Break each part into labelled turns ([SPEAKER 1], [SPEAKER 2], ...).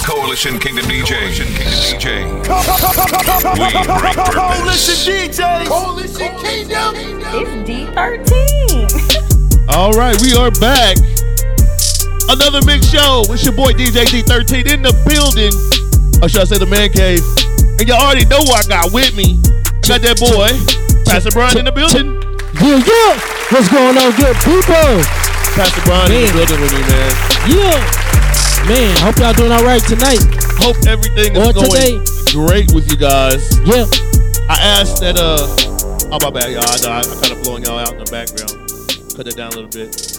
[SPEAKER 1] Coalition Kingdom DJ. Coalition Kingdom DJ. We break
[SPEAKER 2] Oh,
[SPEAKER 1] purpose.
[SPEAKER 3] Coalition DJ.
[SPEAKER 4] Coalition Kingdom.
[SPEAKER 5] It's D13.
[SPEAKER 2] All right, we are back. Another big show. It's your boy DJ D13 in the building. Or should I say the man cave? And y'all already know who I got with me. Got that boy, Pastor Brian in the building.
[SPEAKER 6] Yeah, yeah. What's going on, good people?
[SPEAKER 2] Pastor Brian in the
[SPEAKER 6] Man.
[SPEAKER 2] building with me, man.
[SPEAKER 6] Yeah. Man, I hope y'all doing all right tonight.
[SPEAKER 2] Hope everything is
[SPEAKER 6] Well,
[SPEAKER 2] going
[SPEAKER 6] today-
[SPEAKER 2] great with you guys.
[SPEAKER 6] Yeah.
[SPEAKER 2] I asked that uh oh my bad y'all I know I, am kind of blowing y'all out in the background cut that down a little bit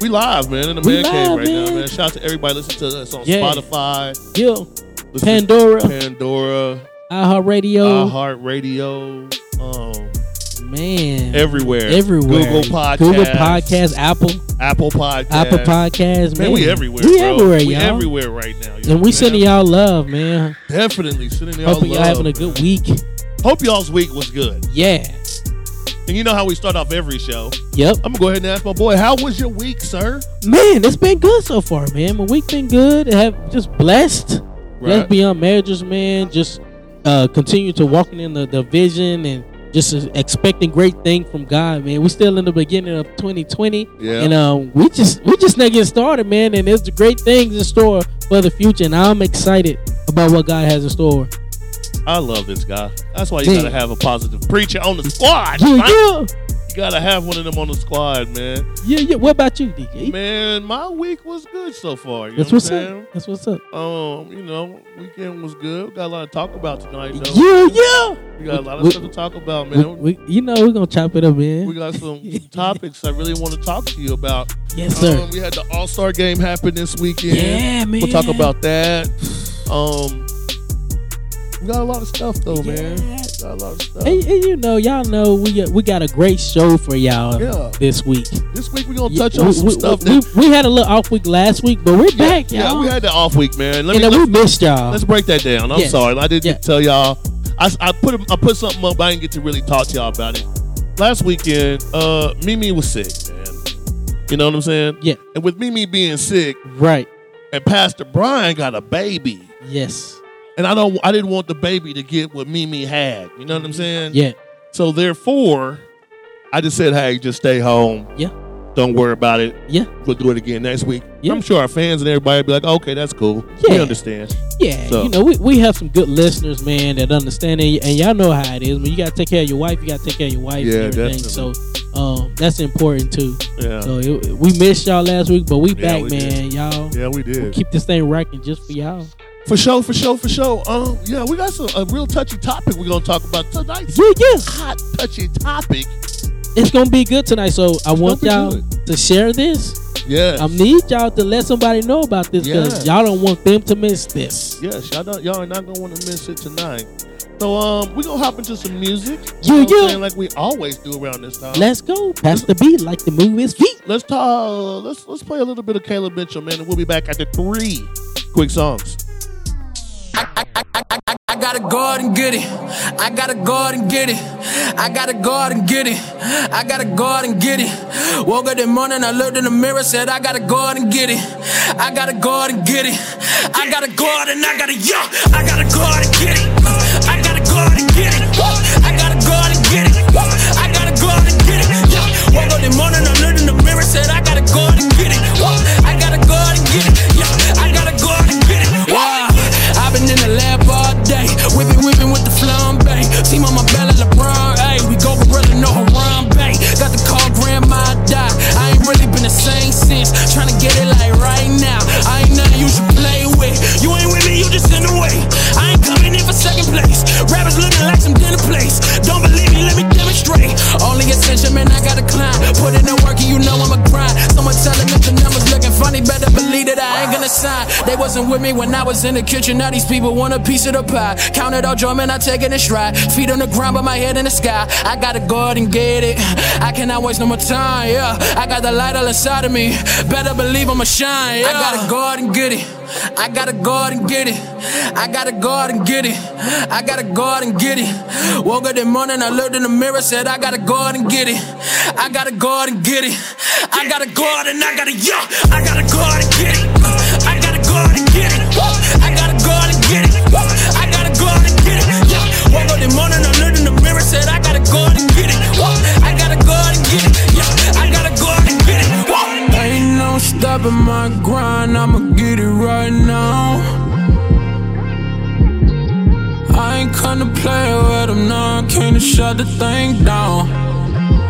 [SPEAKER 2] we live man in the
[SPEAKER 6] We
[SPEAKER 2] man cave
[SPEAKER 6] live,
[SPEAKER 2] right now
[SPEAKER 6] man.
[SPEAKER 2] man shout out to everybody listening to us on
[SPEAKER 6] Yeah.
[SPEAKER 2] Spotify
[SPEAKER 6] Yeah.
[SPEAKER 2] listen to
[SPEAKER 6] Pandora,
[SPEAKER 2] Pandora
[SPEAKER 6] iHeartRadio.
[SPEAKER 2] iHeartRadio um
[SPEAKER 6] Man.
[SPEAKER 2] everywhere
[SPEAKER 6] Everywhere.
[SPEAKER 2] Google Podcast
[SPEAKER 6] Google Podcasts, Apple,
[SPEAKER 2] Apple Podcast
[SPEAKER 6] Apple Podcasts. Man,
[SPEAKER 2] man we everywhere
[SPEAKER 6] We
[SPEAKER 2] bro.
[SPEAKER 6] everywhere,
[SPEAKER 2] we
[SPEAKER 6] y'all.
[SPEAKER 2] everywhere right now you know
[SPEAKER 6] And we
[SPEAKER 2] what I'm
[SPEAKER 6] sending
[SPEAKER 2] saying?
[SPEAKER 6] y'all love, man.
[SPEAKER 2] definitely sending y'all
[SPEAKER 6] Hoping y'all
[SPEAKER 2] love,
[SPEAKER 6] having a
[SPEAKER 2] man.
[SPEAKER 6] good week.
[SPEAKER 2] hope y'all's week was good
[SPEAKER 6] Yeah.
[SPEAKER 2] and you know how we start off every show
[SPEAKER 6] Yep.
[SPEAKER 2] I'm gonna go ahead and ask my boy how was your week sir
[SPEAKER 6] Man, it's been good so far, man. My week been good. I have just blessed. Blessed beyond measures, man. Just uh continue to walking in the, the vision and just expecting great thing from God, man. We're still in the beginning of 2020,
[SPEAKER 2] Yeah.
[SPEAKER 6] and um, we just we just now getting started, man. And there's great things in store for the future, and I'm excited about what God has in store.
[SPEAKER 2] I love this guy. That's why you
[SPEAKER 6] Yeah.
[SPEAKER 2] gotta have a positive preacher on the squad.
[SPEAKER 6] Yeah,
[SPEAKER 2] man.
[SPEAKER 6] yeah,
[SPEAKER 2] You gotta have one of them on the squad, man.
[SPEAKER 6] yeah, yeah. What about you, DJ?
[SPEAKER 2] Man, my week was good so far. You
[SPEAKER 6] That's
[SPEAKER 2] know
[SPEAKER 6] what's
[SPEAKER 2] what
[SPEAKER 6] up.
[SPEAKER 2] I'm
[SPEAKER 6] That's what's up.
[SPEAKER 2] saying? Um, you know, weekend was good. Got a lot to talk about tonight, though.
[SPEAKER 6] Yeah, yeah.
[SPEAKER 2] We got a lot of
[SPEAKER 6] We-
[SPEAKER 2] stuff to talk about,
[SPEAKER 6] We,
[SPEAKER 2] man. We,
[SPEAKER 6] we, you know we're gonna chop it up, man.
[SPEAKER 2] got some topics I really want to talk to you about.
[SPEAKER 6] yes, sir.
[SPEAKER 2] Um, we had the All Star game happen this weekend.
[SPEAKER 6] Yeah, man.
[SPEAKER 2] We'll talk about that. Um, we got a lot of stuff though, man.
[SPEAKER 6] Yeah.
[SPEAKER 2] Got a lot of stuff.
[SPEAKER 6] And, and you know, y'all know we got, we got a great show for y'all
[SPEAKER 2] Yeah.
[SPEAKER 6] this week.
[SPEAKER 2] This week we're gonna
[SPEAKER 6] Yeah,
[SPEAKER 2] touch on
[SPEAKER 6] we,
[SPEAKER 2] some
[SPEAKER 6] we-
[SPEAKER 2] stuff
[SPEAKER 6] we,
[SPEAKER 2] that
[SPEAKER 6] we had a little off week last week, but we're back,
[SPEAKER 2] Yeah,
[SPEAKER 6] y'all.
[SPEAKER 2] we had that off week, man. Let
[SPEAKER 6] and then
[SPEAKER 2] me
[SPEAKER 6] we
[SPEAKER 2] let's,
[SPEAKER 6] missed y'all.
[SPEAKER 2] let's break that down. I'm
[SPEAKER 6] Um, Yeah.
[SPEAKER 2] sorry, I didn't
[SPEAKER 6] Yeah.
[SPEAKER 2] tell y'all. I, s- I put a- I put something up, but I didn't get to really talk to y'all about it. Last weekend, uh, Mimi was sick, man. You know what I'm saying?
[SPEAKER 6] Yeah.
[SPEAKER 2] And with Mimi being sick,
[SPEAKER 6] Right.
[SPEAKER 2] and Pastor Brian got a baby,
[SPEAKER 6] Yes.
[SPEAKER 2] and I don't, I didn't want the baby to get what Mimi had. You know what I'm saying?
[SPEAKER 6] Yeah.
[SPEAKER 2] So therefore, I just said, hey, just stay home.
[SPEAKER 6] Yeah.
[SPEAKER 2] Don't worry about it.
[SPEAKER 6] Yeah.
[SPEAKER 2] We'll do it again next week.
[SPEAKER 6] Yeah.
[SPEAKER 2] I'm sure our fans and everybody be like, okay, that's cool. We
[SPEAKER 6] Yeah.
[SPEAKER 2] understand.
[SPEAKER 6] Yeah.
[SPEAKER 2] So-
[SPEAKER 6] You know, we, we have some good listeners, man, that understand it. And y'all know how it is. When you got to take care of your wife, you got to take care of your wife
[SPEAKER 2] Yeah,
[SPEAKER 6] and everything.
[SPEAKER 2] definitely.
[SPEAKER 6] So um, that's important, too.
[SPEAKER 2] Yeah.
[SPEAKER 6] So it, we missed y'all last week, but we
[SPEAKER 2] Yeah,
[SPEAKER 6] back,
[SPEAKER 2] we did.
[SPEAKER 6] man. Y'all
[SPEAKER 2] yeah, we did.
[SPEAKER 6] keep this thing rocking just for y'all.
[SPEAKER 2] For sure, for sure, for sure. Um, yeah, we got some a real touchy topic we're gonna talk about tonight's
[SPEAKER 6] Yeah, yeah.
[SPEAKER 2] hot touchy topic.
[SPEAKER 6] it's gonna be good tonight. So I want
[SPEAKER 2] be
[SPEAKER 6] y'all
[SPEAKER 2] good.
[SPEAKER 6] to share this.
[SPEAKER 2] Yes.
[SPEAKER 6] I need y'all to let somebody know about this because
[SPEAKER 2] Yeah.
[SPEAKER 6] y'all don't want them to miss this.
[SPEAKER 2] yes, y'all don't, y'all are not gonna want to miss it tonight. So um, we're gonna hop into some music.
[SPEAKER 6] Yeah,
[SPEAKER 2] what I'm
[SPEAKER 6] yeah.
[SPEAKER 2] saying, Like we always do around this time.
[SPEAKER 6] Let's go. Pass the beat like the movie is feet.
[SPEAKER 2] let's talk. Let's let's play a little bit of Caleb Mitchell, man, and we'll be back after three quick songs.
[SPEAKER 7] I gotta go out and get it. I gotta go out and get it. I gotta go out and get it. I gotta go out and get it. Woke up that morning, I looked in the mirror, said, I gotta go out and get it. I gotta go out and get it. I gotta go out and I gotta, yo, I gotta go out and get it. I gotta go out and get it. I gotta go out and get it. I gotta go out and get it. Yeah. Woke up that morning, I looked in the mirror, said, I gotta go out and get it. I gotta go out and get it. Yeah. I gotta go out and get it. Wow. I've been in the lab all day, whipping, whipping with the flambe. Team on my belly, LeBron, ayy. We go gorilla, no Harambe. Got the call, grandma died. I ain't really been the same since. Tryna get it like right now. I ain't nothing you should play with. You ain't with me, you just in the way. I ain't coming in for second place. Rappers looking like some dinner place. Don't believe me, let me demonstrate. Only attention, man, I gotta climb. Put in the work, and you know I'ma grind. Someone telling me the numbers looking funny, better believe that I ain't gonna sign. They wasn't with me when I was in the kitchen. Now these people want a piece of the pie. Count it all, drum and I take it in stride. Feet on the ground, but my head in the sky. I gotta go out and get it. I cannot waste no more time. Yeah, I got the light all inside of me. Better believe I'ma shine. Yeah. I gotta go out and get it. I gotta go out and get it. I gotta go out and get it. I gotta go out and get it. Woke up that morning, I looked in the mirror, said I gotta go out and get it. I gotta go out and get it. I gotta go out and I gotta yo. I gotta go out and get it. I gotta go out and get it. came to shut the thing down.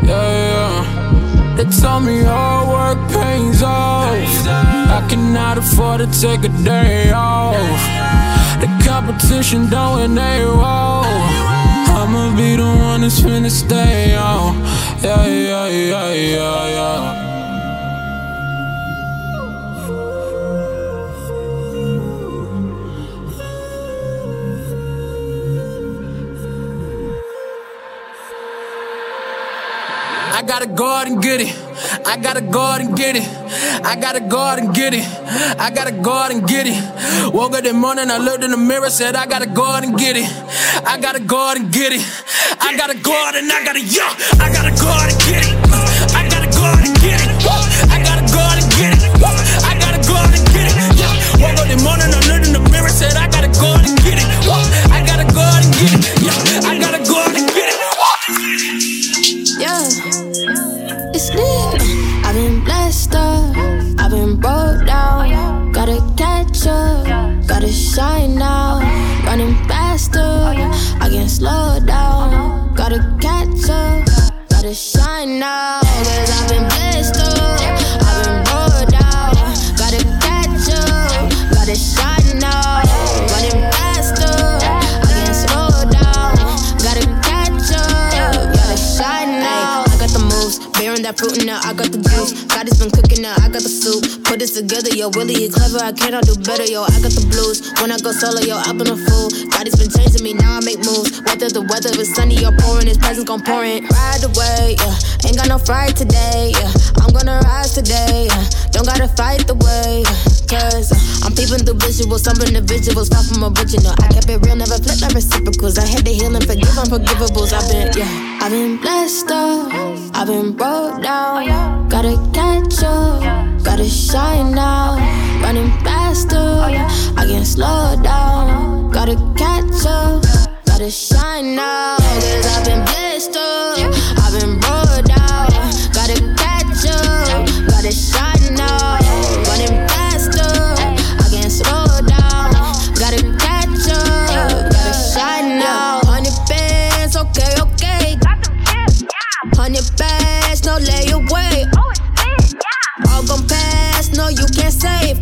[SPEAKER 7] Yeah, yeah. They told me all work pays off. I cannot afford to take a day off. The competition doing they roll. I'ma be the one that's finna stay on. Yeah, yeah, yeah, yeah, yeah. I gotta go out and get it. I gotta go out and get it. I gotta go out and get it. I gotta go out and get it. Woke up that morning, I looked in the mirror, said, I gotta go out and get it. I gotta go out and get it. I gotta go out and I gotta, yeah, I gotta go out and get it. I gotta go out and get it. I gotta go out and get it. I gotta go out and get it. Yeah. Woke up that morning, I looked in the mirror, said, I gotta go out and get it. I gotta go out and get it. Yeah, I gotta go out and get it.
[SPEAKER 3] Yeah, it's lit. I've been blessed up, I've been broke down. Gotta catch up, gotta shine now. Running faster, I can't slow down. Gotta catch up, gotta shine now. Cause I've been blessed up, I've been broke down. Gotta catch up, gotta shine now. Running faster, I can't slow down. Gotta catch up, gotta shine now. I got the moves, bearing that fruit in now. I got the juice. God has been cooking now. I got the soup. Put this together, yo. Willie is clever. I cannot do better, yo. I got the blues. When I go solo, yo, I've been a fool. God has been changing me. Now I make moves. Whether the weather is sunny or pouring, His presence gon' pour in. Ride away, yeah. Ain't got no fight today, yeah. I'm gonna rise today. yeah. Don't gotta fight the way, yeah. Cause uh, I'm peeping through visuals, some individuals far from original. I kept it real, never flip my reciprocals. I had to heal and forgive unforgivables. I've been, yeah, I've been blessed up, I've been broke down. Gotta catch up, gotta shine now. Running faster, I can't slow down. Gotta catch up, gotta shine now. Cause I've been blessed up, I've been broke down. Gotta catch up, gotta shine now. Running faster, I can't slow down. Gotta catch up, gotta shine now. Hundred bands, okay, okay. Hundred bands, no layaway. All gon' pass, no, you can't save.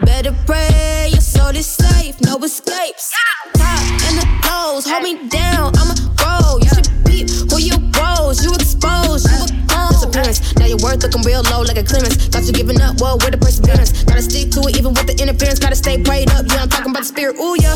[SPEAKER 3] Better pray your soul is safe, no escapes. Top and the lows, hold me down, I'ma roll. You should beat who you rose, you exposed, you a clone. Disappearance, now your worth looking real low like a clearance. Thought you giving up, well, with the perseverance. Gotta stick to it even with the interference, gotta stay prayed up. Yeah, I'm talking about the spirit, ooh yeah,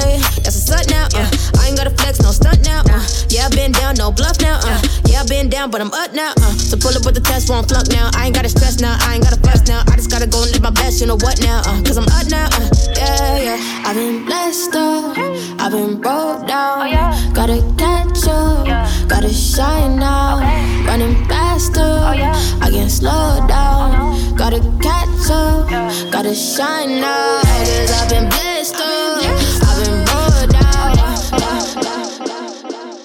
[SPEAKER 3] ayy. That's what's up now, uh. I ain't gotta flex, no stunt now, uh. Yeah, I've been down, no bluff now, uh. Yeah, I've been down, but I'm up now, uh. So pull up with the test, won't flunk now. I ain't gotta stress now, I ain't gotta fuss now. I just gotta go and live my best, you know what now, uh. Cause I'm up now, uh. Yeah, yeah. I've been blessed up, I've been broke down. Gotta catch up, gotta shine now. Running faster, I can't slow down. Gotta catch up, gotta shine now. Cause I've been blessed up, I've been broke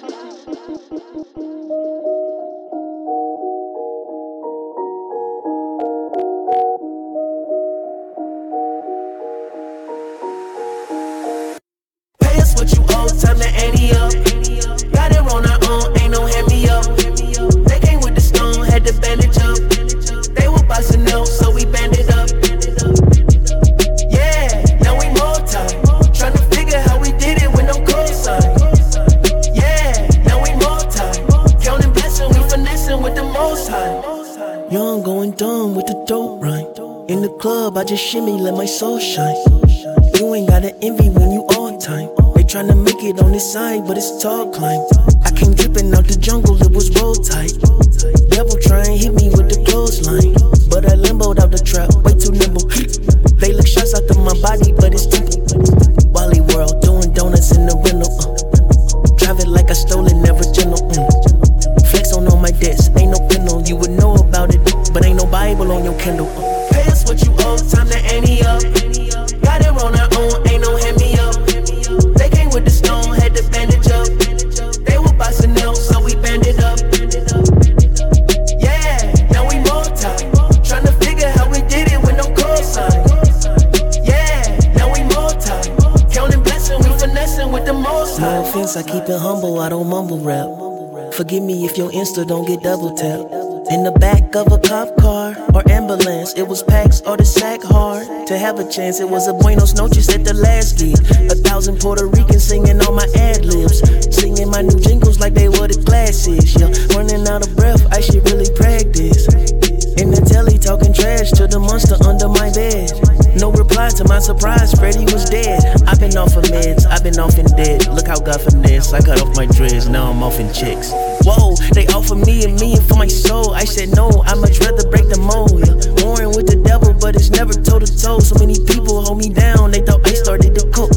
[SPEAKER 3] down.
[SPEAKER 8] Pay us what you owe, time to ante up. Got it on our own, ain't no hand me up. They came with the stone, had to bandage up. They were busting out, so we banded up. Yeah, now we more time. Trying to figure how we did it with no call sign. Yeah, now we more time. Counting blessing, we finessing with the most
[SPEAKER 2] Oh,
[SPEAKER 8] high. Young going dumb with the dope rhyme. In the club, I just shimmy, let my soul shine. You ain't gotta envy when you on time. They tryna make it on this side, but it's tall climb. I came dripping out the jungle, it was roll tight. Devil tryin' hit me with the clothesline, but I limboed out the trap, way too nimble. They look shots out of my body, but it's simple. Wally World doing donuts in the rental. Uh. Drive it like I stole it, never gentle. Mm. Flex on all my debts, ain't no penal. You would know about it, but ain't no Bible on your Kindle. Uh. Pay us what you owe, time to ante up. Got it on our own, ain't no hand me up. They came with the stone, had to bandage up. They were busting out, so we banded up. Yeah, now we more time. Trying to figure how we did it with no cause.
[SPEAKER 4] defense, I keep it humble, I don't mumble rap. Forgive me if your Insta don't get double tapped. In the back of a cop car or ambulance, it was packs or the sack hard. To have a chance, it was a Buenos Noches at the last gig. A thousand Puerto Ricans singing all my ad libs, singing my new jingles like they were the classics. Yeah, running out of breath, I should really practice. In the telly, talking trash to the monster under my bed. No reply to my surprise, Freddy was dead. I've been off of meds, I've been off and dead. Look how God finesse, I cut off my dreads, now I'm off in chicks. Whoa, they offer me a million for my soul. I said no, I much rather break the mold. Yeah. Warring with the devil, but it's never toe to toe. So many people hold me down, they thought I started to cook.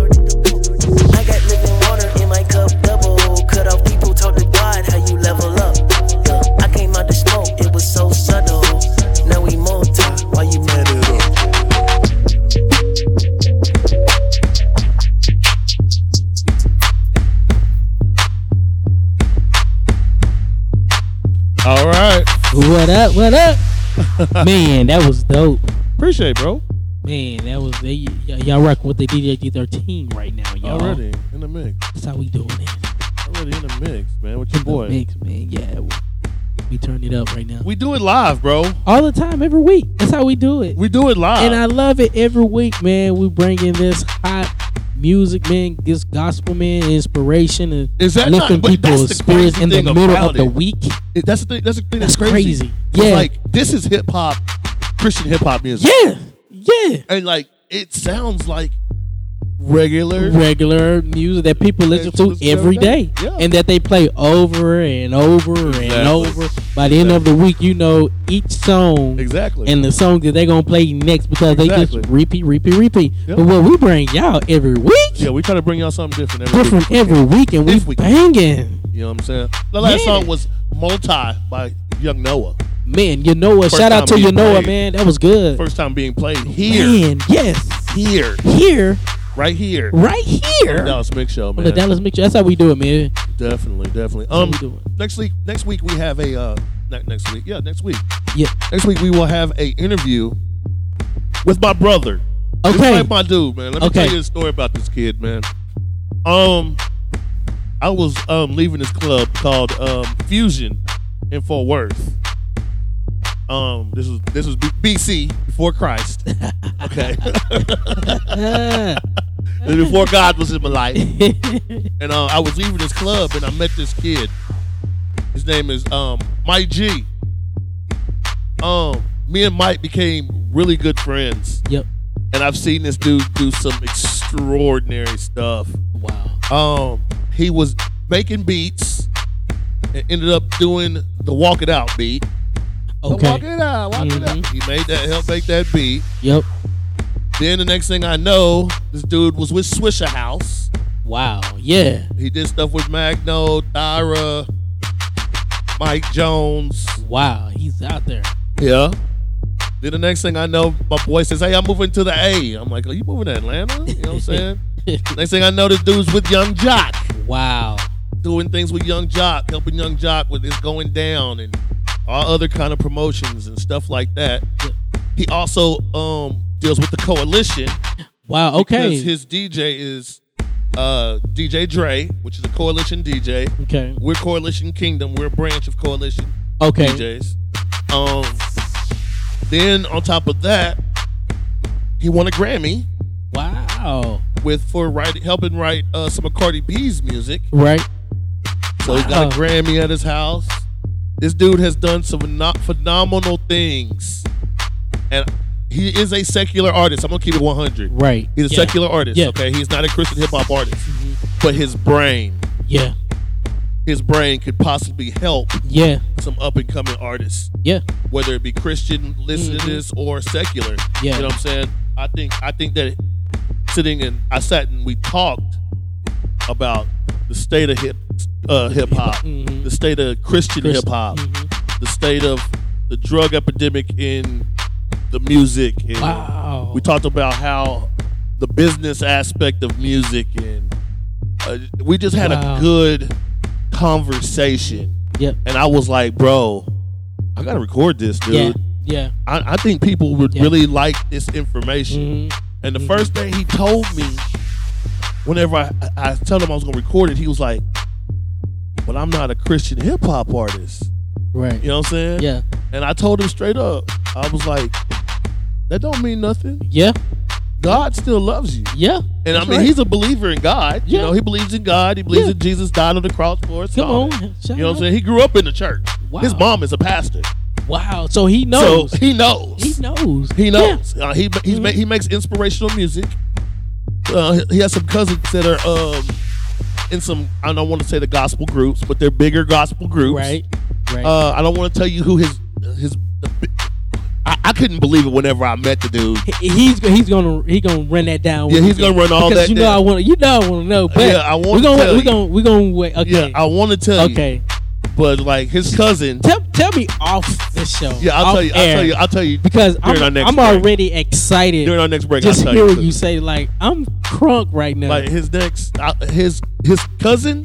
[SPEAKER 4] I got living water in my cup, double. Cut off people, talk to God how you level up. Yeah. I came out the smoke, it was so subtle. Now we multi, why you mad at us?
[SPEAKER 2] All right.
[SPEAKER 6] What up? What up? Man, that was dope.
[SPEAKER 2] Appreciate, it, bro.
[SPEAKER 6] Man, that was they, y- y'all rocking with the DJ D13 right now, y'all.
[SPEAKER 2] Already in the mix.
[SPEAKER 6] That's how we doing it.
[SPEAKER 2] Already in the mix, man. With your
[SPEAKER 6] The
[SPEAKER 2] boy.
[SPEAKER 6] mix, man. Yeah, we, we turn it up right now.
[SPEAKER 2] We do it live, bro.
[SPEAKER 6] All the time, every week. That's how we do it.
[SPEAKER 2] We do it live.
[SPEAKER 6] and I love it every week, man. We bringing this hot music, man. This gospel, man, inspiration, and
[SPEAKER 2] Is that
[SPEAKER 6] lifting
[SPEAKER 2] not- but that's
[SPEAKER 6] people's
[SPEAKER 2] the
[SPEAKER 6] spirits
[SPEAKER 2] crazy
[SPEAKER 6] in the
[SPEAKER 2] thing
[SPEAKER 6] middle
[SPEAKER 2] about
[SPEAKER 6] of the
[SPEAKER 2] it.
[SPEAKER 6] week.
[SPEAKER 2] It- that's the thing. That's the thing. That's,
[SPEAKER 6] That's
[SPEAKER 2] crazy.
[SPEAKER 6] crazy.
[SPEAKER 2] It's
[SPEAKER 6] Yeah.
[SPEAKER 2] Like this is hip hop, Christian hip hop music.
[SPEAKER 6] Yeah, yeah.
[SPEAKER 2] And like it sounds like regular.
[SPEAKER 6] Regular music that people listen
[SPEAKER 2] That you
[SPEAKER 6] to
[SPEAKER 2] listen to
[SPEAKER 6] every
[SPEAKER 2] every day.
[SPEAKER 6] day,
[SPEAKER 2] Yeah.
[SPEAKER 6] and that they play over and over and
[SPEAKER 2] Exactly.
[SPEAKER 6] over. By the end of the week, you know each song
[SPEAKER 2] exactly.
[SPEAKER 6] and the song that they're gonna play next because they
[SPEAKER 2] Exactly.
[SPEAKER 6] just repeat, repeat, repeat.
[SPEAKER 2] Yeah.
[SPEAKER 6] But what we bring y'all every week,
[SPEAKER 2] yeah, we try to bring y'all something different every
[SPEAKER 6] different
[SPEAKER 2] week.
[SPEAKER 6] every week, and we
[SPEAKER 2] This week.
[SPEAKER 6] banging.
[SPEAKER 2] You know what I'm saying? The last
[SPEAKER 6] Yeah.
[SPEAKER 2] song was "Multi" by Young Noah.
[SPEAKER 6] Man, you know what?
[SPEAKER 2] First
[SPEAKER 6] Shout
[SPEAKER 2] time
[SPEAKER 6] out to
[SPEAKER 2] being
[SPEAKER 6] you know what,
[SPEAKER 2] played.
[SPEAKER 6] man. That was good.
[SPEAKER 2] First time being played here,
[SPEAKER 6] Man, yes.
[SPEAKER 2] here,
[SPEAKER 6] Here,
[SPEAKER 2] right here.
[SPEAKER 6] right
[SPEAKER 2] On the
[SPEAKER 6] here.
[SPEAKER 2] Dallas Mix Show,
[SPEAKER 6] On
[SPEAKER 2] man.
[SPEAKER 6] the Dallas Mix. That's how we do it, man.
[SPEAKER 2] definitely, definitely.
[SPEAKER 6] how
[SPEAKER 2] Um,
[SPEAKER 6] we do it.
[SPEAKER 2] next week, next week we have a uh, not next week. Yeah, next week.
[SPEAKER 6] Yeah.
[SPEAKER 2] Next week we will have a interview with my brother. This
[SPEAKER 6] Okay.
[SPEAKER 2] like my dude, man. Let me
[SPEAKER 6] Okay.
[SPEAKER 2] tell you a story about this kid, man. Um, I was um leaving this club called um Fusion in Fort Worth. Um, this was this was B- BC before Christ. Okay,
[SPEAKER 6] Ah.
[SPEAKER 2] before God was in my life. And uh, I was leaving this club and I met this kid. His name is um, Mike G. Um, me and Mike became really good friends.
[SPEAKER 6] yep.
[SPEAKER 2] And I've seen this dude do some extraordinary stuff.
[SPEAKER 6] Wow.
[SPEAKER 2] Um, he was making beats and ended up doing the Walk It Out beat. The Walk
[SPEAKER 6] Okay. Mm-hmm.
[SPEAKER 2] It Out, Walk It Out. He made that, helped make that beat.
[SPEAKER 6] Yep.
[SPEAKER 2] Then the next thing I know, this dude was with Swisher House.
[SPEAKER 6] Wow. Yeah.
[SPEAKER 2] He did stuff with Magno, Dyra, Mike Jones.
[SPEAKER 6] Wow. He's out there.
[SPEAKER 2] Yeah. Then the next thing I know, my boy says, Hey, I'm moving to the A. I'm like, Are you moving to Atlanta? You know what I'm saying? next thing I know, this dude's with Young Jock,
[SPEAKER 6] wow.
[SPEAKER 2] doing things with Young Jock, helping Young Jock with his going down and all other kind of promotions and stuff like that. He also um, deals with the coalition.
[SPEAKER 6] Wow. Okay.
[SPEAKER 2] Because his DJ is uh, DJ Dre, which is a coalition DJ.
[SPEAKER 6] okay.
[SPEAKER 2] We're Coalition Kingdom. We're a branch of Coalition
[SPEAKER 6] Okay.
[SPEAKER 2] DJs. Um, then on top of that, he won a Grammy
[SPEAKER 6] Wow.
[SPEAKER 2] with for writing, helping write uh, some of Cardi B's music.
[SPEAKER 6] Right.
[SPEAKER 2] So he got a
[SPEAKER 6] Wow.
[SPEAKER 2] Grammy at his house. This dude has done some pheno- phenomenal things, and he is a secular artist. I'm gonna keep it 100.
[SPEAKER 6] Right.
[SPEAKER 2] He's a
[SPEAKER 6] yeah.
[SPEAKER 2] secular artist.
[SPEAKER 6] Yeah. Mm-hmm.
[SPEAKER 2] Okay, he's not a Christian hip hop artist, but his brain,
[SPEAKER 6] Yeah.
[SPEAKER 2] his brain could possibly help
[SPEAKER 6] Yeah.
[SPEAKER 2] some up and coming artists.
[SPEAKER 6] Yeah. Mm-hmm.
[SPEAKER 2] whether it be Christian listening to this or secular.
[SPEAKER 6] Yeah.
[SPEAKER 2] You know what I'm saying? I think I think that sitting and I sat and we talked about the state of hip uh, hip hop,
[SPEAKER 6] Mm-hmm.
[SPEAKER 2] the state of Christian
[SPEAKER 6] Christ-
[SPEAKER 2] hip hop,
[SPEAKER 6] Mm-hmm.
[SPEAKER 2] the state of the drug epidemic in the music. And
[SPEAKER 6] Wow.
[SPEAKER 2] We talked about how the business aspect of music and uh, we just had
[SPEAKER 6] Wow.
[SPEAKER 2] a good conversation.
[SPEAKER 6] Yep.
[SPEAKER 2] And I was like, bro, I gotta record this, dude.
[SPEAKER 6] Yeah. Yeah.
[SPEAKER 2] I, I think people would
[SPEAKER 6] Yeah. Mm-hmm.
[SPEAKER 2] really like this information. And the first thing he told me whenever I, I, I told him I was gonna record it, he was like, "But I'm not a Christian hip hop artist."
[SPEAKER 6] Right.
[SPEAKER 2] You know what I'm saying?
[SPEAKER 6] Yeah.
[SPEAKER 2] And I told him straight up, I was like, "That don't mean nothing.
[SPEAKER 6] Yeah.
[SPEAKER 2] God still loves you."
[SPEAKER 6] Yeah.
[SPEAKER 2] And I
[SPEAKER 6] That's
[SPEAKER 2] mean,
[SPEAKER 6] right.
[SPEAKER 2] he's a believer in God. You
[SPEAKER 6] Yeah.
[SPEAKER 2] know, he believes in God. He believes
[SPEAKER 6] Yeah.
[SPEAKER 2] that Jesus died on the cross for us. and
[SPEAKER 6] Come
[SPEAKER 2] all
[SPEAKER 6] on.
[SPEAKER 2] that.
[SPEAKER 6] Shout
[SPEAKER 2] You know what
[SPEAKER 6] out.
[SPEAKER 2] I'm saying? He grew up in the church.
[SPEAKER 6] Wow.
[SPEAKER 2] His mom is a pastor.
[SPEAKER 6] Wow. So he knows.
[SPEAKER 2] So he knows.
[SPEAKER 6] he knows.
[SPEAKER 2] He
[SPEAKER 6] Yeah.
[SPEAKER 2] knows. Uh, he he's, ma- he makes inspirational music. Uh, he- he has some cousins that are um, in some. I don't want to say the gospel groups, but they're bigger gospel groups.
[SPEAKER 6] Right. Right.
[SPEAKER 2] Uh, I don't want to tell you who his his. The, bi- I, I couldn't believe it whenever I met the dude.
[SPEAKER 6] He- he's he's gonna he gonna run that down.
[SPEAKER 2] Yeah,
[SPEAKER 6] with
[SPEAKER 2] he's
[SPEAKER 6] me.
[SPEAKER 2] gonna run all
[SPEAKER 6] because
[SPEAKER 2] that
[SPEAKER 6] You know
[SPEAKER 2] down.
[SPEAKER 6] I want you know I want to know. But
[SPEAKER 2] Yeah, I wanna
[SPEAKER 6] we're gonna
[SPEAKER 2] tell
[SPEAKER 6] we're
[SPEAKER 2] you.
[SPEAKER 6] gonna we're gonna wait. Okay.
[SPEAKER 2] Yeah, I want to tell you.
[SPEAKER 6] okay.
[SPEAKER 2] But like his cousin.
[SPEAKER 6] Tell tell me off this show.
[SPEAKER 2] Yeah, I'll
[SPEAKER 6] off
[SPEAKER 2] tell you. I'll
[SPEAKER 6] air,
[SPEAKER 2] tell you. I'll tell you.
[SPEAKER 6] because
[SPEAKER 2] during our
[SPEAKER 6] I'm,
[SPEAKER 2] next
[SPEAKER 6] I'm
[SPEAKER 2] break.
[SPEAKER 6] already excited.
[SPEAKER 2] during our next break.
[SPEAKER 6] just
[SPEAKER 2] I'll tell
[SPEAKER 6] hearing
[SPEAKER 2] you.
[SPEAKER 6] you say like I'm crunk right now.
[SPEAKER 2] Like his next, uh, his his cousin.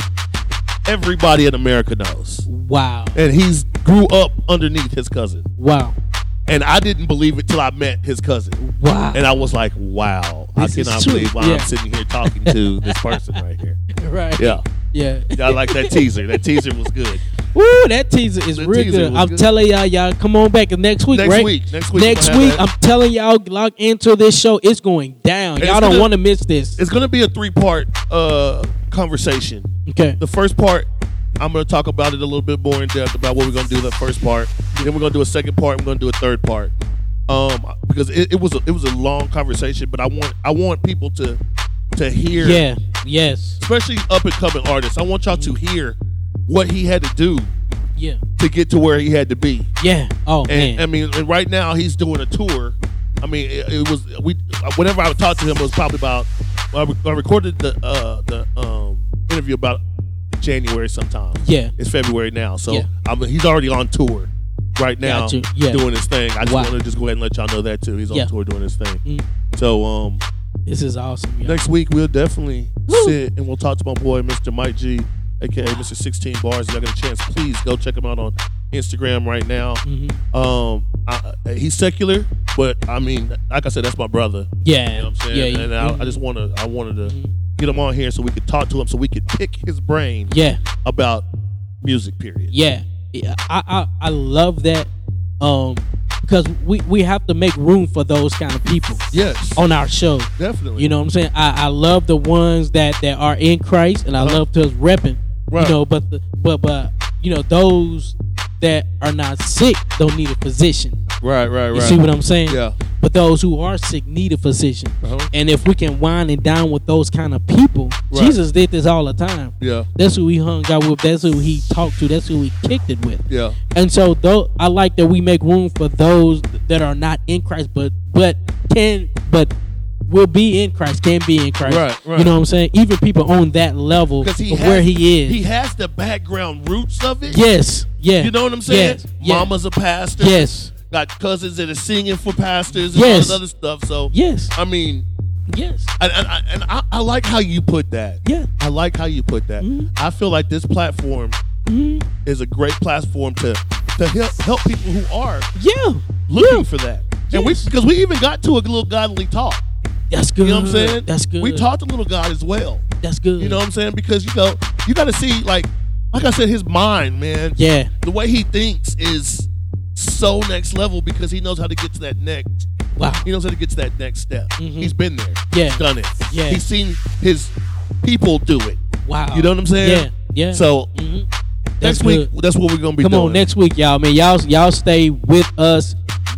[SPEAKER 2] Everybody in America knows.
[SPEAKER 6] wow.
[SPEAKER 2] and he's grew up underneath his cousin.
[SPEAKER 6] Wow.
[SPEAKER 2] And I didn't believe it till I met his cousin.
[SPEAKER 6] Wow.
[SPEAKER 2] And I was like, wow,
[SPEAKER 6] This
[SPEAKER 2] I
[SPEAKER 6] is
[SPEAKER 2] cannot
[SPEAKER 6] true.
[SPEAKER 2] believe why
[SPEAKER 6] Yeah.
[SPEAKER 2] I'm sitting here talking to this person right here.
[SPEAKER 6] right.
[SPEAKER 2] Yeah.
[SPEAKER 6] Yeah.
[SPEAKER 2] I like that teaser. That teaser was good.
[SPEAKER 6] Woo, that teaser is
[SPEAKER 2] That
[SPEAKER 6] real
[SPEAKER 2] teaser
[SPEAKER 6] good.
[SPEAKER 2] was
[SPEAKER 6] I'm
[SPEAKER 2] good.
[SPEAKER 6] telling y'all, y'all come on back next week,
[SPEAKER 2] Next
[SPEAKER 6] right?
[SPEAKER 2] week. Next week
[SPEAKER 6] Next
[SPEAKER 2] we're gonna
[SPEAKER 6] week,
[SPEAKER 2] have that.
[SPEAKER 6] I'm telling y'all, log into this show. It's going down.
[SPEAKER 2] And
[SPEAKER 6] y'all
[SPEAKER 2] it's
[SPEAKER 6] don't
[SPEAKER 2] gonna-
[SPEAKER 6] want to miss this.
[SPEAKER 2] It's going to be a three part uh, conversation.
[SPEAKER 6] Okay.
[SPEAKER 2] The first part, I'm going to talk about it a little bit more in depth about what we're going to do. That first part, then we're going to do a second part. and We're going to do a third part, um, because it, it was a, it was a long conversation. But I want I want people to to hear,
[SPEAKER 6] Yeah. Yes.
[SPEAKER 2] especially up and coming artists. I want y'all to hear what he had to do
[SPEAKER 6] Yeah.
[SPEAKER 2] to get to where he had to be.
[SPEAKER 6] Yeah. Oh
[SPEAKER 2] And
[SPEAKER 6] man.
[SPEAKER 2] I mean, and right now he's doing a tour. I mean, it, it was we. Whenever I talked to him, it was probably about. I, re- I recorded the uh, the um, interview about January sometime.
[SPEAKER 6] Yeah.
[SPEAKER 2] it's February now, so
[SPEAKER 6] Yeah.
[SPEAKER 2] I mean, he's already on tour right now,
[SPEAKER 6] Got you. Yeah.
[SPEAKER 2] doing his thing. I just
[SPEAKER 6] Wow.
[SPEAKER 2] want to just go ahead and let y'all know that too. He's on
[SPEAKER 6] Yeah.
[SPEAKER 2] tour doing his thing.
[SPEAKER 6] Mm.
[SPEAKER 2] So um,
[SPEAKER 6] This is awesome. Y'all.
[SPEAKER 2] next week we'll definitely
[SPEAKER 6] Woo.
[SPEAKER 2] sit and we'll talk to my boy Mr. Mike G, aka Mr. 16 Bars. If y'all get a chance, please go check him out on Instagram right now.
[SPEAKER 6] Mhm.
[SPEAKER 2] Um, I, I- he's secular, but I mean, like I said, that's my brother.
[SPEAKER 6] Yeah.
[SPEAKER 2] You know what
[SPEAKER 6] Yeah.
[SPEAKER 2] I'm
[SPEAKER 6] Mm-hmm.
[SPEAKER 2] saying?
[SPEAKER 6] you-
[SPEAKER 2] and I, I just wanna, I wanted to get him on here so we could talk to him, so we could pick his brain
[SPEAKER 6] yeah.
[SPEAKER 2] about music. Period.
[SPEAKER 6] Yeah. Yeah. I, I I love that. Um, because we we have to make room for those kind of people
[SPEAKER 2] Yes.
[SPEAKER 6] on our show.
[SPEAKER 2] definitely.
[SPEAKER 6] You know what I'm saying? I, I love the ones that, that are in Christ, and I love those repping.
[SPEAKER 2] Uh-huh. Right.
[SPEAKER 6] You know, but the, but but you know those that are not sick don't need a physician.
[SPEAKER 2] Right. Right. Right.
[SPEAKER 6] You see what I'm saying?
[SPEAKER 2] Yeah.
[SPEAKER 6] But those who are sick need a physician.
[SPEAKER 2] Uh-huh.
[SPEAKER 6] And if we can wind and dine with those kind of people,
[SPEAKER 2] Right.
[SPEAKER 6] Jesus did this all the time.
[SPEAKER 2] yeah.
[SPEAKER 6] That's who he hung out with. That's who he talked to. That's who he kicked it with.
[SPEAKER 2] Yeah.
[SPEAKER 6] And so, though I like that we make room for those that are not in Christ, but but can but will be in Christ, can be in Christ.
[SPEAKER 2] Right, right.
[SPEAKER 6] You know what I'm saying? Even people on that level
[SPEAKER 2] Because
[SPEAKER 6] of
[SPEAKER 2] he has,
[SPEAKER 6] where he is.
[SPEAKER 2] He has the background roots of it.
[SPEAKER 6] yes. Yeah.
[SPEAKER 2] You know what I'm saying?
[SPEAKER 6] Yes. yeah,
[SPEAKER 2] Mama's a pastor.
[SPEAKER 6] Yes.
[SPEAKER 2] Got cousins that are singing for pastors and all
[SPEAKER 6] Yes.
[SPEAKER 2] this other stuff. So
[SPEAKER 6] Yes.
[SPEAKER 2] I mean,
[SPEAKER 6] Yes.
[SPEAKER 2] and, and, I- and I, I like how you put that.
[SPEAKER 6] Yeah. Mm-hmm.
[SPEAKER 2] I like how you put that. I feel like this platform is a great platform to to help help people who are
[SPEAKER 6] Yeah.
[SPEAKER 2] looking for that. And we
[SPEAKER 6] Yes.
[SPEAKER 2] because we even got to a little godly talk.
[SPEAKER 6] That's good.
[SPEAKER 2] You know what I'm saying?
[SPEAKER 6] That's good.
[SPEAKER 2] We talked a little God as well.
[SPEAKER 6] That's good.
[SPEAKER 2] You know what I'm saying? Because you know, you got to see like like I said, his mind, man.
[SPEAKER 6] Yeah.
[SPEAKER 2] the way he thinks is so next level because he knows how to get to that next.
[SPEAKER 6] Wow. Mm-hmm.
[SPEAKER 2] He knows how to get to that next step. He's been there.
[SPEAKER 6] Yeah.
[SPEAKER 2] He's done it.
[SPEAKER 6] Yeah.
[SPEAKER 2] He's seen his people do it.
[SPEAKER 6] Wow.
[SPEAKER 2] You know what I'm saying?
[SPEAKER 6] Yeah. Yeah.
[SPEAKER 2] So next
[SPEAKER 6] That's
[SPEAKER 2] week,
[SPEAKER 6] good.
[SPEAKER 2] that's what we're gonna be
[SPEAKER 6] Come
[SPEAKER 2] doing.
[SPEAKER 6] on, next week, y'all. Man, y'all y'all stay with us.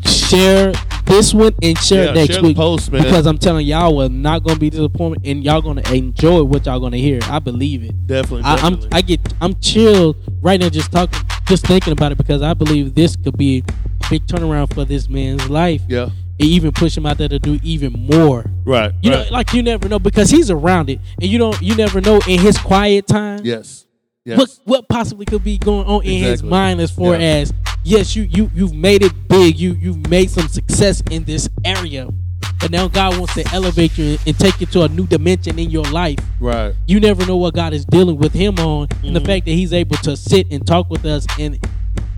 [SPEAKER 6] Share this one and share
[SPEAKER 2] Yeah,
[SPEAKER 6] next
[SPEAKER 2] share the
[SPEAKER 6] week.
[SPEAKER 2] post, man.
[SPEAKER 6] Because I'm telling y'all, we're not gonna be disappointed, and y'all gonna enjoy what y'all gonna hear. I believe it.
[SPEAKER 2] Definitely.
[SPEAKER 6] I, I'm
[SPEAKER 2] definitely.
[SPEAKER 6] I get I'm chilled right now just talking, just thinking about it because I believe this could be a big turnaround for this man's life.
[SPEAKER 2] yeah.
[SPEAKER 6] and even push him out there to do even more.
[SPEAKER 2] Right.
[SPEAKER 6] You
[SPEAKER 2] right.
[SPEAKER 6] know, like you never know because he's around it, and you don't you never know in his quiet time
[SPEAKER 2] yes. Yes.
[SPEAKER 6] what what possibly could be going on in his
[SPEAKER 2] Exactly.
[SPEAKER 6] mind as far
[SPEAKER 2] Yeah.
[SPEAKER 6] as yes you you you've made it big you you've made some success in this area but now god wants to elevate you and take you to a new dimension in your life
[SPEAKER 2] Right.
[SPEAKER 6] you never know what god is dealing with him on and the
[SPEAKER 2] Mm-hmm.
[SPEAKER 6] fact that he's able to sit and talk with us and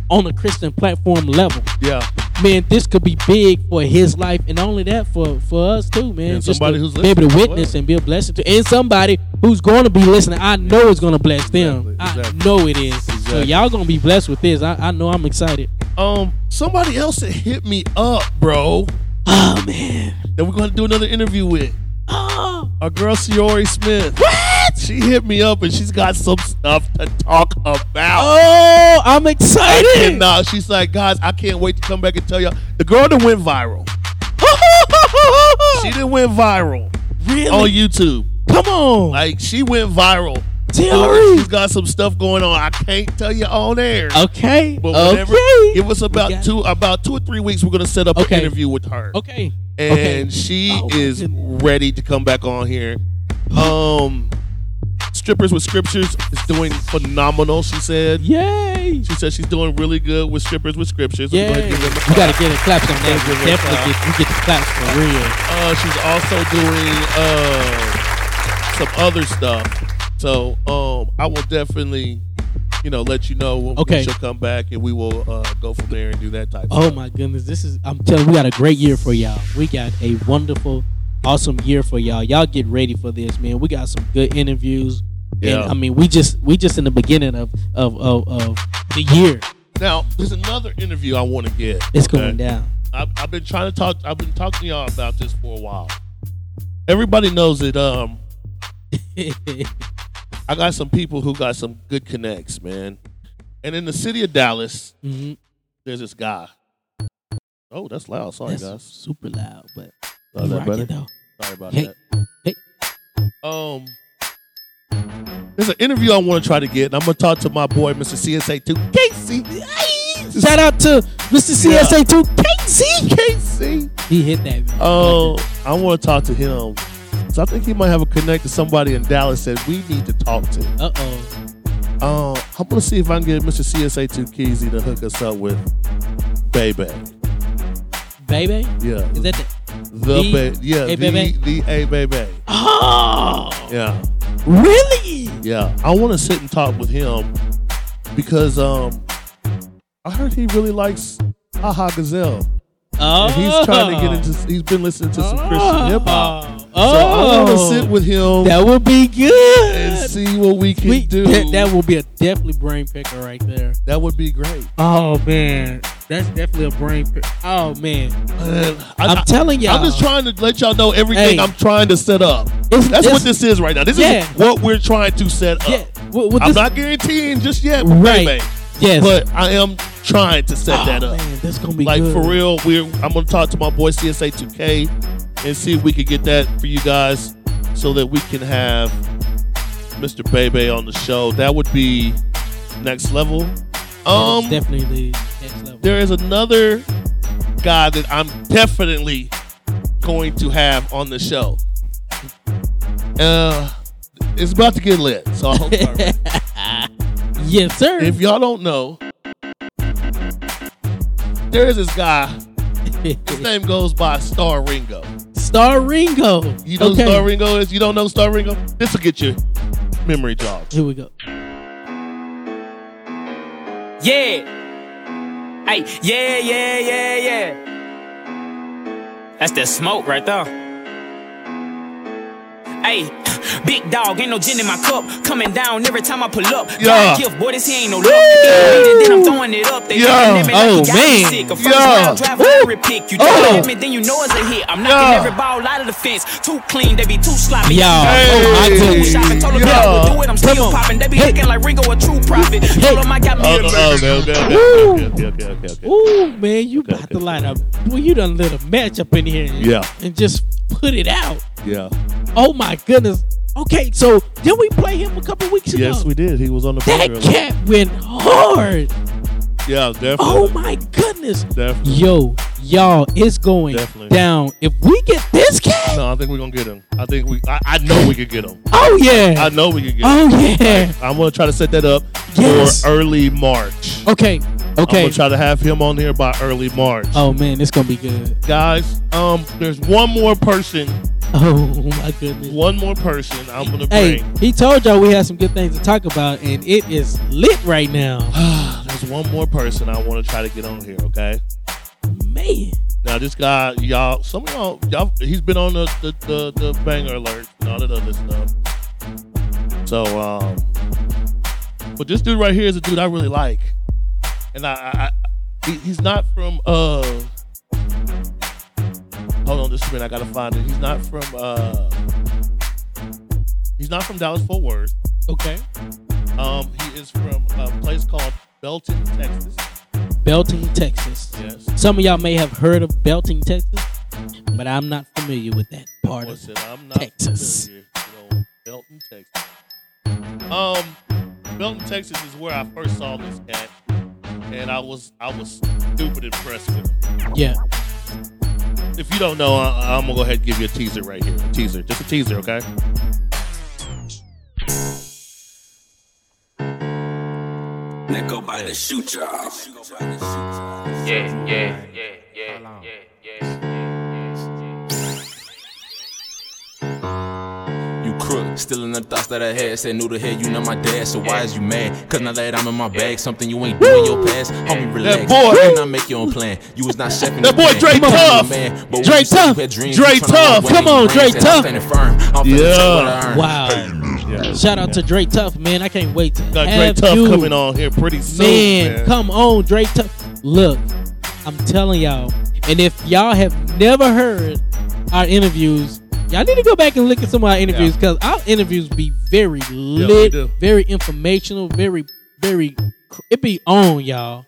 [SPEAKER 6] on a christian platform level
[SPEAKER 2] Yeah.
[SPEAKER 6] man, this could be big for his life, and not only that for for us too, man.
[SPEAKER 2] And
[SPEAKER 6] Just
[SPEAKER 2] somebody
[SPEAKER 6] to
[SPEAKER 2] who's
[SPEAKER 6] be able to
[SPEAKER 2] listening as
[SPEAKER 6] witness
[SPEAKER 2] well.
[SPEAKER 6] and be a blessing to, and somebody who's going to be listening. I know it's going to bless them.
[SPEAKER 2] Exactly, exactly.
[SPEAKER 6] I know it is. So
[SPEAKER 2] Exactly.
[SPEAKER 6] y'all gonna be blessed with this. I, I know. I'm excited.
[SPEAKER 2] Um, somebody else that hit me up, bro,
[SPEAKER 6] Oh man.
[SPEAKER 2] that we're gonna do another interview with.
[SPEAKER 6] Oh.
[SPEAKER 2] Our girl Siori Smith. What? She hit me up and she's got some stuff to talk about.
[SPEAKER 6] Oh, I'm
[SPEAKER 2] I
[SPEAKER 6] excited.
[SPEAKER 2] cannot. She's like, guys, I can't wait to come back and tell y'all. The girl that went viral. She didn't went viral
[SPEAKER 6] really?
[SPEAKER 2] on YouTube.
[SPEAKER 6] Come on,
[SPEAKER 2] Like she went viral.
[SPEAKER 6] Terry.
[SPEAKER 2] She's got some stuff going on. I can't tell you on air.
[SPEAKER 6] Okay.
[SPEAKER 2] But whenever
[SPEAKER 6] okay.
[SPEAKER 2] it was
[SPEAKER 6] We
[SPEAKER 2] about
[SPEAKER 6] got
[SPEAKER 2] two about two or three weeks, we're gonna set up
[SPEAKER 6] Okay.
[SPEAKER 2] an interview with her.
[SPEAKER 6] Okay.
[SPEAKER 2] And
[SPEAKER 6] okay.
[SPEAKER 2] she
[SPEAKER 6] Oh, my
[SPEAKER 2] is
[SPEAKER 6] goodness.
[SPEAKER 2] ready to come back on here. Um Strippers with Scriptures is doing phenomenal, she said.
[SPEAKER 6] Yay.
[SPEAKER 2] She said she's doing really good with Strippers with Scriptures. We're
[SPEAKER 6] Yay.
[SPEAKER 2] gonna give them a
[SPEAKER 6] You gotta get a claps on that.
[SPEAKER 2] Give her a clap.
[SPEAKER 6] Definitely get, you get the claps for real.
[SPEAKER 2] Uh, she's also doing uh, some other stuff. So um, I will definitely, you know, let you know when
[SPEAKER 6] Okay.
[SPEAKER 2] she'll come back, and we will uh, go from there and do that type.
[SPEAKER 6] Oh
[SPEAKER 2] of
[SPEAKER 6] my goodness, this is I'm telling we got a great year for y'all. We got a wonderful, awesome year for y'all. Y'all get ready for this, man. We got some good interviews.
[SPEAKER 2] Yeah.
[SPEAKER 6] And I mean we just we just in the beginning of of of, of the year.
[SPEAKER 2] stuff. Now, there's another interview I want to get.
[SPEAKER 6] It's
[SPEAKER 2] okay?
[SPEAKER 6] going down.
[SPEAKER 2] I've, I've been trying to talk. I've been talking to y'all about this for a while. Everybody knows that um, I got some people who got some good connects, man. And in the city of Dallas,
[SPEAKER 6] Mhm.
[SPEAKER 2] there's this guy. Oh, that's loud. Sorry,
[SPEAKER 6] That's
[SPEAKER 2] guys.
[SPEAKER 6] super loud, but
[SPEAKER 2] Sorry,
[SPEAKER 6] you
[SPEAKER 2] that
[SPEAKER 6] rock
[SPEAKER 2] better?
[SPEAKER 6] it though.
[SPEAKER 2] Sorry about
[SPEAKER 6] Hey,
[SPEAKER 2] that.
[SPEAKER 6] hey.
[SPEAKER 2] Um, there's an interview I want to try to get, and I'm gonna talk to my boy, Mr. CSA two Casey.
[SPEAKER 6] Shout out to Mr.
[SPEAKER 2] Yeah.
[SPEAKER 6] CSA two KC.
[SPEAKER 2] Casey.
[SPEAKER 6] He hit that. Man.
[SPEAKER 2] Oh, I want to talk to him. So I think he might have a connect to somebody in Dallas that we need to talk to.
[SPEAKER 6] Uh oh.
[SPEAKER 2] Uh, I'm gonna see if I can get Mr. CSA two Keezy to hook us up with Baby.
[SPEAKER 6] Baby.
[SPEAKER 2] Yeah,
[SPEAKER 6] Is that the?
[SPEAKER 2] the,
[SPEAKER 6] the
[SPEAKER 2] ba- yeah
[SPEAKER 6] A
[SPEAKER 2] the, E,
[SPEAKER 6] Baby?
[SPEAKER 2] the a baby.
[SPEAKER 6] Oh,
[SPEAKER 2] Yeah.
[SPEAKER 6] really?
[SPEAKER 2] Yeah, I want to sit and talk with him because um, I heard he really likes Haha Gazelle.
[SPEAKER 6] Oh,
[SPEAKER 2] And he's trying to get into. He's been listening to some Christian hip hop.
[SPEAKER 6] Oh,
[SPEAKER 2] So I want to sit with him
[SPEAKER 6] That would be good.
[SPEAKER 2] and see what we can
[SPEAKER 6] We-
[SPEAKER 2] do.
[SPEAKER 6] That, that would be a definitely brain picker right there.
[SPEAKER 2] That would be great.
[SPEAKER 6] Oh man, that's definitely a brain. Pick. Oh man,
[SPEAKER 2] Man, I,
[SPEAKER 6] I'm telling y'all.
[SPEAKER 2] am just trying to let y'all know everything
[SPEAKER 6] Hey.
[SPEAKER 2] I'm trying to set up.
[SPEAKER 6] It's-
[SPEAKER 2] That's
[SPEAKER 6] it's-
[SPEAKER 2] what this is right now. This
[SPEAKER 6] Yeah.
[SPEAKER 2] is what we're trying to set up.
[SPEAKER 6] Yeah, well, well,
[SPEAKER 2] I'm
[SPEAKER 6] this-
[SPEAKER 2] not guaranteeing just yet,
[SPEAKER 6] Right.
[SPEAKER 2] baby,
[SPEAKER 6] Yes,
[SPEAKER 2] but I am trying to set
[SPEAKER 6] oh,
[SPEAKER 2] that up.
[SPEAKER 6] man, that's gonna be
[SPEAKER 2] like
[SPEAKER 6] good.
[SPEAKER 2] for real we're i'm gonna talk to my boy csa 2k and see if we can get that for you guys so that we can have mr bebe on the show that would be next level
[SPEAKER 6] That's
[SPEAKER 2] um
[SPEAKER 6] definitely the next level.
[SPEAKER 2] there is another guy that i'm definitely going to have on the show uh it's about to get lit so i hope y'all ready.
[SPEAKER 6] Yes, sir.
[SPEAKER 2] if y'all don't know there is this guy his name goes by Star Ringo.
[SPEAKER 6] Star Ringo.
[SPEAKER 2] You know
[SPEAKER 6] okay.
[SPEAKER 2] who Star Ringo is? You don't know Star Ringo? This will get your memory jogged.
[SPEAKER 6] Here we go.
[SPEAKER 9] Yeah. Hey, yeah, yeah, yeah, yeah. That's that smoke right there. Hey, big dog, ain't no gin in my cup. Coming down every time I pull up. Got a
[SPEAKER 2] Yeah.
[SPEAKER 9] gift, boy, this here ain't no luck. Then, then I'm throwing it up. They
[SPEAKER 2] Yeah.
[SPEAKER 9] looking at me like
[SPEAKER 6] Oh,
[SPEAKER 9] you got
[SPEAKER 6] man.
[SPEAKER 9] Sick. A first
[SPEAKER 2] Yeah.
[SPEAKER 9] round drive for every pick. You throw
[SPEAKER 2] Oh.
[SPEAKER 9] it at me, then you know it's a hit. I'm knocking
[SPEAKER 2] Yeah.
[SPEAKER 9] every ball out of the fence. Too clean, they be too sloppy.
[SPEAKER 6] Y'all. Oh, my
[SPEAKER 2] Hey.
[SPEAKER 6] goodness.
[SPEAKER 9] Shopping, told them
[SPEAKER 2] Yeah.
[SPEAKER 9] that I would do it. I'm still
[SPEAKER 6] on.
[SPEAKER 9] popping. They be
[SPEAKER 6] Hey.
[SPEAKER 9] looking like Ringo a true prophet. Told them I got me
[SPEAKER 2] Oh,
[SPEAKER 9] a
[SPEAKER 2] no,
[SPEAKER 9] burger.
[SPEAKER 2] oh, no, no, no, no, okay, okay, okay, okay.
[SPEAKER 6] Ooh, man, you about
[SPEAKER 2] okay.
[SPEAKER 6] to light up. Well, you done lit a match up in here. and-
[SPEAKER 2] Yeah.
[SPEAKER 6] And just put it out.
[SPEAKER 2] Yeah.
[SPEAKER 6] Oh my goodness. Okay, so did we play him a couple weeks ago?
[SPEAKER 2] Yes, we did. He was on the
[SPEAKER 6] That
[SPEAKER 2] program.
[SPEAKER 6] cat went hard.
[SPEAKER 2] Yeah, definitely.
[SPEAKER 6] Oh my goodness.
[SPEAKER 2] definitely.
[SPEAKER 6] Yo, y'all, it's going
[SPEAKER 2] Definitely.
[SPEAKER 6] down. If we get this cat,
[SPEAKER 2] No, I think we're gonna get him. I think we. I, I know we can get him.
[SPEAKER 6] oh yeah.
[SPEAKER 2] I know we can get him.
[SPEAKER 6] oh yeah.
[SPEAKER 2] I'm gonna try to set that up
[SPEAKER 6] Yes.
[SPEAKER 2] for early March.
[SPEAKER 6] Okay.
[SPEAKER 2] I'm
[SPEAKER 6] Okay.
[SPEAKER 2] gonna try to have him on here by early March,
[SPEAKER 6] Oh man, it's gonna be good.
[SPEAKER 2] guys. Um, there's one more person.
[SPEAKER 6] Oh my goodness.
[SPEAKER 2] One more person. I'm gonna bring.
[SPEAKER 6] Hey, he told y'all we had some good things to talk about, and it is lit right now.
[SPEAKER 2] There's one more person I want to try to get on here, okay?
[SPEAKER 6] man.
[SPEAKER 2] Now this guy, y'all, some of y'all, y'all he's been on the the, the, the banger alert and all that other stuff. So, um, but this dude right here is a dude I really like, and I, I, I he, he's not from uh. Hold on, just a minute. I gotta find it. He's not from uh. He's not from Dallas Fort Worth.
[SPEAKER 6] Okay.
[SPEAKER 2] Um, he is from a place called Belton, Texas.
[SPEAKER 6] Belting, Texas.
[SPEAKER 2] Yes.
[SPEAKER 6] Some of y'all may have heard of Belting, Texas, but I'm not familiar with that part
[SPEAKER 2] What's
[SPEAKER 6] of
[SPEAKER 2] it? I'm not
[SPEAKER 6] Texas.
[SPEAKER 2] familiar. You know, Belton, Texas. Um, Belton, Texas is where I first saw this cat, and I was I was stupid impressed with him.
[SPEAKER 6] Yeah.
[SPEAKER 2] If you don't know, I, I'm gonna go ahead and give you a teaser right here. A teaser, just a teaser, okay?
[SPEAKER 9] Yeah, yeah, yeah, yeah, yeah, yeah.
[SPEAKER 10] You crook, still in the thoughts that I had. Said, new to head, you know my dad, so why is you mad? Cause now that I'm in my bag, something you ain't doing your past. Homie, relax.
[SPEAKER 2] That boy.
[SPEAKER 10] You not make your own plan. You was not chefing
[SPEAKER 2] That boy
[SPEAKER 10] your plan. You
[SPEAKER 2] Dre
[SPEAKER 10] was
[SPEAKER 2] Tough.
[SPEAKER 10] a man, but when
[SPEAKER 6] Dre
[SPEAKER 10] you said you
[SPEAKER 6] Tough.
[SPEAKER 10] had dreams,
[SPEAKER 2] Dre
[SPEAKER 10] you tryna
[SPEAKER 2] Tough.
[SPEAKER 10] run
[SPEAKER 6] Come
[SPEAKER 10] away
[SPEAKER 6] on,
[SPEAKER 10] from your
[SPEAKER 6] Dre
[SPEAKER 10] dreams, and I'm
[SPEAKER 6] Tough.
[SPEAKER 10] standing firm. I'm finna
[SPEAKER 2] Yeah.
[SPEAKER 10] take what I earned.
[SPEAKER 6] Wow. Shout out to Dre Tough, man. I can't wait to
[SPEAKER 2] Got
[SPEAKER 6] have
[SPEAKER 2] Great Uh, Tough
[SPEAKER 6] you.
[SPEAKER 2] coming on here pretty soon.
[SPEAKER 6] man,
[SPEAKER 2] Man,
[SPEAKER 6] come on, Dre Tough. Look, I'm telling y'all. And if y'all have never heard our interviews, y'all need to go back and look at some of our interviews because our interviews be very
[SPEAKER 2] we
[SPEAKER 6] lit,
[SPEAKER 2] do.
[SPEAKER 6] very informational, very, very. cr- It be on, y'all.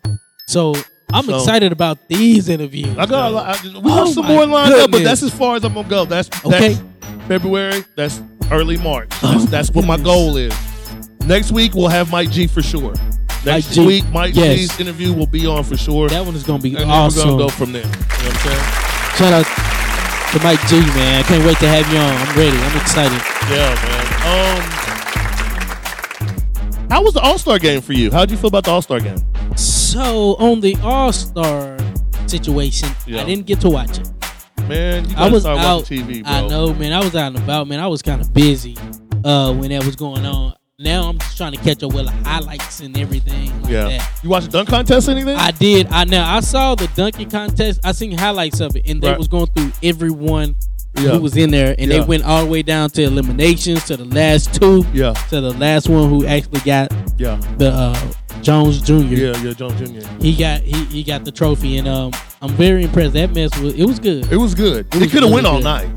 [SPEAKER 6] So I'm
[SPEAKER 2] So-
[SPEAKER 6] excited about these interviews.
[SPEAKER 2] I got. A lot, I, we
[SPEAKER 6] Oh
[SPEAKER 2] have some
[SPEAKER 6] my
[SPEAKER 2] more lined up, but
[SPEAKER 6] goodness.
[SPEAKER 2] that's as far as I'm gonna go. That's
[SPEAKER 6] Okay.
[SPEAKER 2] That's February. That's early March. That's,
[SPEAKER 6] Oh,
[SPEAKER 2] that's what my
[SPEAKER 6] goodness.
[SPEAKER 2] goal is. Next week we'll have Mike G for sure.
[SPEAKER 6] Mike
[SPEAKER 2] Next
[SPEAKER 6] G.
[SPEAKER 2] week Mike
[SPEAKER 6] Yes.
[SPEAKER 2] G's interview will be on for sure.
[SPEAKER 6] that one is gonna be
[SPEAKER 2] and then
[SPEAKER 6] awesome.
[SPEAKER 2] we're gonna go from there. You know what I'm saying?
[SPEAKER 6] Shout out to Mike G, man. I can't wait to have you on. I'm ready. I'm excited.
[SPEAKER 2] Yeah, man. Um, how was the All Star game for you? How would you feel about the All Star game?
[SPEAKER 6] So on the All Star situation,
[SPEAKER 2] Yeah.
[SPEAKER 6] I didn't get to watch it.
[SPEAKER 2] Man, you
[SPEAKER 6] I
[SPEAKER 2] gotta
[SPEAKER 6] was
[SPEAKER 2] start
[SPEAKER 6] out.
[SPEAKER 2] watching TV, bro.
[SPEAKER 6] I know, man. I was out and about, man. I was kind of busy uh, when that was going on. Now I'm just trying to catch up with the highlights and everything like
[SPEAKER 2] Yeah.
[SPEAKER 6] that.
[SPEAKER 2] You watch the dunk contest or anything?
[SPEAKER 6] I did. I now I saw the dunking contest. I seen highlights of it, and they
[SPEAKER 2] Right.
[SPEAKER 6] was going through everyone
[SPEAKER 2] Yeah.
[SPEAKER 6] who was in there, and
[SPEAKER 2] Yeah.
[SPEAKER 6] they went all the way down to eliminations to the last two,
[SPEAKER 2] yeah,
[SPEAKER 6] to the last one who actually got
[SPEAKER 2] yeah,
[SPEAKER 6] the uh, Jones Jr.
[SPEAKER 2] yeah, yeah. Jones Jr.
[SPEAKER 6] He got he, he got the trophy, and um, I'm very impressed. That mess was it was good.
[SPEAKER 2] It was good.
[SPEAKER 6] was
[SPEAKER 2] It could have
[SPEAKER 6] really
[SPEAKER 2] went all
[SPEAKER 6] good.
[SPEAKER 2] night.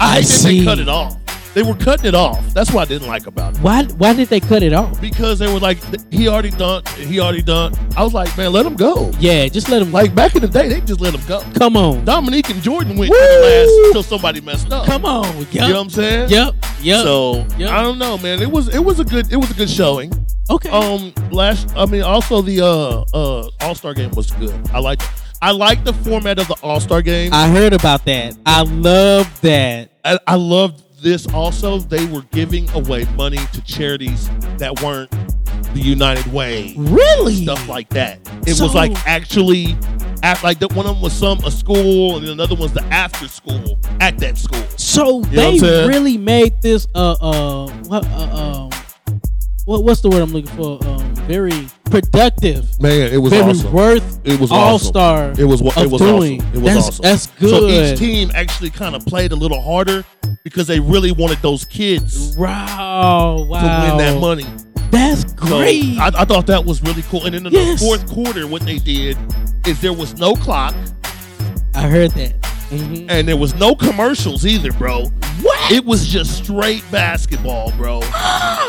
[SPEAKER 6] I
[SPEAKER 2] hate that
[SPEAKER 6] see.
[SPEAKER 2] They cut it off. They were cutting it off. That's what I didn't like about it.
[SPEAKER 6] Why why did they cut it off?
[SPEAKER 2] Because they were like, he already done. He already done. I was like, man, let him go.
[SPEAKER 6] Yeah, just let him like
[SPEAKER 2] Like back in the day, they just let him go.
[SPEAKER 6] come on,
[SPEAKER 2] Dominique and Jordan went to
[SPEAKER 6] Woo!
[SPEAKER 2] the last till somebody messed up.
[SPEAKER 6] come on. Yep,
[SPEAKER 2] You know what I'm saying?
[SPEAKER 6] yep, yep.
[SPEAKER 2] So
[SPEAKER 6] Yep.
[SPEAKER 2] I don't know, man. It was it was a good it was a good showing.
[SPEAKER 6] okay,
[SPEAKER 2] Um, last I mean, also the uh uh All Star game was good. I like I like the format of the All Star game.
[SPEAKER 6] I heard about that. I love that.
[SPEAKER 2] I, I loved this also. They were giving away money to charities that weren't the United Way,
[SPEAKER 6] Really,
[SPEAKER 2] stuff like that. It
[SPEAKER 6] So-
[SPEAKER 2] was like actually, at, like the, one of them was some a school, and another one's the after school at that school.
[SPEAKER 6] So
[SPEAKER 2] know what I'm
[SPEAKER 6] they
[SPEAKER 2] saying?
[SPEAKER 6] really made this uh uh what uh, um what what's the word I'm looking for? Um, very productive.
[SPEAKER 2] Man, it was
[SPEAKER 6] Very
[SPEAKER 2] awesome.
[SPEAKER 6] worth
[SPEAKER 2] It was
[SPEAKER 6] all
[SPEAKER 2] awesome.
[SPEAKER 6] star.
[SPEAKER 2] It was wa- it was
[SPEAKER 6] doing.
[SPEAKER 2] awesome. It was
[SPEAKER 6] that's,
[SPEAKER 2] awesome.
[SPEAKER 6] That's
[SPEAKER 2] So
[SPEAKER 6] good.
[SPEAKER 2] each team actually kind of played a little harder because they really wanted those kids
[SPEAKER 6] Wow! Wow!
[SPEAKER 2] to win that money.
[SPEAKER 6] That's
[SPEAKER 2] So
[SPEAKER 6] great.
[SPEAKER 2] I, I thought that was really cool. And then in
[SPEAKER 6] Yes.
[SPEAKER 2] the fourth quarter, what they did is there was no clock
[SPEAKER 6] I heard that. Mhm.
[SPEAKER 2] and there was no commercials either, bro.
[SPEAKER 6] What?
[SPEAKER 2] It was just straight basketball, bro.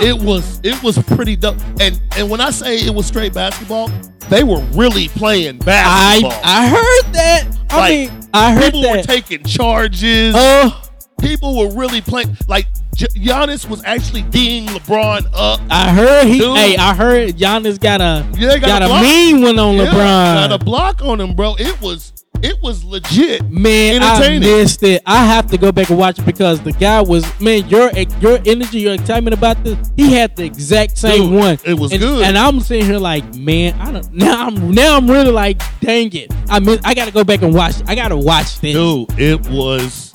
[SPEAKER 2] it was it was pretty dope. And and when I say it was straight basketball, they were really playing
[SPEAKER 6] I
[SPEAKER 2] basketball.
[SPEAKER 6] I heard that. I
[SPEAKER 2] Like,
[SPEAKER 6] mean, I heard
[SPEAKER 2] People were
[SPEAKER 6] that.
[SPEAKER 2] taking charges.
[SPEAKER 6] Oh,
[SPEAKER 2] people were really playing. Like J- Giannis was actually ding LeBron up.
[SPEAKER 6] I heard he.
[SPEAKER 2] Dude.
[SPEAKER 6] Hey, I heard Giannis got a
[SPEAKER 2] Yeah, they
[SPEAKER 6] got,
[SPEAKER 2] got a
[SPEAKER 6] a
[SPEAKER 2] block.
[SPEAKER 6] mean one on
[SPEAKER 2] Yeah,
[SPEAKER 6] LeBron.
[SPEAKER 2] got a block on him, bro. It was it was legit.
[SPEAKER 6] Man, I
[SPEAKER 2] entertaining.
[SPEAKER 6] missed it. I have to go back and watch it because the guy was man. Your your energy, your excitement about this. He had the exact same
[SPEAKER 2] Dude,
[SPEAKER 6] one.
[SPEAKER 2] it was
[SPEAKER 6] and,
[SPEAKER 2] good.
[SPEAKER 6] And I'm sitting here like, man, I don't. Now I'm now I'm really like, dang it. I mean, I gotta go back and watch. I gotta watch this.
[SPEAKER 2] Dude, it was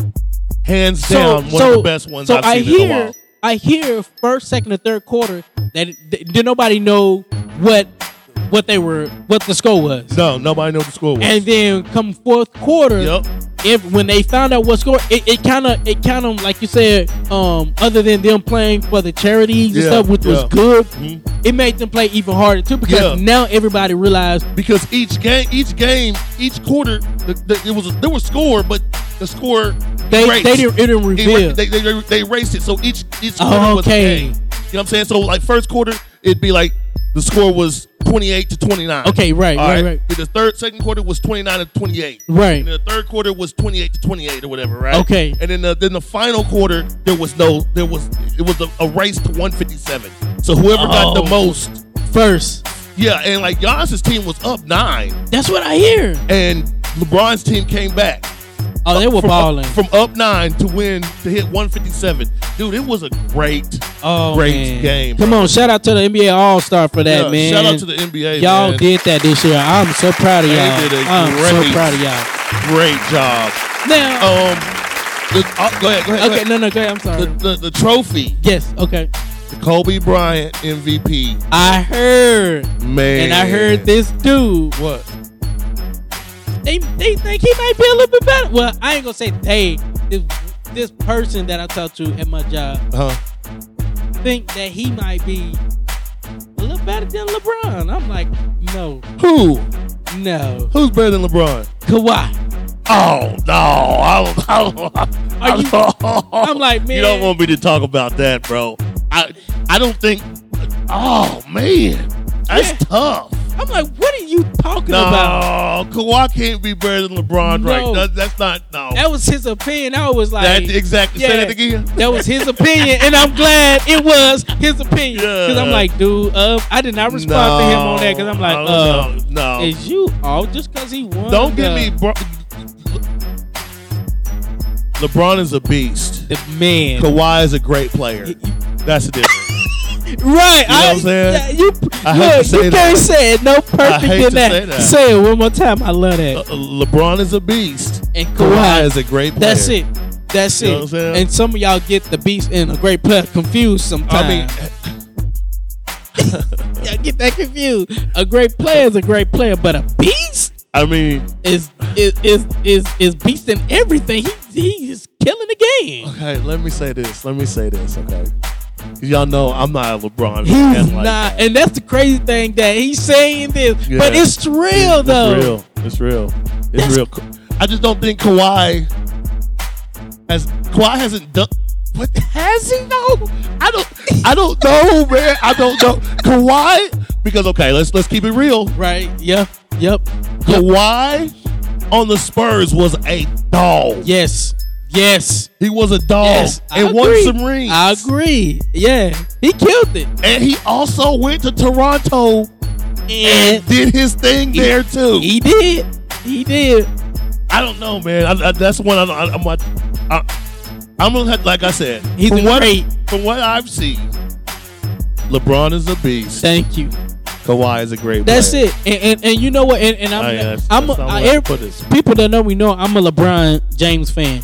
[SPEAKER 2] hands down one of the best ones
[SPEAKER 6] so
[SPEAKER 2] I've
[SPEAKER 6] I
[SPEAKER 2] seen
[SPEAKER 6] hear,
[SPEAKER 2] in a while.
[SPEAKER 6] I hear first, second, or third quarter that it- th- did nobody know what what they were, what the score was.
[SPEAKER 2] No, nobody knew what the score was.
[SPEAKER 6] And then come fourth quarter,
[SPEAKER 2] Yep.
[SPEAKER 6] if when they found out what score, it it kind of it kind of like you said, um, other than them playing for the charities and
[SPEAKER 2] Yeah,
[SPEAKER 6] stuff, which was
[SPEAKER 2] yeah. Mm-hmm.
[SPEAKER 6] good, it made them play even harder too because
[SPEAKER 2] Yeah.
[SPEAKER 6] now everybody realized Oh,
[SPEAKER 2] because each game, each game, each quarter, the, the, it was there was score, but the score
[SPEAKER 6] They-
[SPEAKER 2] erased.
[SPEAKER 6] they didn't- it didn't
[SPEAKER 2] It
[SPEAKER 6] reveal.
[SPEAKER 2] ra- They, they, they, erased it. So each each
[SPEAKER 6] Oh,
[SPEAKER 2] quarter was a
[SPEAKER 6] okay.
[SPEAKER 2] game. You know what I'm saying? So like first quarter, it'd be like the score was 28 to 29.
[SPEAKER 6] Okay, right,
[SPEAKER 2] All
[SPEAKER 6] right, right.
[SPEAKER 2] Then The third second quarter was 29 to 28.
[SPEAKER 6] Right.
[SPEAKER 2] And then the third quarter was 28 to 28 or whatever, right?
[SPEAKER 6] Okay.
[SPEAKER 2] And then the, then the final quarter, there was no there was it was a, a race to 157. So whoever got
[SPEAKER 6] Oh.
[SPEAKER 2] the most,
[SPEAKER 6] first.
[SPEAKER 2] yeah, and like Giannis's team was up nine
[SPEAKER 6] That's what I hear.
[SPEAKER 2] and LeBron's team came back
[SPEAKER 6] Oh, they were
[SPEAKER 2] from,
[SPEAKER 6] balling.
[SPEAKER 2] from up nine to win to hit 157. Dude, it was a great,
[SPEAKER 6] Oh,
[SPEAKER 2] great
[SPEAKER 6] man.
[SPEAKER 2] game.
[SPEAKER 6] Come
[SPEAKER 2] bro.
[SPEAKER 6] on, shout out to the NBA All Star for that,
[SPEAKER 2] Yeah,
[SPEAKER 6] man.
[SPEAKER 2] Shout out to the NBA.
[SPEAKER 6] Y'all
[SPEAKER 2] man.
[SPEAKER 6] did that this year. I'm so proud of
[SPEAKER 2] They
[SPEAKER 6] y'all.
[SPEAKER 2] did a
[SPEAKER 6] I'm so
[SPEAKER 2] great-
[SPEAKER 6] proud of y'all.
[SPEAKER 2] great job.
[SPEAKER 6] Now,
[SPEAKER 2] Um, the, uh, go ahead. Go ahead.
[SPEAKER 6] okay,
[SPEAKER 2] go
[SPEAKER 6] no, no, go ahead. I'm sorry.
[SPEAKER 2] ahead. The, the, the trophy,
[SPEAKER 6] yes, okay.
[SPEAKER 2] the Kobe Bryant MVP.
[SPEAKER 6] I heard,
[SPEAKER 2] Man,
[SPEAKER 6] and I heard this dude.
[SPEAKER 2] What?
[SPEAKER 6] They they think he might be a little bit better. Well, I ain't gonna say they. This, this person that I talked to at my job
[SPEAKER 2] Huh?
[SPEAKER 6] think that he might be a little better than LeBron. I'm like, no,
[SPEAKER 2] Who?
[SPEAKER 6] no,
[SPEAKER 2] Who's better than LeBron?
[SPEAKER 6] Kawhi.
[SPEAKER 2] Oh no! I don't. I don't, I
[SPEAKER 6] Are you-
[SPEAKER 2] don't-
[SPEAKER 6] I'm like, man.
[SPEAKER 2] You don't want me to talk about that, bro. I I don't think. Oh man, that's
[SPEAKER 6] Yeah.
[SPEAKER 2] tough.
[SPEAKER 6] I'm like, what are you talking
[SPEAKER 2] Oh. No,
[SPEAKER 6] about?
[SPEAKER 2] Kawhi can't be better than LeBron,
[SPEAKER 6] No.
[SPEAKER 2] right? That, that's not no.
[SPEAKER 6] That was his opinion. I was like,
[SPEAKER 2] That- exactly. Say that again.
[SPEAKER 6] That was his opinion, and I'm glad it was his opinion. Because I'm
[SPEAKER 2] Yeah.
[SPEAKER 6] like, dude, uh, I did not respond to him on that. Because I'm like,
[SPEAKER 2] No,
[SPEAKER 6] uh,
[SPEAKER 2] no, no.
[SPEAKER 6] is you all just because he won?
[SPEAKER 2] Don't
[SPEAKER 6] the,
[SPEAKER 2] get me. Bro- LeBron is a beast.
[SPEAKER 6] the man.
[SPEAKER 2] Kawhi is a great player. That's the difference.
[SPEAKER 6] Right.
[SPEAKER 2] You know what I'm saying?
[SPEAKER 6] yeah, You,
[SPEAKER 2] I hate
[SPEAKER 6] look,
[SPEAKER 2] to say
[SPEAKER 6] you
[SPEAKER 2] that.
[SPEAKER 6] can't say it no perfect than
[SPEAKER 2] hate to
[SPEAKER 6] that.
[SPEAKER 2] say that.
[SPEAKER 6] it one more time. I love that.
[SPEAKER 2] Uh, LeBron is a beast.
[SPEAKER 6] and Kawhi
[SPEAKER 2] Kawhi is a great player.
[SPEAKER 6] That's it. That's
[SPEAKER 2] You know what I'm
[SPEAKER 6] it.
[SPEAKER 2] saying?
[SPEAKER 6] And some of y'all get the beast and a great player confused sometimes.
[SPEAKER 2] I mean,
[SPEAKER 6] y'all get that confused. A great player is a great player, but a beast
[SPEAKER 2] I mean,
[SPEAKER 6] is is is is, is beast in everything. He he is killing the game.
[SPEAKER 2] okay. Let me say this. Let me say this. Okay, 'Cause y'all know I'm not a LeBron fan.
[SPEAKER 6] He's
[SPEAKER 2] like
[SPEAKER 6] not,
[SPEAKER 2] that.
[SPEAKER 6] and that's the crazy thing that he's saying this,
[SPEAKER 2] Yeah.
[SPEAKER 6] but it's real though.
[SPEAKER 2] It's real. It's real. It's real. I just don't think Kawhi has. Kawhi hasn't done. What has he though? I don't. I don't know, man. I don't know Kawhi because okay, let's let's keep it real.
[SPEAKER 6] Right? Yeah. Yep.
[SPEAKER 2] Kawhi on the Spurs was a dog.
[SPEAKER 6] Yes. Yes.
[SPEAKER 2] He was a dog
[SPEAKER 6] Yes. I
[SPEAKER 2] and won
[SPEAKER 6] agree.
[SPEAKER 2] some rings.
[SPEAKER 6] I agree. Yeah. He killed it.
[SPEAKER 2] And he also went to Toronto and did his thing there too.
[SPEAKER 6] He did. He did.
[SPEAKER 2] I don't know, man. I, I, that's one I, I, I'm. like- I, I'm gonna have, like I said.
[SPEAKER 6] He's
[SPEAKER 2] from
[SPEAKER 6] a
[SPEAKER 2] what
[SPEAKER 6] great-
[SPEAKER 2] from what I've seen, LeBron is a beast.
[SPEAKER 6] Thank you.
[SPEAKER 2] Kawhi is a great.
[SPEAKER 6] That's
[SPEAKER 2] player.
[SPEAKER 6] it. And, and and you know what? And, and I'm
[SPEAKER 2] Oh, yeah, that's-
[SPEAKER 6] I'm
[SPEAKER 2] that's
[SPEAKER 6] a,
[SPEAKER 2] not
[SPEAKER 6] I,
[SPEAKER 2] where I
[SPEAKER 6] every-
[SPEAKER 2] put it.
[SPEAKER 6] people that know me know I'm a LeBron James fan.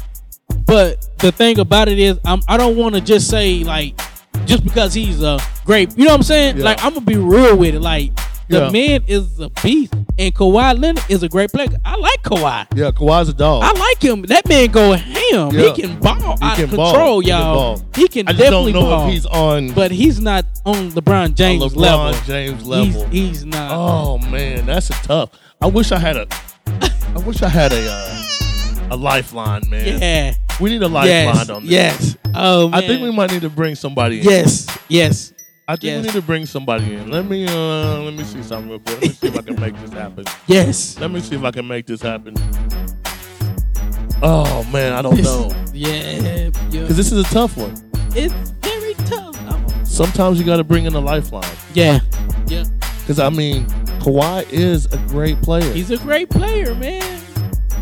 [SPEAKER 6] But the thing about it is, I'm I don't want to just say like just because he's a great. You know what I'm saying?
[SPEAKER 2] Yeah.
[SPEAKER 6] Like I'm gonna be real with it. Like the
[SPEAKER 2] Yeah.
[SPEAKER 6] man is a beast, and Kawhi Leonard is a great player. I like Kawhi.
[SPEAKER 2] Yeah, Kawhi's a dog.
[SPEAKER 6] I like him. That man go ham.
[SPEAKER 2] Yeah.
[SPEAKER 6] He can ball
[SPEAKER 2] He
[SPEAKER 6] out
[SPEAKER 2] can
[SPEAKER 6] of
[SPEAKER 2] ball.
[SPEAKER 6] control,
[SPEAKER 2] He can
[SPEAKER 6] y'all.
[SPEAKER 2] ball.
[SPEAKER 6] He can
[SPEAKER 2] I just
[SPEAKER 6] definitely
[SPEAKER 2] don't know
[SPEAKER 6] ball.
[SPEAKER 2] if he's on
[SPEAKER 6] but he's not on LeBron James
[SPEAKER 2] LeBron
[SPEAKER 6] level.
[SPEAKER 2] James level.
[SPEAKER 6] He's, he's not.
[SPEAKER 2] Oh man, that's a tough. I wish I had a. I wish I had a uh, a lifeline, man.
[SPEAKER 6] Yeah.
[SPEAKER 2] We need a lifeline
[SPEAKER 6] Yes.
[SPEAKER 2] on this.
[SPEAKER 6] Yes. Oh man.
[SPEAKER 2] I think we might need to bring somebody in.
[SPEAKER 6] Yes. Yes.
[SPEAKER 2] I think
[SPEAKER 6] Yes.
[SPEAKER 2] we need to bring somebody in. Let me uh let me see something real quick. Let me see if I can make this happen.
[SPEAKER 6] Yes.
[SPEAKER 2] Let me see if I can make this happen. Oh man, I don't know.
[SPEAKER 6] Yeah. yeah.
[SPEAKER 2] Cause this is a tough one.
[SPEAKER 6] It's very tough. I'm-
[SPEAKER 2] Sometimes you gotta bring in a lifeline.
[SPEAKER 6] Yeah. Yeah.
[SPEAKER 2] Cause I mean, Kawhi is a great player.
[SPEAKER 6] He's a great player, man.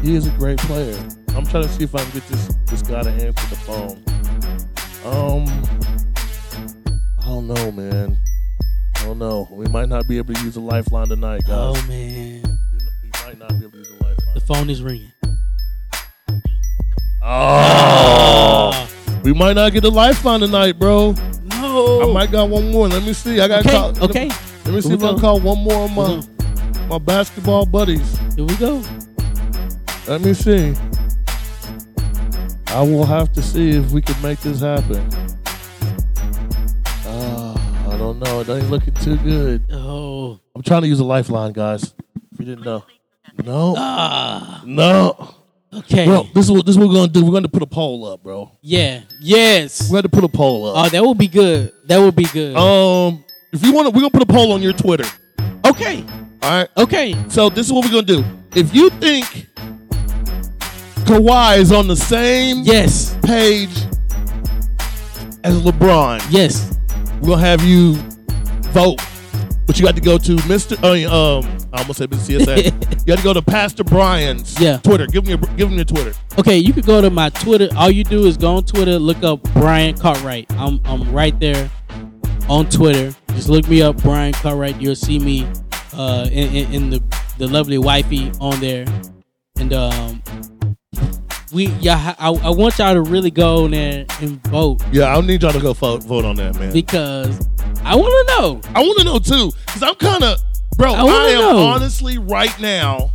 [SPEAKER 2] he is a great player. I'm trying to see if I can get this this guy to answer the phone. Um I don't know, man. I don't know. We might not be able to use a lifeline tonight, guys.
[SPEAKER 6] Oh man.
[SPEAKER 2] we might not be able to use a lifeline.
[SPEAKER 6] The phone is ringing.
[SPEAKER 2] Oh, we might not get a lifeline tonight, bro.
[SPEAKER 6] No.
[SPEAKER 2] I might got one more. Let me see. I got
[SPEAKER 6] okay.
[SPEAKER 2] call.
[SPEAKER 6] Okay.
[SPEAKER 2] Let me see
[SPEAKER 6] we
[SPEAKER 2] if I
[SPEAKER 6] go.
[SPEAKER 2] can call one more of my my basketball buddies.
[SPEAKER 6] Here we go.
[SPEAKER 2] Let me see. I will have to see if we can make this happen. Uh, I don't know. It ain't looking too good.
[SPEAKER 6] Oh,
[SPEAKER 2] I'm trying to use a lifeline, guys. If you didn't know. No. No.
[SPEAKER 6] Ah. okay.
[SPEAKER 2] Bro, this is what this is what we're gonna do. We're gonna put a poll up, bro.
[SPEAKER 6] yeah. Yes.
[SPEAKER 2] We're gonna put a poll
[SPEAKER 6] Oh,
[SPEAKER 2] up.
[SPEAKER 6] that would be good. That would be good.
[SPEAKER 2] Um if you wanna we're gonna put a poll on your Twitter.
[SPEAKER 6] okay.
[SPEAKER 2] Alright.
[SPEAKER 6] Okay.
[SPEAKER 2] So this is what we're gonna do. If you think Kawhi is on the same
[SPEAKER 6] Yes.
[SPEAKER 2] page as LeBron,
[SPEAKER 6] Yes.
[SPEAKER 2] we'll have you vote. But you got to go to Mr. I mean, um, I almost said Mr. CSA. you got to go to Pastor Brian's
[SPEAKER 6] Yeah.
[SPEAKER 2] Twitter. Give him your give him your Twitter.
[SPEAKER 6] Okay, you could go to my Twitter. All you do is go on Twitter, look up Brian Cartwright. I'm I'm right there on Twitter. Just look me up, Brian Cartwright. You'll see me uh, in, in, in the the lovely wifey on there, and um, we yeah. I, I want y'all to really go on there and vote
[SPEAKER 2] Yeah, I need y'all to go vote, vote on that, man.
[SPEAKER 6] because I want to know.
[SPEAKER 2] I want to know too, because I'm kind of, bro. I,
[SPEAKER 6] I wanna
[SPEAKER 2] am
[SPEAKER 6] know.
[SPEAKER 2] honestly right now.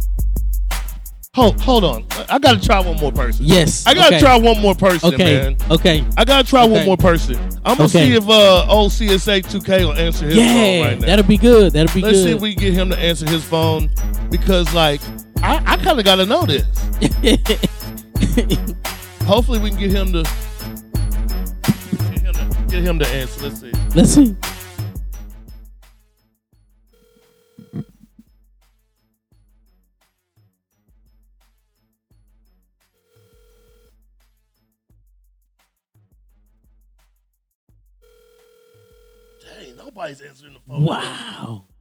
[SPEAKER 2] Hold hold on, I- I gotta try one more person.
[SPEAKER 6] Yes,
[SPEAKER 2] I gotta
[SPEAKER 6] okay.
[SPEAKER 2] try one more person,
[SPEAKER 6] Okay,
[SPEAKER 2] man.
[SPEAKER 6] okay,
[SPEAKER 2] I gotta try one
[SPEAKER 6] Okay.
[SPEAKER 2] more person. I'm gonna
[SPEAKER 6] Okay.
[SPEAKER 2] see if uh old CSA 2K will answer his phone
[SPEAKER 6] yeah,
[SPEAKER 2] right now.
[SPEAKER 6] that'll be good. That'll be
[SPEAKER 2] Let's see if
[SPEAKER 6] good.
[SPEAKER 2] we can get him to answer his phone because, like, I, I kind of got to know this. Hopefully, we can get him to get him to, get him to answer. Let's see.
[SPEAKER 6] Let's see.
[SPEAKER 2] Dang, nobody's answering the phone.
[SPEAKER 6] Wow.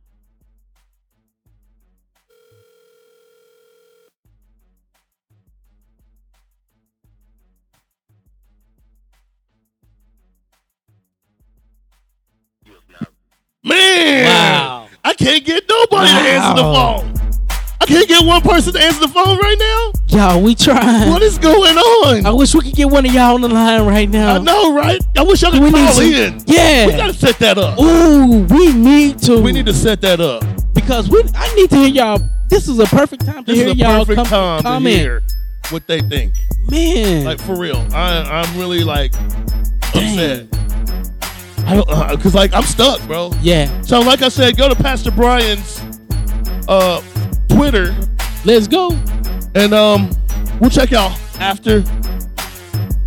[SPEAKER 2] Man,
[SPEAKER 6] Wow.
[SPEAKER 2] I can't get nobody to answer the
[SPEAKER 6] Wow.
[SPEAKER 2] phone. I can't get one person to answer the phone right
[SPEAKER 6] Y'all, we
[SPEAKER 2] now.
[SPEAKER 6] trying.
[SPEAKER 2] What is going on?
[SPEAKER 6] I wish we could get one of y'all on the line right now.
[SPEAKER 2] I know, right? I wish I could
[SPEAKER 6] We need
[SPEAKER 2] call
[SPEAKER 6] some-
[SPEAKER 2] in.
[SPEAKER 6] Yeah.
[SPEAKER 2] we gotta set that up.
[SPEAKER 6] Ooh, we need to.
[SPEAKER 2] We need to set that up.
[SPEAKER 6] because we. I need to hear y'all. This is a perfect time to
[SPEAKER 2] This
[SPEAKER 6] hear
[SPEAKER 2] is a
[SPEAKER 6] y'all
[SPEAKER 2] perfect
[SPEAKER 6] com-
[SPEAKER 2] time
[SPEAKER 6] comment.
[SPEAKER 2] to hear what they think.
[SPEAKER 6] Man,
[SPEAKER 2] Like for real, I I'm really like upset.
[SPEAKER 6] Dang.
[SPEAKER 2] I don't uh, cause like I'm stuck, bro.
[SPEAKER 6] yeah,
[SPEAKER 2] So like I said, go to Pastor Brian's uh Twitter
[SPEAKER 6] let's go.
[SPEAKER 2] and um we'll check y'all after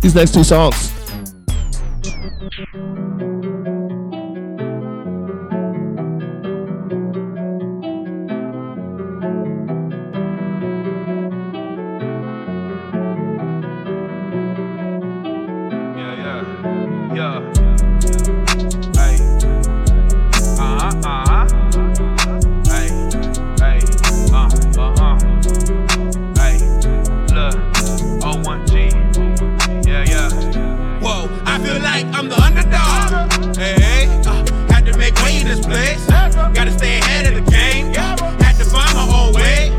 [SPEAKER 2] these next two songs.
[SPEAKER 1] Yeah, yeah, yeah. Hey, uh huh, uh huh. Hey, hey, uh, uh huh. Hey, look, O1G. Yeah, yeah. Whoa, I feel like I'm the underdog. Hey, uh, had to make way in this place. Gotta stay ahead of the game. Had to find my own way.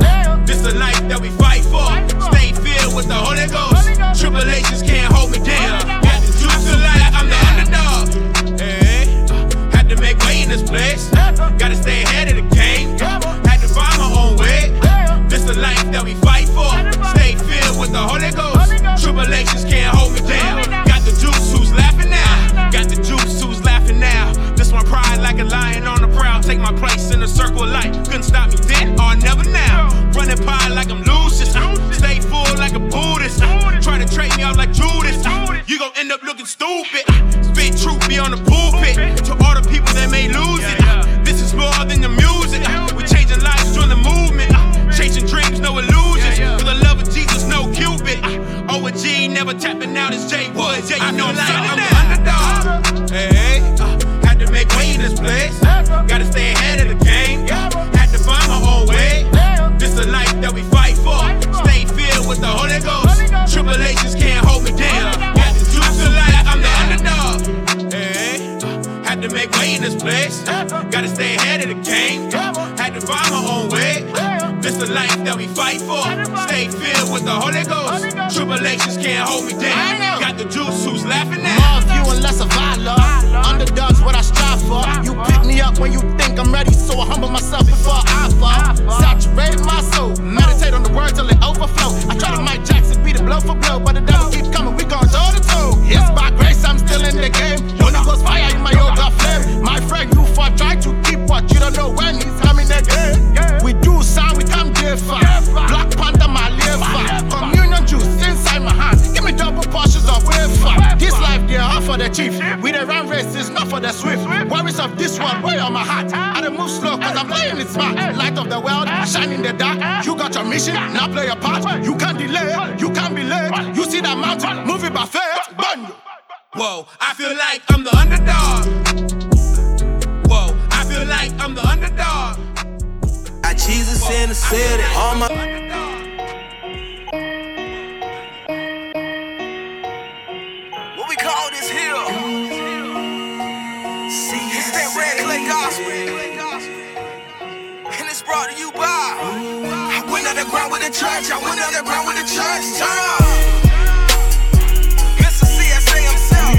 [SPEAKER 1] This the life that we fight for. Stay filled with the Holy Ghost. Tribulations can't hold me down. I feel like I'm the underdog. Hey, uh, had to make way in this place. Gotta stay ahead of the game. Had to find my own way. This the life that we fight for. Stay filled with the Holy Ghost. Tribulations can't hold me down. Got the juice, who's laughing now? Got the juice, who's laughing now? This my pride, like a lion on the prowl. Take my place in the circle of light. Couldn't stop me then or never now. Running pie like I'm Lucius. Stay full like a Buddhist. Try to trade me out like Judas. You gon' end up looking stupid. Spit truth be on the pulpit. To all the people that may lose it. This is more than the music. We changing lives, join the movement. Chasing dreams, no illusions. For the love of Jesus, no Cupid. O and G never tapping out as Jay Woods. Yeah, you know I'm solid now. Underdog. Hey, uh, had to make way in this place. Gotta stay ahead of the game. Had to find my own way. This the life that we fight for. Stay filled with the Holy Ghost. Tribulations can't hold me down. Got the juice to life. I'm the underdog. Hey, uh, had to make way in this place. Gotta stay ahead of the game. Had to find my own way. This the life that we fight for. Stay filled with the Holy Ghost. Tribulations can't hold me down. Got the juice. Who's laughing now?
[SPEAKER 11] love you and less of I love. Underdogs what I strive for. You pick me up when you think I'm ready,
[SPEAKER 1] ah, for the swift. Worries of this world weigh on my heart. I don't move slow cause I'm playing it smart. Light of the world, shine in the dark. You got your mission, now play your part. You can't delay, you can't be late. You see that mountain, move it by faith. Burn you. Whoa, I feel like I'm the underdog. Whoa, I feel like I'm the underdog.
[SPEAKER 4] I Jesus in the city, all my. What we call this hill? See, it's that red clay gospel. And it's brought to you by. I went underground with the church. I went underground with the church. Turn up. Mr. CSA himself.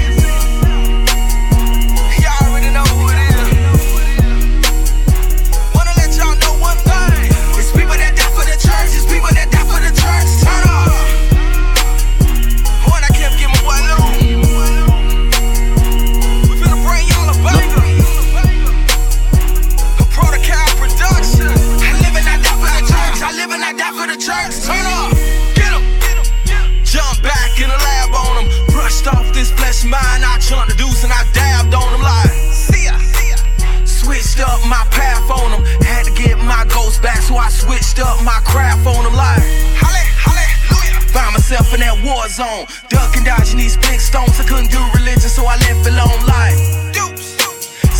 [SPEAKER 4] Y'all already know who it is. Wanna let y'all know one thing. It's people that die for the church. It's people that die for the church. Turn up. When I kept getting my boy low. We finna bring y'all a banger. A protocol production. I live and I die for the church. I live and I die for the church. Turn up. Get 'em. Jump back in the lab on 'em. Brushed off this flesh mind. I chunked the deuce and I dabbed on 'em like. See ya. Switched up my path on 'em. Had to get my ghost back, so I switched up my craft on 'em like. Holly, hallelujah. Find myself in that war zone. Ducking, dodging these big stones. I couldn't do religion, so I left alone like. Deuce.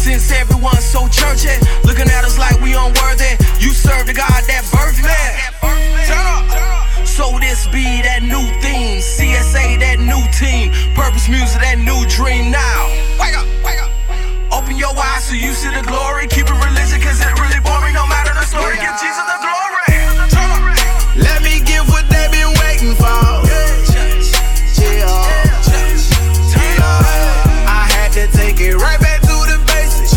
[SPEAKER 4] Since everyone's so churchy, looking at us like we unworthy. You serve the God that birthed man. Turn up. So this be that new theme. CSA, that new team. Purpose music, that new dream now. Wake up, wake up. Open your eyes so you see the glory. Keep it religion, cause it really boring. No matter the story, give Jesus the glory. Turn up. Let me give what they've been waiting for. Yeah. I had to take it right back to the basics.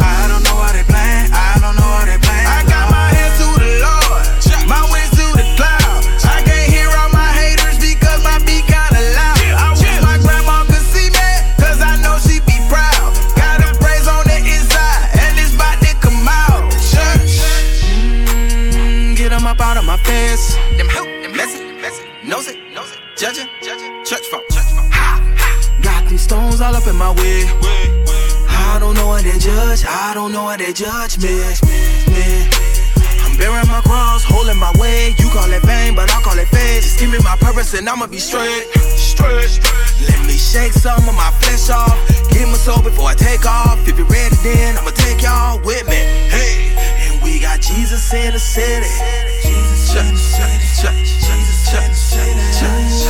[SPEAKER 4] I don't know why they playing. I don't know why they playing. I got my hands to the Lord, my wings to the cloud. I can't hear all my haters because my beat kinda loud. I wish my grandma could see me, cause I know she be proud. Got a praise on the inside, and it's about to come out. Mm, get 'em up out of my face. Them hoop, them messy, messy, knows it, knows it. Judging, judging, church folk, church folk. Ha, ha. Got these stones all up in my way. I don't know what they judge, I don't know what they judge me. me. I'm bearing my cross, holding my way. You call it pain, but I call it faith. Just give me my purpose and I'ma be straight. Straight. Let me shake some of my flesh off. Get my soul before I take off. If you're ready, then I'ma take y'all with me. Hey, and we got Jesus in the city. Jesus, Jesus, Jesus, Jesus, Jesus.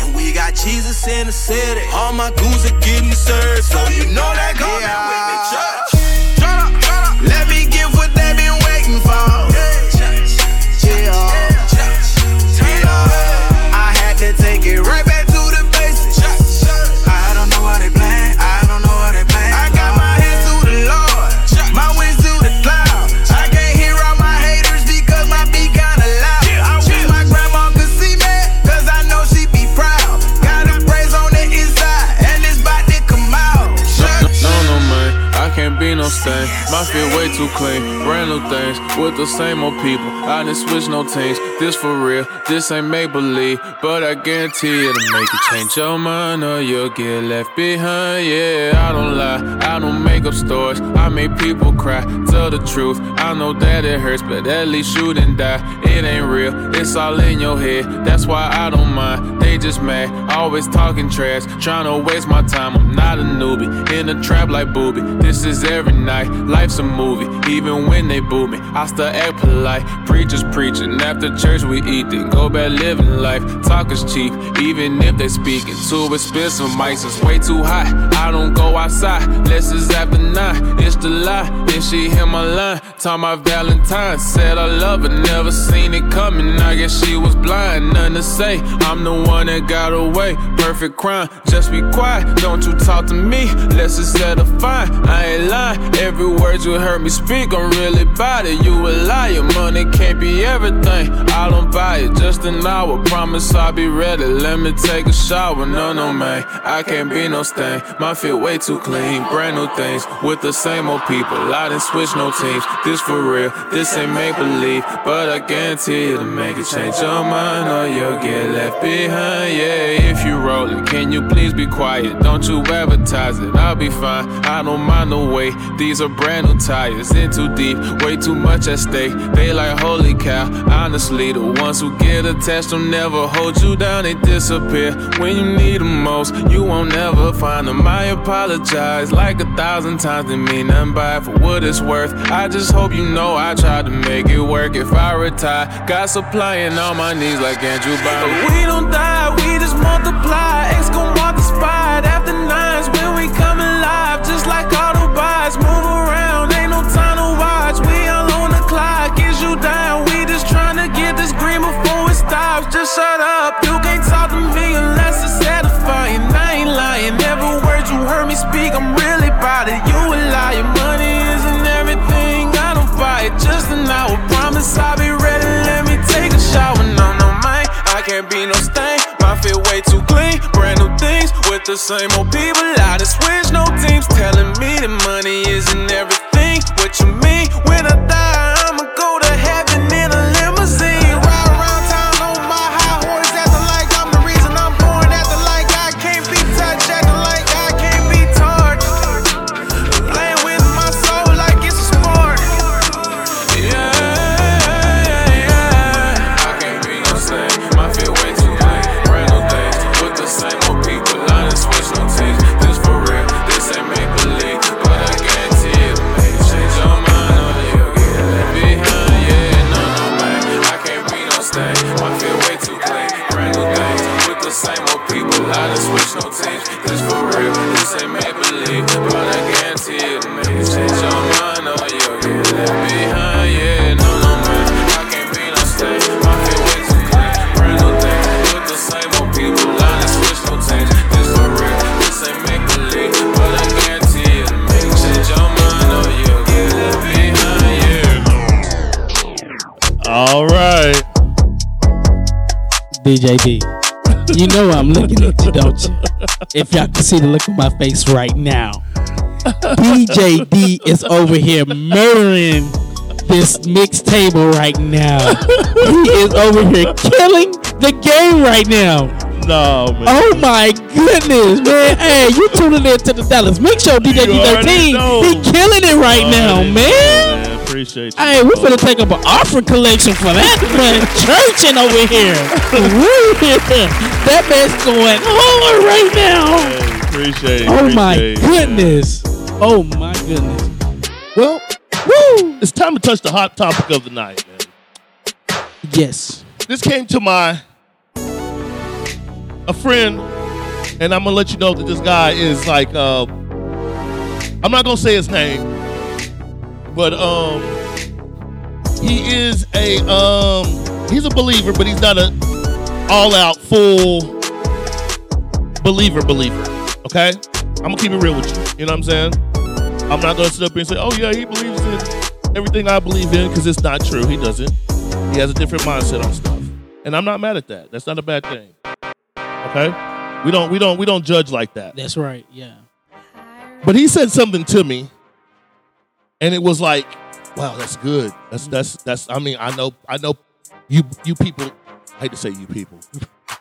[SPEAKER 4] And we got Jesus in the city. All my goons are getting served, so you know that go yeah. with me, church. Turn up, turn up. Let me give what they've been waiting for. Yeah. Yeah. I had to take it right back to the basics. I don't know why they playing. I don't know why they playing. I got my hands to the Lord, my wings to the cloud. I can't hear all my haters because my beat kinda loud. I wish my grandma could see me, cause I know she be proud. Got a praise on the inside, and it's about to come out.
[SPEAKER 11] No, no, no, man, I can't be no stain. My feet way too clean. Brand new things with the same old people. I didn't switch no teams. This for real. This ain't make believe, but I guarantee it'll make you change your mind or you'll get left behind. Yeah, I don't lie. I don't make up stories. I make people cry. Tell the truth. I know that it hurts, but at least you didn't die. It ain't real. It's all in your head. That's why I don't mind. They just mad. Always talking trash. Trying to waste my time. I'm not a newbie. In a trap like booby. This is every night. Life's a movie. Even when they boo me, I still act polite. Preachers preaching. After church, we eating. Go back living life. Talk is cheap. Even if they speaking. Too expensive. Mics is way too hot. I don't go outside. Less is after nine. It's July. If she hit my line. Time my Valentine. Said I love her. Never seen it coming. I guess she was blind. Nothing to say. I'm the one that got away. Perfect crime. Just be quiet. Don't you talk to me. Less is set a fine. I ain't lying. Every word you heard me speak, I'm really about it. You a liar. Money can't be everything. I don't buy it. Just an hour. Promise I'll be ready. Let me take a shower. No, no, man. I can't be no stain. My feet way too clean. Brand new things with the same old people. I didn't switch no teams. This for real. This ain't make believe. But I guarantee it'll make you change your mind or you'll get left behind. fine, yeah, if you roll it. Can you please be quiet? Don't you advertise it, I'll be fine. I don't mind the wait. These are brand new tires, in too deep, way too much at stake. They like, holy cow, honestly, the ones who get attached will never hold you down, they disappear. When you need them most, you won't ever find them. I apologize like a thousand times, didn't mean nothing by it for what it's worth. I just hope you know I tried to make it work. If I retire, God supplying on my knees like Andrew Bynum.
[SPEAKER 12] We don't die, we just multiply. X gon' walk the spot after nines when we come alive. Just like Autobots, move around, ain't no time to watch. We all on the clock, is you down? We just tryna get this green before it stops. Just shut up, you can't talk to me unless it's satisfying. I ain't lying, every word you heard me speak, I'm really about it. You a liar, money isn't everything, I don't buy it. Just an hour, promise I'll be ready, let me take a shower. No, no, mine, I can't be no stain. My fit way too clean, brand new things with the same old people. I just wish no teams telling me that money isn't everything. What you mean? When I die, I'ma go to heaven in a limousine. Ride around town on my high horse, acting like I'm the reason I'm born, acting like I can't be touched, acting like I can't be torn. Playing with my soul like it's a sport.
[SPEAKER 11] I can't be no saint. My fit way too late. Brand new things with the same old people. I done switch no teams. This for real. This ain't make believe, but I guarantee it. May change your mind or you'll get left behind. Yeah, no, no, man. I can't be no stain. My fit way too clean. Brand new things with the same old people. I done switch no teams. This for real. This ain't make believe, but I guarantee it. May change your mind or you'll get left behind. Yeah, no, no, man. I can't be no stain. My fit way too clean. Brand new things with the same old people. I done switch no teams. This for real. This ain't make believe, but I guarantee it. May change your mind or you'll get left behind. Yeah, no.
[SPEAKER 2] All right.
[SPEAKER 6] DJ D. You know I'm looking at you, don't you? If y'all can see the look on my face right now. DJ D is over here murdering this mixed table right now. He is over here killing the game right now.
[SPEAKER 2] No, man.
[SPEAKER 6] Oh my goodness, man. Hey, you tuning in to the Dallas Mix Show, DJ
[SPEAKER 2] You already
[SPEAKER 6] D13.
[SPEAKER 2] know.
[SPEAKER 6] He killing it right now,
[SPEAKER 2] Already
[SPEAKER 6] man.
[SPEAKER 2] know, man. Appreciate you.
[SPEAKER 6] Hey, we're gonna take up an offering collection for that man churching over here. Woo. that man's going hard right now.
[SPEAKER 2] Hey, appreciate.
[SPEAKER 6] Oh my
[SPEAKER 2] appreciate.
[SPEAKER 6] goodness. Oh my goodness. Well, woo.
[SPEAKER 2] It's time to touch the hot topic of the night, man.
[SPEAKER 6] Yes.
[SPEAKER 2] This came to my a friend, and I'm gonna let you know that this guy is like uh, I'm not gonna say his name, but um, he is a um, he's a believer, but he's not a all out full believer believer. Okay, I'm gonna keep it real with you. You know what I'm saying? I'm not gonna sit up here and say, oh yeah, he believes in everything I believe in, because it's not true. He doesn't. He has a different mindset on stuff, and I'm not mad at that. That's not a bad thing. Okay, we don't we don't we don't judge like that.
[SPEAKER 6] That's right. Yeah.
[SPEAKER 2] But he said something to me, and it was like, "Wow, that's good. That's that's that's. I mean, I know, I know, you you people. I hate to say you people.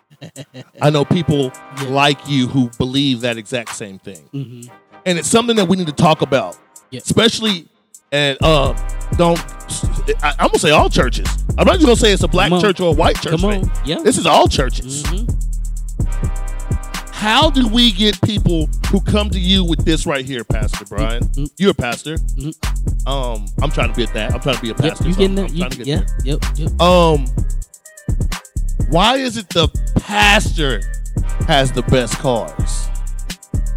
[SPEAKER 2] I know people like you who believe that exact same thing,
[SPEAKER 6] Mhm.
[SPEAKER 2] and it's something that we need to talk about,
[SPEAKER 6] Yeah.
[SPEAKER 2] especially and um, don't. I, I'm gonna say all churches. I'm not just gonna say it's a black
[SPEAKER 6] Come on.
[SPEAKER 2] church or a white church.
[SPEAKER 6] Come
[SPEAKER 2] thing.
[SPEAKER 6] on. Yeah. Mm-hmm.
[SPEAKER 2] This is all churches. How do we get people who come to you with this right here, Pastor
[SPEAKER 6] Mm-hmm.
[SPEAKER 2] Brian? You're a pastor. Um, I'm trying to be at that. I'm trying to be a
[SPEAKER 6] Yep,
[SPEAKER 2] pastor.
[SPEAKER 6] you
[SPEAKER 2] so
[SPEAKER 6] getting
[SPEAKER 2] I'm-
[SPEAKER 6] that?
[SPEAKER 2] I'm
[SPEAKER 6] You,
[SPEAKER 2] trying to get
[SPEAKER 6] yeah.
[SPEAKER 2] there.
[SPEAKER 6] Yep. Yep.
[SPEAKER 2] Um, why is it the pastor has the best cars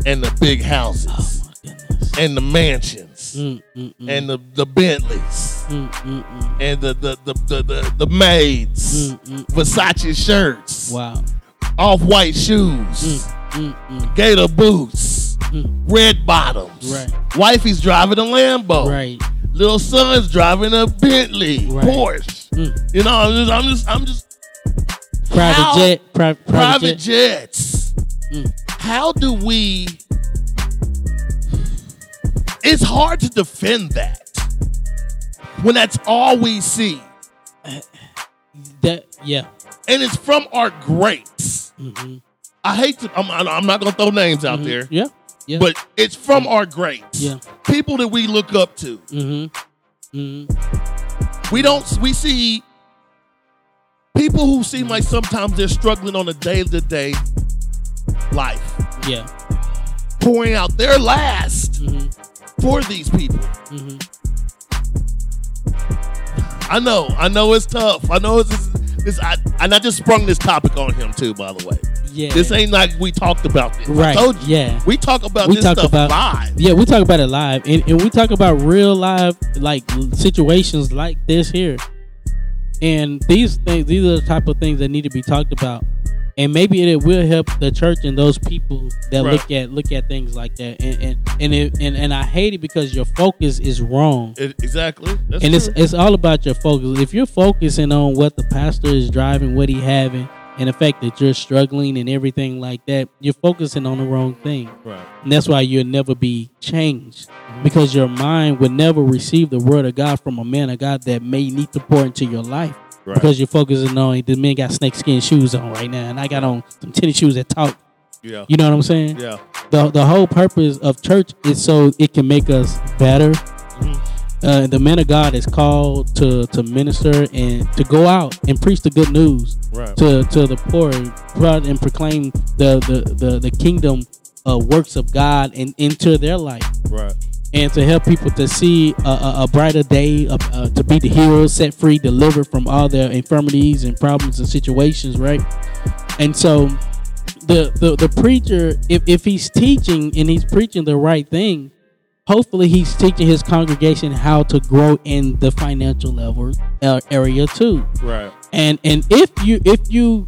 [SPEAKER 2] and the big houses
[SPEAKER 6] Oh my goodness.
[SPEAKER 2] and the mansions
[SPEAKER 6] Mm, mm, mm,
[SPEAKER 2] and the, the Bentleys
[SPEAKER 6] mm, mm, mm,
[SPEAKER 2] and the the the the, the, the maids,
[SPEAKER 6] mm, mm.
[SPEAKER 2] Versace shirts,
[SPEAKER 6] Wow.
[SPEAKER 2] off white shoes,
[SPEAKER 6] Mm, mm.
[SPEAKER 2] gator boots,
[SPEAKER 6] Mm.
[SPEAKER 2] red bottoms.
[SPEAKER 6] Right.
[SPEAKER 2] Wifey's driving a Lambo.
[SPEAKER 6] Right.
[SPEAKER 2] Little son's driving a Bentley,
[SPEAKER 6] Right.
[SPEAKER 2] Porsche.
[SPEAKER 6] Mm.
[SPEAKER 2] You know, I'm just, I'm just, I'm just
[SPEAKER 6] Private
[SPEAKER 2] How-
[SPEAKER 6] jet. Pri- private,
[SPEAKER 2] private
[SPEAKER 6] jet.
[SPEAKER 2] jets.
[SPEAKER 6] Mm.
[SPEAKER 2] How do we? It's hard to defend that when that's all we see,
[SPEAKER 6] That. Yeah.
[SPEAKER 2] and it's from our greats. I hate to. I'm, I'm- I'm not gonna throw names out there.
[SPEAKER 6] Mm-hmm. Yeah, yeah.
[SPEAKER 2] But it's from our greats.
[SPEAKER 6] Yeah.
[SPEAKER 2] People that we look up to.
[SPEAKER 6] Mm-hmm. Mm-hmm.
[SPEAKER 2] We don't. We see people who seem like sometimes they're struggling on a day to day life,
[SPEAKER 6] Yeah.
[SPEAKER 2] pouring out their last for these people.
[SPEAKER 6] Mm-hmm.
[SPEAKER 2] I know. I know it's tough. I know it's. This, I, and I just sprung this topic on him too, by the way.
[SPEAKER 6] Yeah.
[SPEAKER 2] This ain't like we talked about this. I
[SPEAKER 6] Right.
[SPEAKER 2] told you,
[SPEAKER 6] yeah.
[SPEAKER 2] we talk about this
[SPEAKER 6] talk
[SPEAKER 2] stuff live.
[SPEAKER 6] Yeah, we talk about it live, and, and we talk about real live like situations like this here. And these things, these are the type of things that need to be talked about, and maybe it will help the church and those people that
[SPEAKER 2] Right.
[SPEAKER 6] look at look at things like that. And and and it, and, and I hate it because your focus is wrong.
[SPEAKER 2] It- exactly. That's
[SPEAKER 6] and it's
[SPEAKER 2] true.
[SPEAKER 6] it's all about your focus. If you're focusing on what the pastor is driving, what he having, and the fact that you're struggling and everything like that, you're focusing on the wrong thing.
[SPEAKER 2] Right.
[SPEAKER 6] And that's why you'll never be changed because your mind would never receive the word of God from a man of God that may need to pour into your life.
[SPEAKER 2] Right.
[SPEAKER 6] Because you're focusing on the men got snakeskin shoes on right now, and I got on some tennis shoes that talk.
[SPEAKER 2] Yeah.
[SPEAKER 6] You know what I'm saying?
[SPEAKER 2] Yeah.
[SPEAKER 6] The the whole purpose of church is so it can make us better. Uh, the man of God is called to to minister and to go out and preach the good news
[SPEAKER 2] Right.
[SPEAKER 6] to to the poor and, pro- and proclaim the the the, the kingdom uh, works of God and into their life
[SPEAKER 2] Right.
[SPEAKER 6] and to help people to see a, a, a brighter day, uh, uh, to be the hero, set free, delivered from all their infirmities and problems and situations, right? And so, the the, the preacher, if, if he's teaching and he's preaching the right thing, hopefully he's teaching his congregation how to grow in the financial level uh, area too
[SPEAKER 2] Right.
[SPEAKER 6] and and if you if you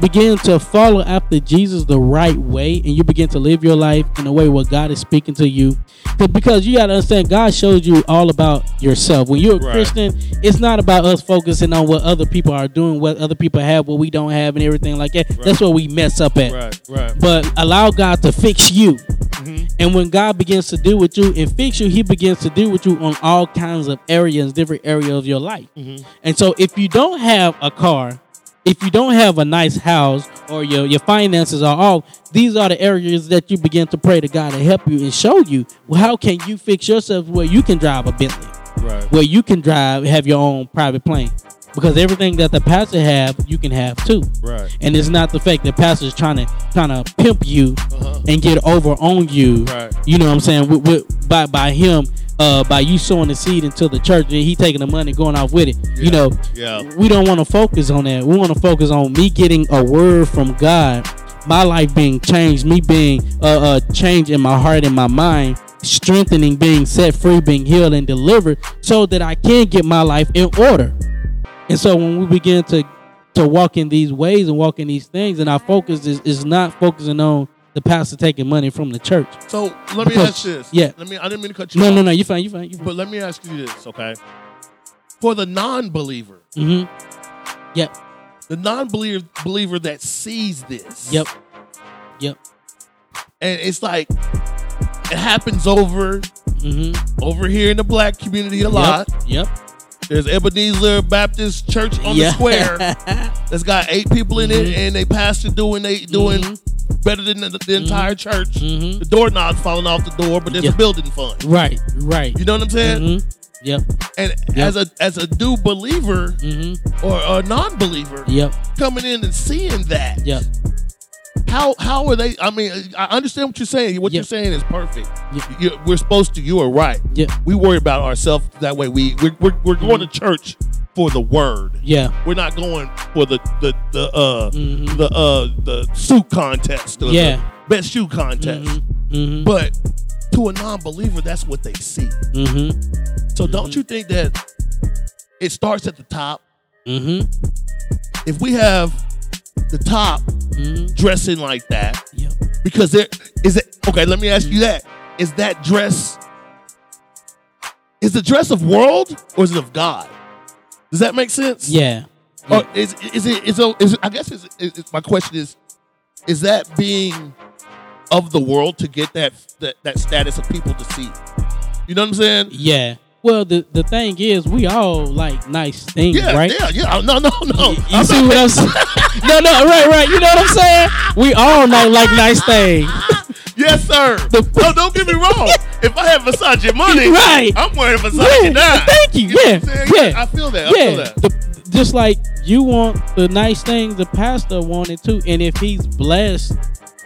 [SPEAKER 6] begin to follow after Jesus the right way and you begin to live your life in a way where God is speaking to you 'cause- because you got to understand God shows you all about yourself when you're a
[SPEAKER 2] Right.
[SPEAKER 6] Christian it's not about us focusing on what other people are doing what other people have what we don't have and everything like that that's what we mess up at
[SPEAKER 2] Right, right. Mm-hmm.
[SPEAKER 6] but allow God to fix you and when God begins to deal with you and fix you, He begins to deal with you on all kinds of areas, different areas of your life.
[SPEAKER 2] Mm-hmm.
[SPEAKER 6] And so, if you don't have a car, if you don't have a nice house, or your, your finances are off, these are the areas that you begin to pray to God to help you and show you well, how can you fix yourself where you can drive a Bentley,
[SPEAKER 2] Right.
[SPEAKER 6] where you can drive, have your own private plane. Because everything that the pastor have, you can have too.
[SPEAKER 2] Right.
[SPEAKER 6] And it's not the fact that pastor's trying to trying to pimp you and get over on you.
[SPEAKER 2] Uh-huh. Right.
[SPEAKER 6] You know what I'm saying? With, with, by by him, uh, by you sowing the seed into the church, and he taking the money, and going off with it. You know,
[SPEAKER 2] Yeah.
[SPEAKER 6] we don't want to focus on that. We want to focus on me getting a word from God, my life being changed, me being uh, uh changed in my heart and my mind, strengthening, being set free, being healed and delivered, so that I can get my life in order. And so when we begin to to walk in these ways and walk in these things, and our focus is, is not focusing on the pastor taking money from the church.
[SPEAKER 2] So let me
[SPEAKER 6] Because-
[SPEAKER 2] ask you this.
[SPEAKER 6] Yeah.
[SPEAKER 2] Let me. I didn't mean to cut you.
[SPEAKER 6] No,
[SPEAKER 2] off.
[SPEAKER 6] no, no. You fine. You fine. You fine.
[SPEAKER 2] But let me ask you this, okay? For the non-believer,
[SPEAKER 6] Mm-hmm. Yep.
[SPEAKER 2] the non-believer believer that sees this,
[SPEAKER 6] Yep. Yep.
[SPEAKER 2] and it's like it happens over over here in the black community a lot.
[SPEAKER 6] Mm-hmm. Yep.
[SPEAKER 2] There's Ebenezer Baptist Church on
[SPEAKER 6] Yeah. Mm-hmm.
[SPEAKER 2] the square that's got eight people in it, and they pastor doing they doing better than the, the
[SPEAKER 6] Mm-hmm.
[SPEAKER 2] entire church. The doorknob's falling off the door, but there's a building fund.
[SPEAKER 6] Right. Right. Mm-hmm.
[SPEAKER 2] You know what I'm saying?
[SPEAKER 6] Yep. Mm-hmm.
[SPEAKER 2] And as a as a new believer or a non-believer,
[SPEAKER 6] Yep.
[SPEAKER 2] coming in and seeing that,
[SPEAKER 6] Yep.
[SPEAKER 2] how how are they? I mean, I understand what you're saying. What you're saying is perfect. You- we're supposed to. You are right.
[SPEAKER 6] Yeah.
[SPEAKER 2] We worry about ourselves that way. We we're, we're, we're going to church for the word.
[SPEAKER 6] Yeah. Mm-hmm.
[SPEAKER 2] We're not going for the the the uh the uh the suit contest or
[SPEAKER 6] Yeah.
[SPEAKER 2] the best shoe contest.
[SPEAKER 6] Mhm.
[SPEAKER 2] But to a non-believer, that's what they see.
[SPEAKER 6] Mm-hmm.
[SPEAKER 2] So don't you think that it starts at the top?
[SPEAKER 6] Mm-hmm.
[SPEAKER 2] If we have the top
[SPEAKER 6] Mm-hmm.
[SPEAKER 2] dressing like that, because there is it okay, let me ask
[SPEAKER 6] Mm-hmm.
[SPEAKER 2] you that. Is that dress is the dress of world or is it of God? Does that make sense?
[SPEAKER 6] Yeah.
[SPEAKER 2] Or Oh, is is it is, it- is it, I guess is, is, is my question is is that being of the world to get that that, that status of people to see? You know what I'm saying?
[SPEAKER 6] Yeah. Well, the, the thing is, we all like nice things,
[SPEAKER 2] Yeah,
[SPEAKER 6] right?
[SPEAKER 2] yeah, yeah. No, no, no.
[SPEAKER 6] You, see what I'm saying? no, no, right, right. You know what I'm saying? We all know like nice things.
[SPEAKER 2] Yes, sir. no, don't get me wrong. if I have Versace money,
[SPEAKER 6] Right.
[SPEAKER 2] I'm wearing Versace
[SPEAKER 6] Yeah,
[SPEAKER 2] now.
[SPEAKER 6] Thank you.
[SPEAKER 2] know
[SPEAKER 6] yeah,
[SPEAKER 2] what I'm saying?
[SPEAKER 6] yeah.
[SPEAKER 2] I feel that. I feel that.
[SPEAKER 6] The- just like you want the nice things the pastor wanted too, and if he's blessed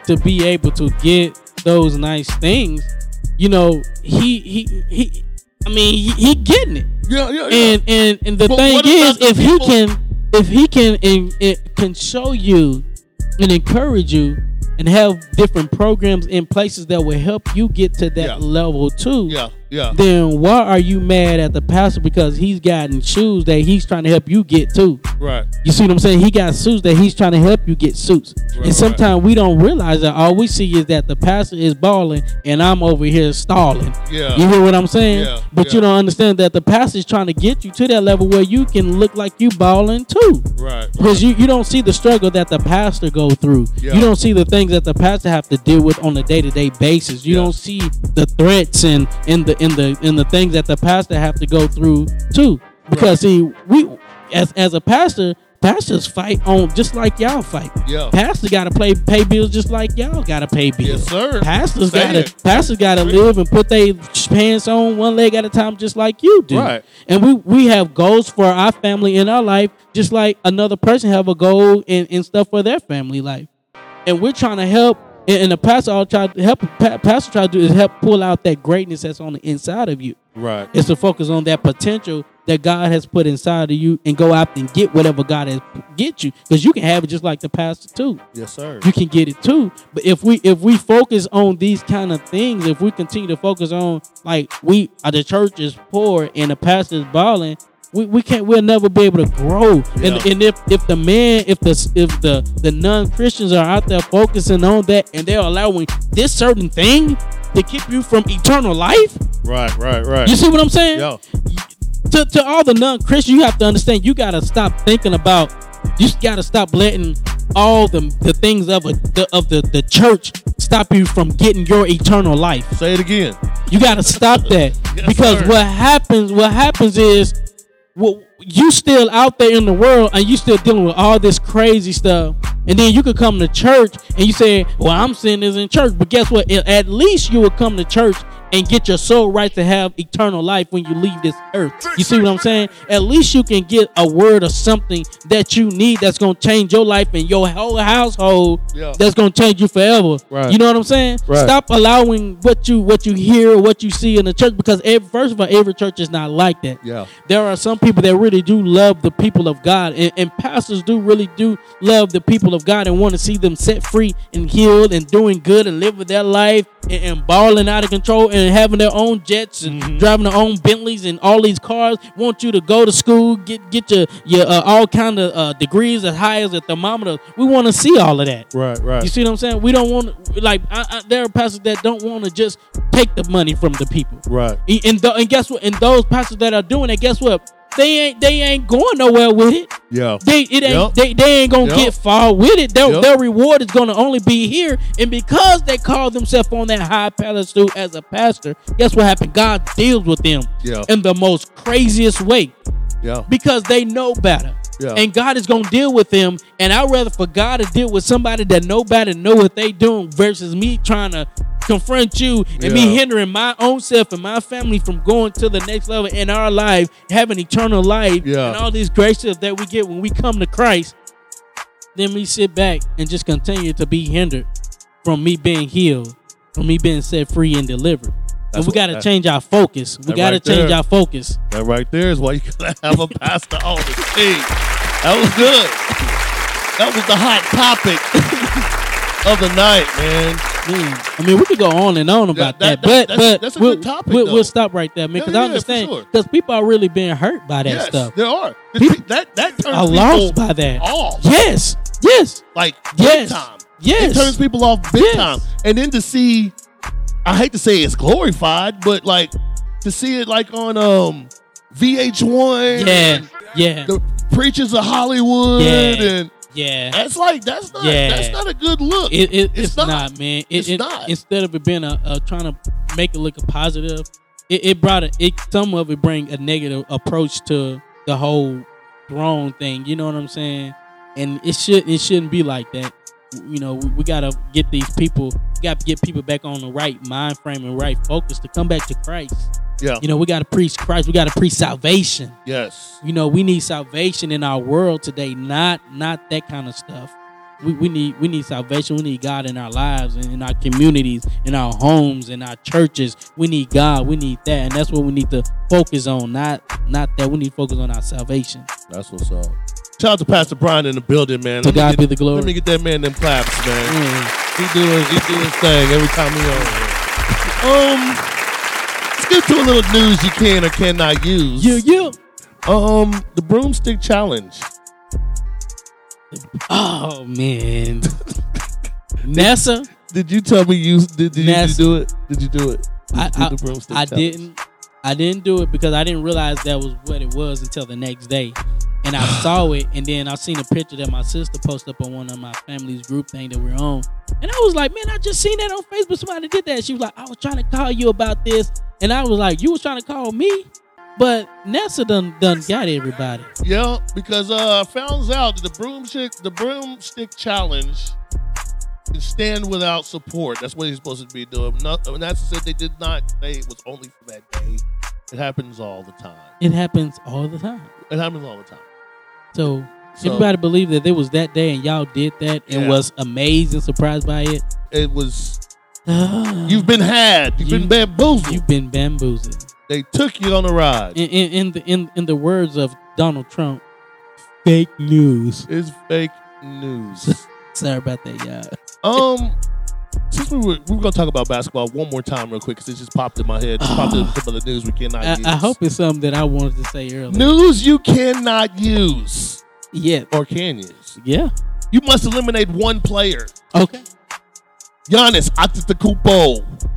[SPEAKER 6] to be able to get those nice things, you know, he he he. I mean, he, he getting it.
[SPEAKER 2] Yeah, yeah, yeah.
[SPEAKER 6] And and and the
[SPEAKER 2] But
[SPEAKER 6] thing
[SPEAKER 2] what
[SPEAKER 6] is,
[SPEAKER 2] about the
[SPEAKER 6] if he
[SPEAKER 2] people-
[SPEAKER 6] can, if he can, and, and can show you and encourage you, and have different programs in places that will help you get to that level too.
[SPEAKER 2] Yeah, yeah.
[SPEAKER 6] Then why are you mad at the pastor because he's gotten shoes that he's trying to help you get to?
[SPEAKER 2] Right.
[SPEAKER 6] You see what I'm saying? He got suits that he's trying to help you get suits. and sometimes we don't realize that all we see is that the pastor is balling and I'm over here stalling.
[SPEAKER 2] Yeah.
[SPEAKER 6] You hear what I'm saying?
[SPEAKER 2] Yeah,
[SPEAKER 6] But you don't understand that the pastor is trying to get you to that level where you can look like you balling too.
[SPEAKER 2] Right.
[SPEAKER 6] Because you, you don't see the struggle that the pastor go through.
[SPEAKER 2] Yeah.
[SPEAKER 6] You don't see the things that the pastor have to deal with on a day to day basis. You don't see the threats and in the in the in the things that the pastor have to go through too. Because see, we as as a pastor, pastors fight on just like y'all fight.
[SPEAKER 2] Yeah.
[SPEAKER 6] Pastor gotta play pay bills just like y'all gotta pay bills.
[SPEAKER 2] Yes, sir.
[SPEAKER 6] Pastors
[SPEAKER 2] Say
[SPEAKER 6] gotta
[SPEAKER 2] it.
[SPEAKER 6] pastors gotta live and put their pants on one leg at a time just like you do.
[SPEAKER 2] Right.
[SPEAKER 6] And we we have goals for our family in our life, just like another person have a goal and, and stuff for their family life. And we're trying to help and, and the pastor all try to help pa- pastor try to do is help pull out that greatness that's on the inside of you.
[SPEAKER 2] Right.
[SPEAKER 6] It's to focus on that potential that God has put inside of you and go out and get whatever God has get you. Because you can have it just like the pastor too.
[SPEAKER 2] Yes, sir.
[SPEAKER 6] You can get it too. But if we if we focus on these kind of things, if we continue to focus on like we uh, the church is poor and the pastor is balling, we, we can't we'll never be able to grow. And
[SPEAKER 2] Yeah.
[SPEAKER 6] and if if the man if the if the the non Christians are out there focusing on that and they're allowing this certain thing to keep you from eternal life,
[SPEAKER 2] Right, right, right.
[SPEAKER 6] you see what I'm saying?
[SPEAKER 2] Yo.
[SPEAKER 6] To, to all the non Christians, you have to understand you got to stop thinking about, you got to stop letting all the, the things of a, the, of the, the church stop you from getting your eternal life.
[SPEAKER 2] Say it again.
[SPEAKER 6] You got to stop that because what happens what happens is well, you still out there in the world and you still dealing with all this crazy stuff. And then you could come to church and you say, "Well, I'm sinning this in church." But guess what? At at least you will come to church and get your soul right to have eternal life when you leave this earth. You see what I'm saying? At least you can get a word or something that you need that's going to change your life and your whole household.
[SPEAKER 2] Yeah.
[SPEAKER 6] That's going to change you forever.
[SPEAKER 2] Right.
[SPEAKER 6] You know what I'm saying?
[SPEAKER 2] Right.
[SPEAKER 6] Stop allowing what you what you hear, what you see in the church because every, first of all, every church is not like that
[SPEAKER 2] Yeah.
[SPEAKER 6] there are some people that really do love the people of God, and, and pastors do really do love the people of God and want to see them set free and healed and doing good and living their life and, and balling out of control and having their own jets and driving their own Bentleys and all these cars. Want you to go to school, get get your your uh, all kind of uh, degrees as high as a thermometer. We want to see all of that.
[SPEAKER 2] Right, right.
[SPEAKER 6] You see what I'm saying? We don't want like I, I, there are pastors that don't want to just take the money from the people.
[SPEAKER 2] Right.
[SPEAKER 6] E- And th- and guess what? And those pastors that are doing it, guess what? They ain't they ain't going nowhere with it.
[SPEAKER 2] Yeah.
[SPEAKER 6] They it ain't
[SPEAKER 2] Yep.
[SPEAKER 6] they, they ain't gonna
[SPEAKER 2] Yep.
[SPEAKER 6] get far with it. Their,
[SPEAKER 2] Yep.
[SPEAKER 6] their reward is gonna only be here. And because they call themselves on that high pedestal as a pastor, guess what happened? God deals with them
[SPEAKER 2] Yeah.
[SPEAKER 6] in the most craziest way
[SPEAKER 2] Yeah.
[SPEAKER 6] because they know better.
[SPEAKER 2] Yeah.
[SPEAKER 6] And God is gonna deal with them. And I'd rather for God to deal with somebody that know better know what they doing versus me trying to confront you and me
[SPEAKER 2] Yeah.
[SPEAKER 6] hindering my own self and my family from going to the next level in our life, having eternal life,
[SPEAKER 2] Yeah.
[SPEAKER 6] and all these graces that we get when we come to Christ. Then we sit back and just continue to be hindered from me being healed, from me being set free and delivered. and
[SPEAKER 2] That's
[SPEAKER 6] we
[SPEAKER 2] what-
[SPEAKER 6] gotta
[SPEAKER 2] that-
[SPEAKER 6] change our focus. We
[SPEAKER 2] that
[SPEAKER 6] gotta
[SPEAKER 2] right
[SPEAKER 6] change
[SPEAKER 2] there.
[SPEAKER 6] our focus.
[SPEAKER 2] That right there is why you gotta have a pastor on the team. That was good. That was the hot topic of the night, man.
[SPEAKER 6] Man, I mean, we could go on and on about
[SPEAKER 2] that-
[SPEAKER 6] that, but
[SPEAKER 2] that- that's-
[SPEAKER 6] but
[SPEAKER 2] that's a
[SPEAKER 6] we'll,
[SPEAKER 2] good topic,
[SPEAKER 6] we'll,
[SPEAKER 2] though.
[SPEAKER 6] we'll stop right there, man,
[SPEAKER 2] Yeah,
[SPEAKER 6] because
[SPEAKER 2] yeah,
[SPEAKER 6] I
[SPEAKER 2] yeah, for
[SPEAKER 6] understand
[SPEAKER 2] sure.
[SPEAKER 6] because people are really being hurt by that
[SPEAKER 2] yes,
[SPEAKER 6] stuff.
[SPEAKER 2] there are. The
[SPEAKER 6] People-
[SPEAKER 2] pe- that that turns
[SPEAKER 6] Are lost
[SPEAKER 2] people
[SPEAKER 6] by that.
[SPEAKER 2] off.
[SPEAKER 6] Yes, yes,
[SPEAKER 2] Like
[SPEAKER 6] Yes.
[SPEAKER 2] big time.
[SPEAKER 6] Yes.
[SPEAKER 2] It turns people off big
[SPEAKER 6] Yes.
[SPEAKER 2] time. And then to see I hate to say it's glorified, but like to see it like on um VH1
[SPEAKER 6] yeah,
[SPEAKER 2] and
[SPEAKER 6] yeah,
[SPEAKER 2] the preachers of Hollywood
[SPEAKER 6] Yeah.
[SPEAKER 2] and
[SPEAKER 6] yeah.
[SPEAKER 2] that's like that's not
[SPEAKER 6] Yeah.
[SPEAKER 2] that's not a good look.
[SPEAKER 6] It, it, it's,
[SPEAKER 2] it's
[SPEAKER 6] not,
[SPEAKER 2] not.
[SPEAKER 6] man. It,
[SPEAKER 2] It's
[SPEAKER 6] it-
[SPEAKER 2] not.
[SPEAKER 6] Instead of it being a, a trying to make it look a positive, it, it brought a, it some of it bring a negative approach to the whole throne thing. You know what I'm saying? And it should it shouldn't be like that. You know, we, we gotta get these people, got to get people back on the right mind frame and right focus to come back to Christ.
[SPEAKER 2] Yeah.
[SPEAKER 6] You know, we gotta preach Christ. We gotta preach salvation.
[SPEAKER 2] Yes.
[SPEAKER 6] You know, we need salvation in our world today, not not that kind of stuff. We, we need we need salvation. We need God in our lives and in our communities, in our homes, in our churches. We need God. We need that, and that's what we need to focus on. Not not that we need to focus on our salvation.
[SPEAKER 2] That's what's up. Shout out to Pastor Brian in the building, man.
[SPEAKER 6] To
[SPEAKER 2] Let me
[SPEAKER 6] God
[SPEAKER 2] get-
[SPEAKER 6] be the glory. Mm.
[SPEAKER 2] Let me get that man them claps, man.
[SPEAKER 6] He
[SPEAKER 2] doing he doing his thing every time he on. Um, let's get to a little news you can or cannot use.
[SPEAKER 6] Yeah, yeah.
[SPEAKER 2] Um, the broomstick challenge.
[SPEAKER 6] Oh man, NASA.
[SPEAKER 2] Did you tell me you did, did you
[SPEAKER 6] NASA.
[SPEAKER 2] do it? Did you do it? Did
[SPEAKER 6] I,
[SPEAKER 2] you do
[SPEAKER 6] I,
[SPEAKER 2] the broomstick
[SPEAKER 6] I
[SPEAKER 2] challenge?
[SPEAKER 6] didn't. I didn't do it because I didn't realize that was what it was until the next day, and I saw it, and then I seen a picture that my sister posted up on one of my family's group thing that we're on, and I was like, man, I just seen that on Facebook. Somebody did that. She was like, I was trying to call you about this, and I was like, you was trying to call me, but NASA done done got everybody.
[SPEAKER 2] Yeah, because uh, I found out that the broomstick the broomstick challenge is stand without support. That's what he's supposed to be doing. Not, and that's said they did not. They it was only for that day. It happens all the time.
[SPEAKER 6] It happens all the time.
[SPEAKER 2] It happens all the time.
[SPEAKER 6] So,
[SPEAKER 2] So-
[SPEAKER 6] everybody believed that it was that day, and y'all did that, and
[SPEAKER 2] Yeah.
[SPEAKER 6] was amazed and surprised by it.
[SPEAKER 2] It was. You've been had. You've been bamboozled.
[SPEAKER 6] You've been bamboozled.
[SPEAKER 2] They took you on a ride.
[SPEAKER 6] in, in, in the in, in the words of Donald Trump, fake news.
[SPEAKER 2] It's fake news.
[SPEAKER 6] Sorry about that, y'all.
[SPEAKER 2] Um, since we were, we were gonna talk about basketball one more time real quick because it just popped in my head. Just popped in some of the news we cannot use.
[SPEAKER 6] I, I hope it's something that I wanted to say earlier.
[SPEAKER 2] News you cannot use.
[SPEAKER 6] Yeah.
[SPEAKER 2] Or can use.
[SPEAKER 6] Yeah.
[SPEAKER 2] You must eliminate one player.
[SPEAKER 6] Okay.
[SPEAKER 2] Giannis Antetokounmpo.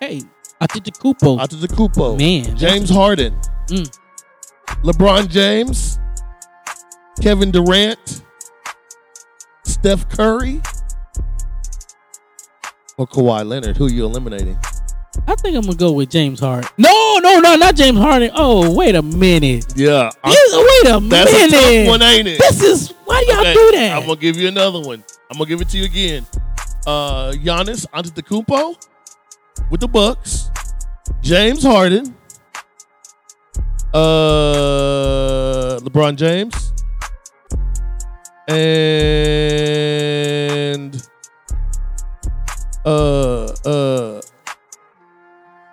[SPEAKER 6] Hey, Antetokounmpo.
[SPEAKER 2] Antetokounmpo.
[SPEAKER 6] Man,
[SPEAKER 2] James
[SPEAKER 6] that's-
[SPEAKER 2] Harden.
[SPEAKER 6] Mm.
[SPEAKER 2] LeBron James. Kevin Durant. Steph Curry. Or Kawhi Leonard. Who you eliminating?
[SPEAKER 6] I think I'm gonna go with James Harden. No, no, no, not James Harden. Oh, wait a minute.
[SPEAKER 2] Yeah. I-
[SPEAKER 6] This- wait a
[SPEAKER 2] That's
[SPEAKER 6] minute.
[SPEAKER 2] a tough one, ain't it?
[SPEAKER 6] This is why do y'all
[SPEAKER 2] Okay,
[SPEAKER 6] do that?
[SPEAKER 2] I'm gonna give you another one. I'm gonna give it to you again. Uh, Giannis Antetokounmpo with the Bucks. James Harden. Uh, LeBron James. And uh, uh,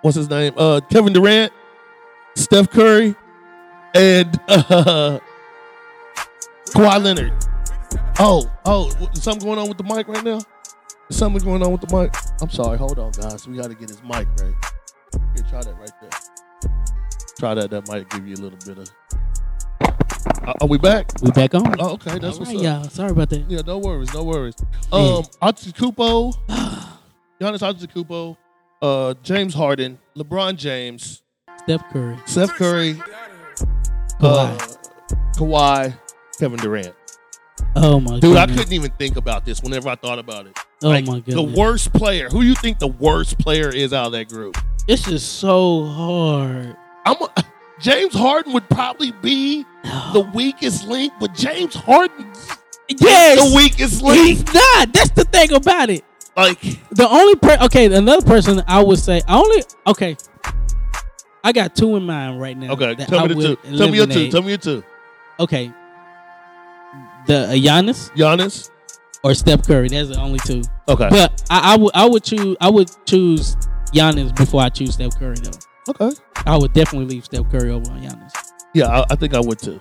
[SPEAKER 2] what's his name? Uh, Kevin Durant, Steph Curry, and uh, Kawhi Leonard. Oh, oh, w- is something going on with the mic right now? Is something going on with the mic? I'm sorry. Hold on, guys. We got to get his mic right. Here, try that right there. Try that. That might give you a little bit of. Are- Are we back?
[SPEAKER 6] We back on.
[SPEAKER 2] Oh, okay. That's what's
[SPEAKER 6] All right,
[SPEAKER 2] up.
[SPEAKER 6] y'all. Sorry about that.
[SPEAKER 2] Yeah, no worries, no worries.
[SPEAKER 6] Man.
[SPEAKER 2] Um, Antetokounmpo, Giannis Antetokounmpo, uh, James Harden, LeBron James,
[SPEAKER 6] Steph Curry.
[SPEAKER 2] Steph Curry, uh,
[SPEAKER 6] Kawhi.
[SPEAKER 2] Kawhi, Kevin Durant.
[SPEAKER 6] oh my
[SPEAKER 2] Dude, I
[SPEAKER 6] goodness.
[SPEAKER 2] couldn't even think about this whenever I thought about it.
[SPEAKER 6] Oh
[SPEAKER 2] Like,
[SPEAKER 6] my
[SPEAKER 2] The
[SPEAKER 6] goodness.
[SPEAKER 2] worst player. Who you think the worst player is out of that group?
[SPEAKER 6] This is so hard.
[SPEAKER 2] I'm a, James Harden would probably be the weakest link, but James Harden
[SPEAKER 6] Yes.
[SPEAKER 2] the
[SPEAKER 6] He's
[SPEAKER 2] weakest link.
[SPEAKER 6] not. That's the thing about it.
[SPEAKER 2] Like
[SPEAKER 6] The only per- okay, another person I would say I only okay. I got two in mind right now.
[SPEAKER 2] okay,
[SPEAKER 6] that
[SPEAKER 2] tell
[SPEAKER 6] I
[SPEAKER 2] me the two.
[SPEAKER 6] would
[SPEAKER 2] Tell me your two.
[SPEAKER 6] eliminate.
[SPEAKER 2] Tell me your two.
[SPEAKER 6] Okay, the uh, Giannis
[SPEAKER 2] Giannis.
[SPEAKER 6] or Steph Curry. That's the only two.
[SPEAKER 2] Okay.
[SPEAKER 6] But I, I would I would choose I would choose Giannis before I choose Steph Curry though.
[SPEAKER 2] Okay.
[SPEAKER 6] I would definitely leave Steph Curry over on Giannis.
[SPEAKER 2] Yeah, I, I think I would too.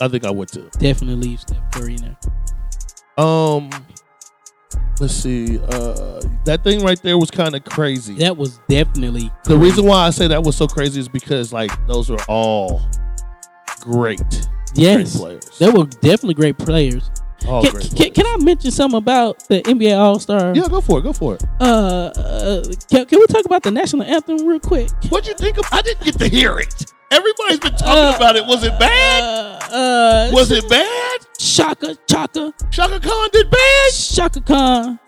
[SPEAKER 2] I think I would too.
[SPEAKER 6] Definitely leave Steph Curry in there.
[SPEAKER 2] Um, let's see. Uh, that thing right there was kind of crazy.
[SPEAKER 6] That was definitely
[SPEAKER 2] The reason why I say that was so crazy is because like those are all great,
[SPEAKER 6] Yes.
[SPEAKER 2] great players.
[SPEAKER 6] They were definitely great players.
[SPEAKER 2] All
[SPEAKER 6] can,
[SPEAKER 2] great
[SPEAKER 6] can, can I mention something about the NBA All Star?
[SPEAKER 2] Yeah, go for it. Go for it.
[SPEAKER 6] Uh, uh can, can we talk about the national anthem real quick?
[SPEAKER 2] What'd you think of? I didn't get to hear it. Everybody's been talking about it. Was it bad?
[SPEAKER 6] Uh,
[SPEAKER 2] was it bad?
[SPEAKER 6] Shaka Chaka
[SPEAKER 2] Shaka Khan did bad.
[SPEAKER 6] Shaka Khan.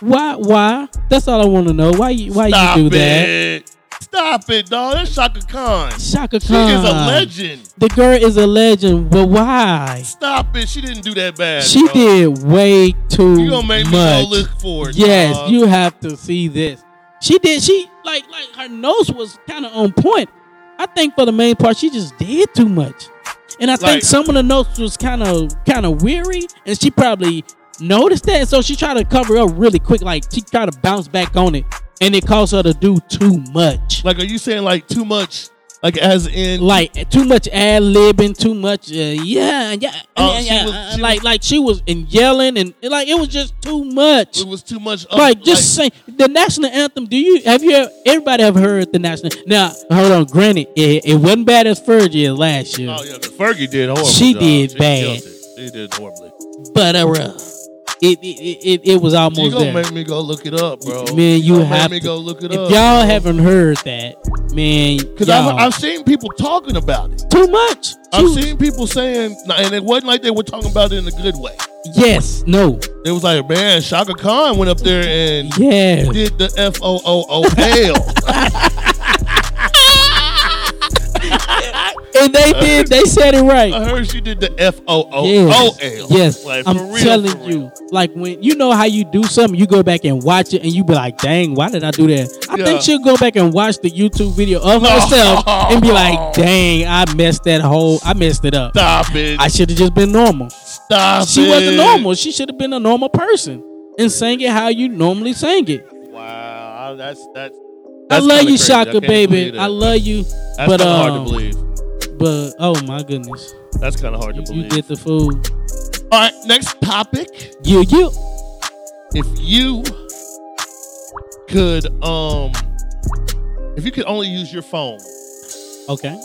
[SPEAKER 6] Why? Why? That's all I want to know. Why you? Why
[SPEAKER 2] Stop
[SPEAKER 6] you do that?
[SPEAKER 2] it. Stop Stop it, dog. That's Shaka Khan.
[SPEAKER 6] Shaka
[SPEAKER 2] She
[SPEAKER 6] Khan.
[SPEAKER 2] is a legend.
[SPEAKER 6] The girl is a legend, but why?
[SPEAKER 2] Stop it. She didn't do that bad.
[SPEAKER 6] She
[SPEAKER 2] bro.
[SPEAKER 6] did way too
[SPEAKER 2] You gonna make
[SPEAKER 6] much.
[SPEAKER 2] me go look for it,
[SPEAKER 6] Yes,
[SPEAKER 2] dog.
[SPEAKER 6] you have to see this. She did. She like like her nose was kind of on point. I think for the main part, she just did too much, and I
[SPEAKER 2] Like-
[SPEAKER 6] think some of the notes was kind of kind of weary, and she probably noticed that, and so she tried to cover up really quick. Like she tried to bounce back on it, and it caused her to do too much.
[SPEAKER 2] Like, are you saying like too much? Like as in
[SPEAKER 6] like too much ad libbing, too much. Uh, yeah, yeah,
[SPEAKER 2] Oh,
[SPEAKER 6] yeah,
[SPEAKER 2] she
[SPEAKER 6] yeah, uh,
[SPEAKER 2] was-
[SPEAKER 6] like like she was and yelling and like it was just too much. It
[SPEAKER 2] was too much. of-
[SPEAKER 6] like just saying the national anthem. Do you have you everybody have heard the national? Now hold on. Granted, it, it wasn't bad as Fergie as last year.
[SPEAKER 2] Oh yeah, Fergie did horrible.
[SPEAKER 6] She
[SPEAKER 2] dog.
[SPEAKER 6] did
[SPEAKER 2] She
[SPEAKER 6] bad.
[SPEAKER 2] killed it. She did horribly.
[SPEAKER 6] but uh, it, it it it was almost
[SPEAKER 2] You gonna
[SPEAKER 6] there.
[SPEAKER 2] make me go look it up, bro?
[SPEAKER 6] man, you
[SPEAKER 2] gonna
[SPEAKER 6] have
[SPEAKER 2] make
[SPEAKER 6] to-
[SPEAKER 2] me go look it
[SPEAKER 6] if
[SPEAKER 2] up.
[SPEAKER 6] y'all haven't heard that, man,
[SPEAKER 2] Because
[SPEAKER 6] y'all-
[SPEAKER 2] I've, I've seen people talking about it
[SPEAKER 6] too much.
[SPEAKER 2] I've seen people saying, and it wasn't like they were talking about it in a good way.
[SPEAKER 6] yes, no,
[SPEAKER 2] It was like, man, Shaka Khan went up there and
[SPEAKER 6] Yeah.
[SPEAKER 2] did the F O O O L.
[SPEAKER 6] and they did. They said it right.
[SPEAKER 2] I heard she did the F O O O
[SPEAKER 6] Yes,
[SPEAKER 2] L.
[SPEAKER 6] yes.
[SPEAKER 2] Like, for
[SPEAKER 6] I'm
[SPEAKER 2] real,
[SPEAKER 6] telling
[SPEAKER 2] for real.
[SPEAKER 6] you, like when you know how you do something, you go back and watch it, and you be like, "Dang, why did I do that?" I
[SPEAKER 2] Yeah.
[SPEAKER 6] think she'll go back and watch the YouTube video of
[SPEAKER 2] No.
[SPEAKER 6] herself and be like, "Dang, I messed that whole, I messed it up.
[SPEAKER 2] Oh. Stop it.
[SPEAKER 6] I should have just been normal.
[SPEAKER 2] Stop
[SPEAKER 6] she wasn't
[SPEAKER 2] it.
[SPEAKER 6] normal. She should have been a normal person and sang it how you normally sang it."
[SPEAKER 2] Wow, that's that's.
[SPEAKER 6] I love you, Shaka, baby. I love you.
[SPEAKER 2] That's
[SPEAKER 6] but
[SPEAKER 2] kinda hard to
[SPEAKER 6] um,
[SPEAKER 2] believe.
[SPEAKER 6] But oh my goodness,
[SPEAKER 2] That's kind of hard to
[SPEAKER 6] you
[SPEAKER 2] believe.
[SPEAKER 6] did the food.
[SPEAKER 2] All right, next topic.
[SPEAKER 6] You you
[SPEAKER 2] If you could, um, if you could only use your phone
[SPEAKER 6] okay?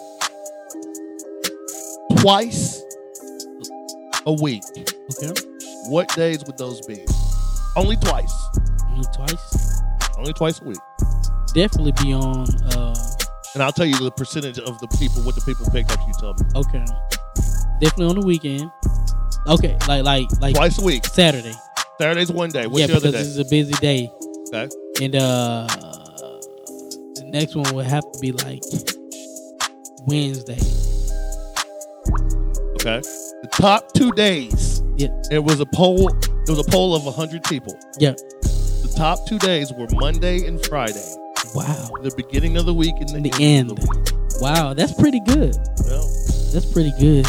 [SPEAKER 2] twice a week,
[SPEAKER 6] Okay,
[SPEAKER 2] what days would those be? Only twice.
[SPEAKER 6] Only twice.
[SPEAKER 2] Only twice a week.
[SPEAKER 6] Definitely be on. Uh,
[SPEAKER 2] And I'll tell you the percentage of the people, what the people picked up. You tell me.
[SPEAKER 6] Okay. Definitely on the weekend. Okay, like like like
[SPEAKER 2] Twice a week.
[SPEAKER 6] Saturday.
[SPEAKER 2] Saturday's one day. What's
[SPEAKER 6] yeah,
[SPEAKER 2] the other
[SPEAKER 6] because
[SPEAKER 2] day?
[SPEAKER 6] this is a busy day.
[SPEAKER 2] Okay.
[SPEAKER 6] And uh the next one would have to be like Wednesday.
[SPEAKER 2] Okay. The top two days.
[SPEAKER 6] Yeah.
[SPEAKER 2] It was a poll. It was a poll of hundred people.
[SPEAKER 6] Yeah.
[SPEAKER 2] The top two days were Monday and Friday.
[SPEAKER 6] Wow.
[SPEAKER 2] The beginning of the week and the,
[SPEAKER 6] The
[SPEAKER 2] end. Of
[SPEAKER 6] end. Wow, that's pretty good.
[SPEAKER 2] the week.
[SPEAKER 6] That's pretty good.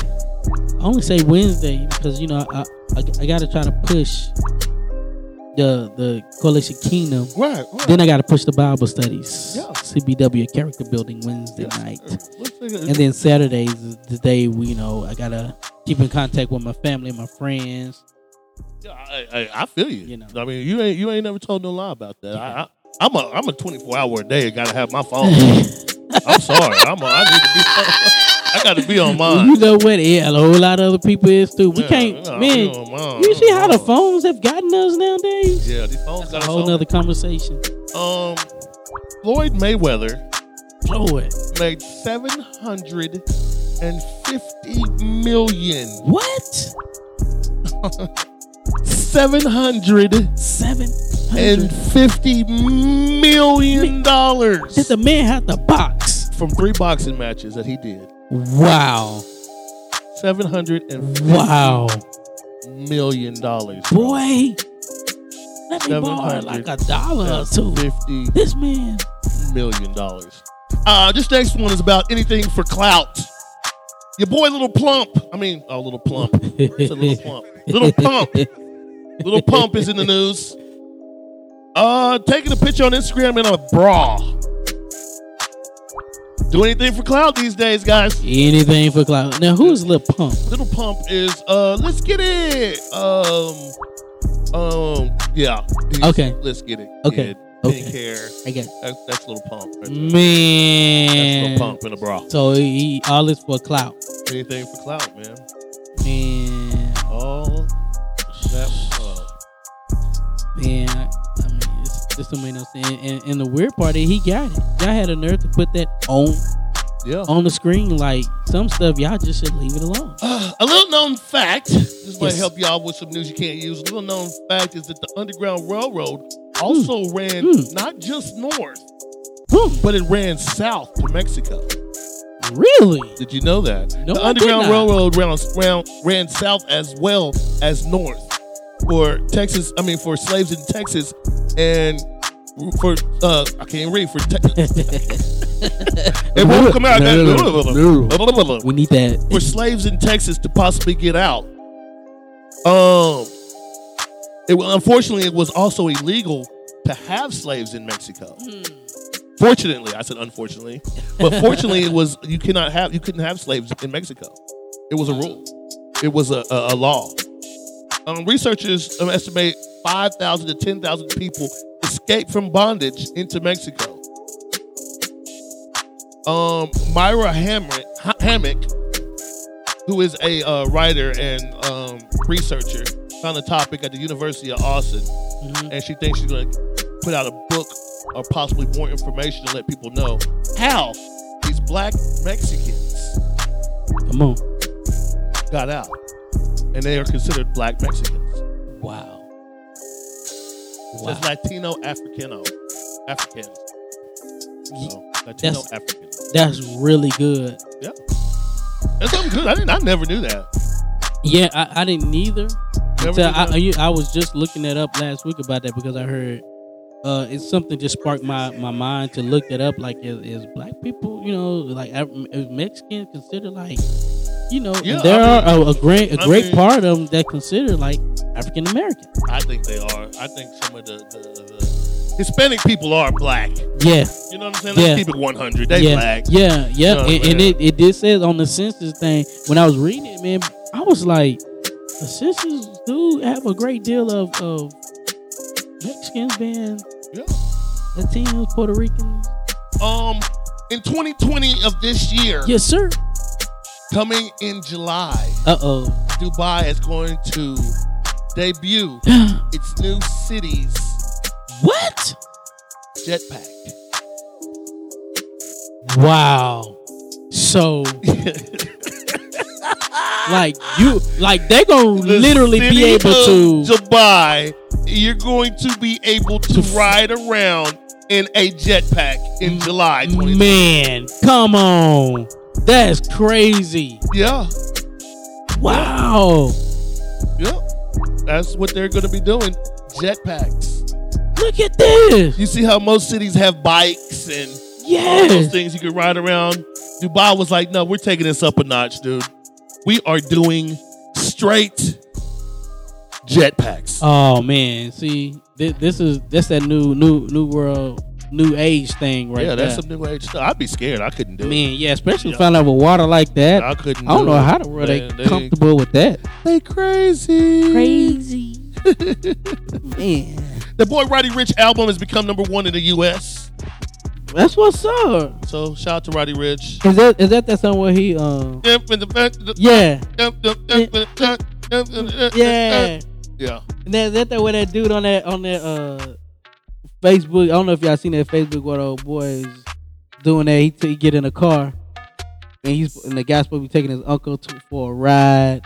[SPEAKER 6] I only say Wednesday because you know I I, I gotta try to push the the coalition kingdom.
[SPEAKER 2] Right, right.
[SPEAKER 6] Then I gotta push the Bible studies.
[SPEAKER 2] Yeah.
[SPEAKER 6] CBW character building Wednesday night.
[SPEAKER 2] Let's figure-
[SPEAKER 6] And then Saturdays is the day we you know I gotta keep in contact with my family, my friends.
[SPEAKER 2] Yeah, I, I, I feel you. You know. I mean, you ain't you ain't never told no lie about that. I, I, I'm a I'm a 24 hour a day. Gotta have my phone. I'm sorry. I'm a, I need to be. I gotta be on mine.
[SPEAKER 6] You know what? Yeah, a whole lot of other people is too. We
[SPEAKER 2] Yeah,
[SPEAKER 6] can't,
[SPEAKER 2] yeah,
[SPEAKER 6] man.
[SPEAKER 2] I'm on
[SPEAKER 6] you
[SPEAKER 2] mine,
[SPEAKER 6] see how the phones have gotten us nowadays?
[SPEAKER 2] Yeah, these phones got
[SPEAKER 6] A
[SPEAKER 2] us
[SPEAKER 6] whole
[SPEAKER 2] on.
[SPEAKER 6] nother conversation.
[SPEAKER 2] Um, Floyd Mayweather
[SPEAKER 6] Lord,
[SPEAKER 2] made seven hundred and fifty million.
[SPEAKER 6] What?
[SPEAKER 2] Seven hundred
[SPEAKER 6] seven
[SPEAKER 2] and fifty million dollars.
[SPEAKER 6] Did the man have to box
[SPEAKER 2] from three boxing matches that he did?
[SPEAKER 6] Wow.
[SPEAKER 2] Seven hundred and
[SPEAKER 6] Wow.
[SPEAKER 2] million dollars.
[SPEAKER 6] Boy, let me borrow like a dollar or two.
[SPEAKER 2] Fifty
[SPEAKER 6] This man.
[SPEAKER 2] million dollars. Uh, this next one is about anything for clout. Your boy, little plump. I mean, oh, little plump. I said little plump. Little pump. Little pump is in the news. Uh, taking a picture on Instagram in a bra. Do anything for clout these days, guys.
[SPEAKER 6] Anything for clout. Now who's Lil Pump?
[SPEAKER 2] Little pump is uh, let's get it. Um, um, yeah. He's-
[SPEAKER 6] Okay.
[SPEAKER 2] Let's get it.
[SPEAKER 6] Okay.
[SPEAKER 2] Kid.
[SPEAKER 6] Okay.
[SPEAKER 2] Didn't care.
[SPEAKER 6] I get it. Mm.
[SPEAKER 2] That's, that's little pump. Right there.
[SPEAKER 6] Man.
[SPEAKER 2] That's Lil Pump in a bra.
[SPEAKER 6] So he, he all this for clout.
[SPEAKER 2] Anything for clout, man.
[SPEAKER 6] Man,
[SPEAKER 2] All that. Uh,
[SPEAKER 6] man, I, I mean, it's, this don't make no sense. And, and, and the weird part is he got it. Y'all had a nerve to put that on
[SPEAKER 2] yeah.
[SPEAKER 6] on the screen. Like some stuff, y'all just should leave it alone.
[SPEAKER 2] A little known fact, this might
[SPEAKER 6] Yes.
[SPEAKER 2] help y'all with some news you can't use. A little known
[SPEAKER 6] Hmm.
[SPEAKER 2] fact is that the Underground Railroad also ran not just north,
[SPEAKER 6] Hmm.
[SPEAKER 2] but it ran south to Mexico.
[SPEAKER 6] Really?
[SPEAKER 2] Did you know that?
[SPEAKER 6] No,
[SPEAKER 2] the
[SPEAKER 6] I did
[SPEAKER 2] Underground
[SPEAKER 6] not.
[SPEAKER 2] Railroad ran, ran, ran south as well as north for Texas. I mean, for slaves in Texas and for uh, I can't read for. Te- it won't come out.
[SPEAKER 6] No, no, no. We need that.
[SPEAKER 2] for slaves in Texas to possibly get out. Um, it wa- unfortunately it was also illegal to have slaves in Mexico. Fortunately, I said unfortunately, but fortunately it was you cannot have you couldn't have slaves in Mexico. It was a rule. It was a, a, a law. Um, researchers um, estimate five thousand to ten thousand people escaped from bondage into Mexico. Um, Myra Hamrick, Ha- Hammock, who is a uh, writer and um, researcher, found a topic at the University of Austin,
[SPEAKER 6] Mm-hmm.
[SPEAKER 2] and she thinks she's going to put out a book or possibly more information to let people know how these black Mexicans
[SPEAKER 6] Come on.
[SPEAKER 2] got out, and they are considered black Mexicans.
[SPEAKER 6] Wow.
[SPEAKER 2] Wow. Says Latino Africano, African. So, Latino
[SPEAKER 6] That's,
[SPEAKER 2] African.
[SPEAKER 6] that's really good.
[SPEAKER 2] Yeah. That's something good. I didn't. I never knew that.
[SPEAKER 6] Yeah, I, I didn't either.
[SPEAKER 2] Never
[SPEAKER 6] Until
[SPEAKER 2] knew
[SPEAKER 6] I,
[SPEAKER 2] that.
[SPEAKER 6] I, you- I was just looking that up last week about that because I heard uh, it's something just sparked my, my mind to look that up. Like, is, is black people, you know, like Af- is Mexican considered like, you know,
[SPEAKER 2] Yeah,
[SPEAKER 6] there
[SPEAKER 2] I mean-
[SPEAKER 6] are a, a great a
[SPEAKER 2] I
[SPEAKER 6] great
[SPEAKER 2] mean-
[SPEAKER 6] part of them that consider like African American.
[SPEAKER 2] I think they are. I think some of the, the, the Hispanic people are black.
[SPEAKER 6] Yeah.
[SPEAKER 2] You know what I'm saying? Let's keep it 100. They
[SPEAKER 6] yeah.
[SPEAKER 2] black.
[SPEAKER 6] Yeah, yeah.
[SPEAKER 2] You know what
[SPEAKER 6] and
[SPEAKER 2] I'm
[SPEAKER 6] and
[SPEAKER 2] saying?
[SPEAKER 6] it, it did says on the census thing, when I was reading it, man, I was like, the census do have a great deal of, of Mexicans being
[SPEAKER 2] Yeah.
[SPEAKER 6] Latinos, Puerto Ricans.
[SPEAKER 2] um in 2020 of this year,
[SPEAKER 6] Yes, sir.
[SPEAKER 2] coming in July,
[SPEAKER 6] Uh oh.
[SPEAKER 2] Dubai is going to debut its new cities
[SPEAKER 6] What?
[SPEAKER 2] jetpack.
[SPEAKER 6] Wow. So like you like they gonna
[SPEAKER 2] The
[SPEAKER 6] literally be
[SPEAKER 2] city
[SPEAKER 6] able to
[SPEAKER 2] of Dubai. You're going to be able to ride around in a jetpack in July. 2020.
[SPEAKER 6] Man, come on. That's crazy.
[SPEAKER 2] Yeah.
[SPEAKER 6] Wow.
[SPEAKER 2] Yep. That's what they're going to be doing. Jetpacks.
[SPEAKER 6] Look at this.
[SPEAKER 2] You see how most cities have bikes and all
[SPEAKER 6] Yes.
[SPEAKER 2] those things you can ride around. Dubai was like, no, we're taking this up a notch, dude. We are doing straight jetpacks.
[SPEAKER 6] Oh man, see, thi- this is that's that new new new world new age thing right
[SPEAKER 2] yeah, that's
[SPEAKER 6] there.
[SPEAKER 2] some new age stuff. I'd be scared. I couldn't do
[SPEAKER 6] man,
[SPEAKER 2] it.
[SPEAKER 6] yeah, especially
[SPEAKER 2] Yeah.
[SPEAKER 6] found out with water like that.
[SPEAKER 2] I couldn't.
[SPEAKER 6] I don't
[SPEAKER 2] do
[SPEAKER 6] know
[SPEAKER 2] it.
[SPEAKER 6] how the world they,
[SPEAKER 2] Man,
[SPEAKER 6] comfortable with that.
[SPEAKER 2] They crazy.
[SPEAKER 6] Crazy. man,
[SPEAKER 2] The Boy Roddy Rich album has become number one in the U.S.
[SPEAKER 6] that's what's up.
[SPEAKER 2] So shout out to Roddy Rich.
[SPEAKER 6] Is that is that that song where he um yeah yeah.
[SPEAKER 2] Yeah. Yeah.
[SPEAKER 6] And that, that that where that dude on that on that uh Facebook. I don't know if y'all seen that Facebook where the old boy is doing that. He, t- he get in a car and he's and the guy's supposed to be taking his uncle to, for a ride,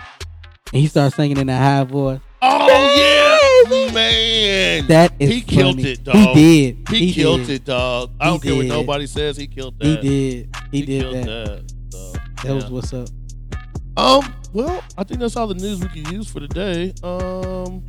[SPEAKER 6] and he starts singing in a high voice.
[SPEAKER 2] Oh yeah, man.
[SPEAKER 6] That is
[SPEAKER 2] he killed
[SPEAKER 6] funny.
[SPEAKER 2] it, dog.
[SPEAKER 6] He did.
[SPEAKER 2] He, killed it, dog. I
[SPEAKER 6] He
[SPEAKER 2] don't care what
[SPEAKER 6] did.
[SPEAKER 2] nobody says. He killed
[SPEAKER 6] He
[SPEAKER 2] that.
[SPEAKER 6] did. He, did
[SPEAKER 2] killed
[SPEAKER 6] that. That,
[SPEAKER 2] so,
[SPEAKER 6] was
[SPEAKER 2] yeah.
[SPEAKER 6] what's up.
[SPEAKER 2] Um. Well, I think that's all the news we can use for today. Um.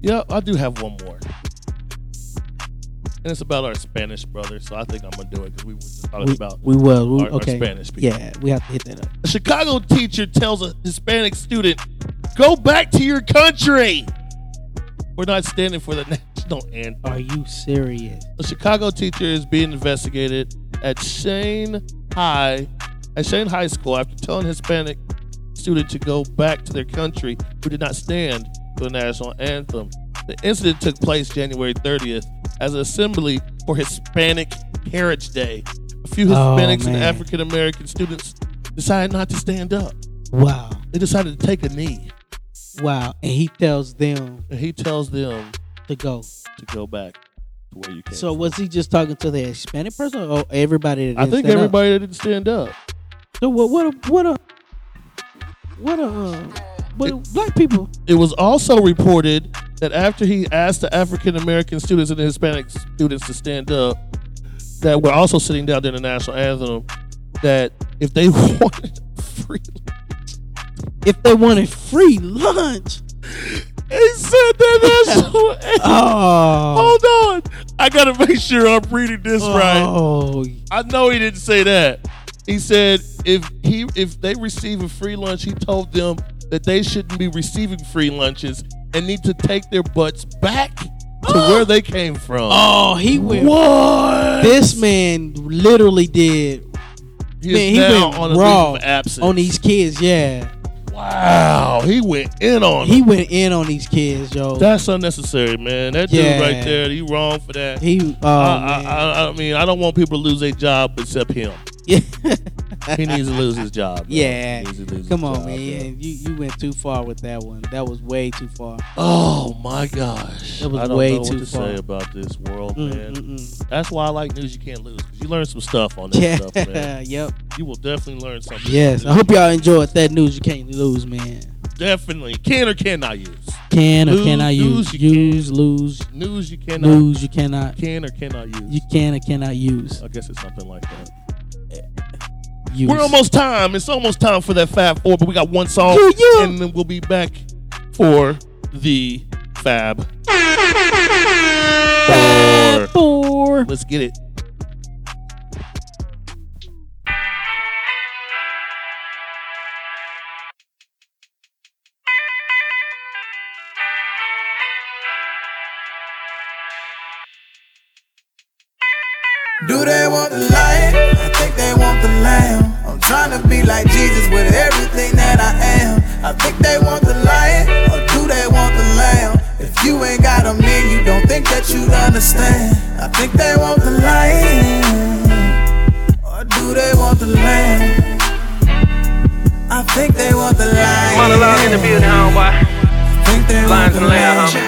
[SPEAKER 2] Yeah, I do have one more, and it's about our Spanish brother. So I think I'm gonna do it because we were just talking
[SPEAKER 6] We,
[SPEAKER 2] about
[SPEAKER 6] we will. We,
[SPEAKER 2] our- our
[SPEAKER 6] okay.
[SPEAKER 2] Spanish people.
[SPEAKER 6] yeah, we have to hit that up.
[SPEAKER 2] A Chicago teacher tells a Hispanic student, "Go back to your country." We're not standing for the national anthem.
[SPEAKER 6] Are you serious?
[SPEAKER 2] A Chicago teacher is being investigated at Shane High at Shane High School after telling Hispanic student to go back to their country who did not stand for the national anthem. The incident took place January 30th as an assembly for Hispanic Heritage Day. A few
[SPEAKER 6] Oh,
[SPEAKER 2] Hispanics and
[SPEAKER 6] man.
[SPEAKER 2] African American students decided not to stand up.
[SPEAKER 6] Wow.
[SPEAKER 2] They decided to take a knee.
[SPEAKER 6] Wow. And he tells them
[SPEAKER 2] And he tells them
[SPEAKER 6] to go.
[SPEAKER 2] to go back to where you came
[SPEAKER 6] So was he just talking to the Hispanic person or everybody? That
[SPEAKER 2] I
[SPEAKER 6] didn't
[SPEAKER 2] think
[SPEAKER 6] stand up?
[SPEAKER 2] everybody that didn't stand up.
[SPEAKER 6] So what? What? A, what a what a uh, what a, black people?
[SPEAKER 2] It was also reported that after he asked the African American students and the Hispanic students to stand up, that were also sitting down during the national anthem, that if they wanted free,
[SPEAKER 6] if they wanted free lunch,
[SPEAKER 2] he said that national anthem. Hold on, I gotta make sure I'm reading this
[SPEAKER 6] Oh.
[SPEAKER 2] right. I know he didn't say that. He said if he if they receive a free lunch, he told them that they shouldn't be receiving free lunches and need to take their butts back to where they came from.
[SPEAKER 6] Oh, he went.
[SPEAKER 2] What?
[SPEAKER 6] This man literally did.
[SPEAKER 2] He is
[SPEAKER 6] man, he
[SPEAKER 2] now
[SPEAKER 6] went
[SPEAKER 2] on a leave
[SPEAKER 6] raw
[SPEAKER 2] of absence.
[SPEAKER 6] on these kids. Yeah.
[SPEAKER 2] Wow, he went in on
[SPEAKER 6] He went in on these kids, yo.
[SPEAKER 2] That's unnecessary, man. That
[SPEAKER 6] Yeah.
[SPEAKER 2] dude right there, you wrong for that.
[SPEAKER 6] He- oh,
[SPEAKER 2] I, I, I, I mean, I don't want people to lose their job except him.
[SPEAKER 6] Yeah.
[SPEAKER 2] he needs to lose his job. bro.
[SPEAKER 6] yeah.
[SPEAKER 2] He needs to lose his
[SPEAKER 6] Come on,
[SPEAKER 2] job,
[SPEAKER 6] man.
[SPEAKER 2] bro.
[SPEAKER 6] You you went too far with that one. That was way too far.
[SPEAKER 2] Oh my gosh!
[SPEAKER 6] That was
[SPEAKER 2] I don't
[SPEAKER 6] way
[SPEAKER 2] know what
[SPEAKER 6] too
[SPEAKER 2] to
[SPEAKER 6] far.
[SPEAKER 2] say about this world,
[SPEAKER 6] Mm,
[SPEAKER 2] man.
[SPEAKER 6] mm,
[SPEAKER 2] That's why I like news you can't lose. 'cause You learn some stuff on this
[SPEAKER 6] Yeah,
[SPEAKER 2] stuff, man.
[SPEAKER 6] yep.
[SPEAKER 2] You will definitely learn something.
[SPEAKER 6] Yes. I hope y'all enjoyed that news. You can't lose, man.
[SPEAKER 2] Definitely can or cannot use.
[SPEAKER 6] Can or
[SPEAKER 2] Lose-
[SPEAKER 6] cannot use.
[SPEAKER 2] lose
[SPEAKER 6] Use, lose.
[SPEAKER 2] News you cannot.
[SPEAKER 6] Lose, you cannot.
[SPEAKER 2] Can or cannot use.
[SPEAKER 6] You can or cannot use. Eh,
[SPEAKER 2] I guess it's something like that.
[SPEAKER 6] Use.
[SPEAKER 2] We're almost time. It's almost time for that Fab Four, but we got one song,
[SPEAKER 6] Yeah, yeah.
[SPEAKER 2] and then we'll be back for the Fab Four.
[SPEAKER 6] Four.
[SPEAKER 2] Let's get it.
[SPEAKER 13] Do they want the lion? I think they want the lamb. I'm trying to be like Jesus with everything that I am. I think they want the lion, or do they want the lamb? If you ain't got a man, you don't think that you understand. I think they want the lion, or do they want the lamb? I think they want the lion.
[SPEAKER 14] Monologue in the building, homeboy.
[SPEAKER 13] Think they
[SPEAKER 14] Lions and lambs,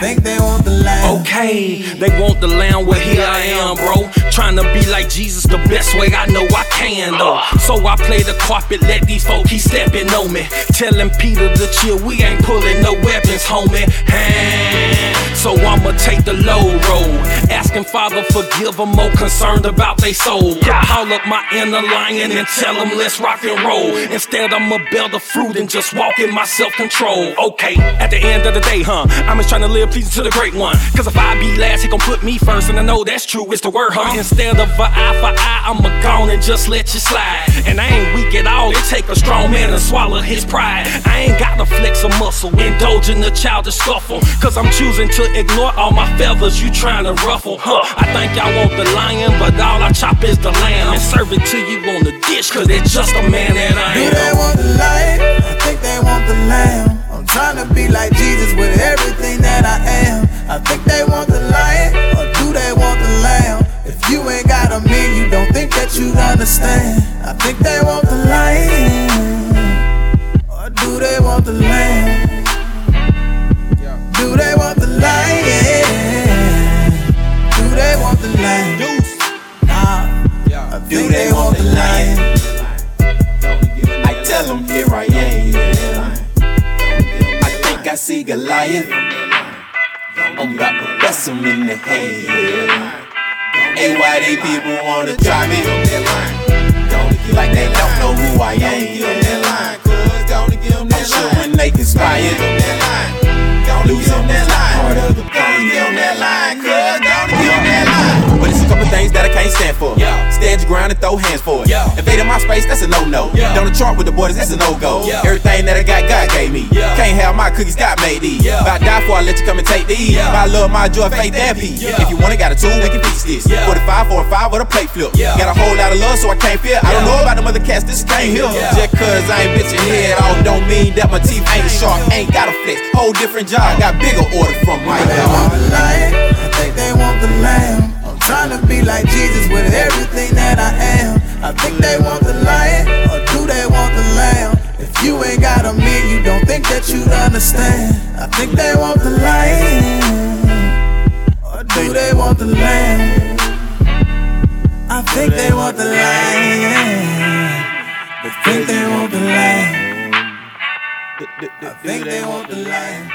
[SPEAKER 13] Think they want the lamb.
[SPEAKER 14] Okay, they want the lamb. Well, here I am, bro. Trying to be like Jesus the best way I know I can, though. So I play the carpet, let these folk keep stepping on me. Telling Peter to chill, we ain't pulling no weapons, homie. Hey, So I'ma take the low road. Asking Father, forgive them, more concerned about they soul. Call up my inner lion and tell them let's rock and roll. Instead, I'ma bear the fruit and just walk in my self control. Okay, at the end of the day, huh? I'm just trying to live pleasing to the great one. Cause if I be last, he gon' put me first. And I know that's true, it's the word, huh? Instead of a eye for eye, I'ma gone and just let you slide. And I ain't weak at all, it take a strong man to swallow his pride. I ain't got to flex a muscle, indulging the childish scuffle. Cause I'm choosing to ignore all my feathers you trying to ruffle, huh? I think y'all want the lion, but all I chop is the lamb. And serve it to you on the dish, cause it's just a man that I
[SPEAKER 13] Do
[SPEAKER 14] am.
[SPEAKER 13] they want the lion? I think they want the lamb. I'm trying to be like Jesus with everything that I am. I think they want the lion, or do they want the lamb? If you ain't got a man, you don't think that you understand. I think they want the lion, or do they want the lamb? Do they want the lion? Do they want the lamb? Nah. Do they want the lion?
[SPEAKER 15] I tell him here I am. I think I see Goliath. I'm about to bust him in the head. And why they people wanna try me? Like they don't know who I am. I'm sure when they conspire, losing that line. Part of the game. Get on that line, cuz. Don't get on that line. But it's a couple things that I can't stand for. Stand your ground and throw hands for it. Invading my space, that's a no-no. Down the chart with the borders, that's a no-go. Everything that I got, God gave me. Can't have my cookies, God made these. If I die for, I let you come and take these. My love, my joy, faith, and peace. If you want it, got a tool, we can fix this. 45, 45 with a plate flip. Got a whole lot of love, so I can't feel. I don't know about them other cats, this came here. Just cause I ain't bitching head off, don't mean that my teeth ain't sharp. Ain't got a flex. Whole different job, got bigger order from my
[SPEAKER 13] the lion, I think they want the lamb. I'm trying to be like Jesus with everything that I am. I think they want the lion, or do they want the lamb? If you ain't got a man, you don't think that you understand. I think they want the lion, or do they want the lamb? I think they want the lion, I think they want the lamb. I think they want the lion.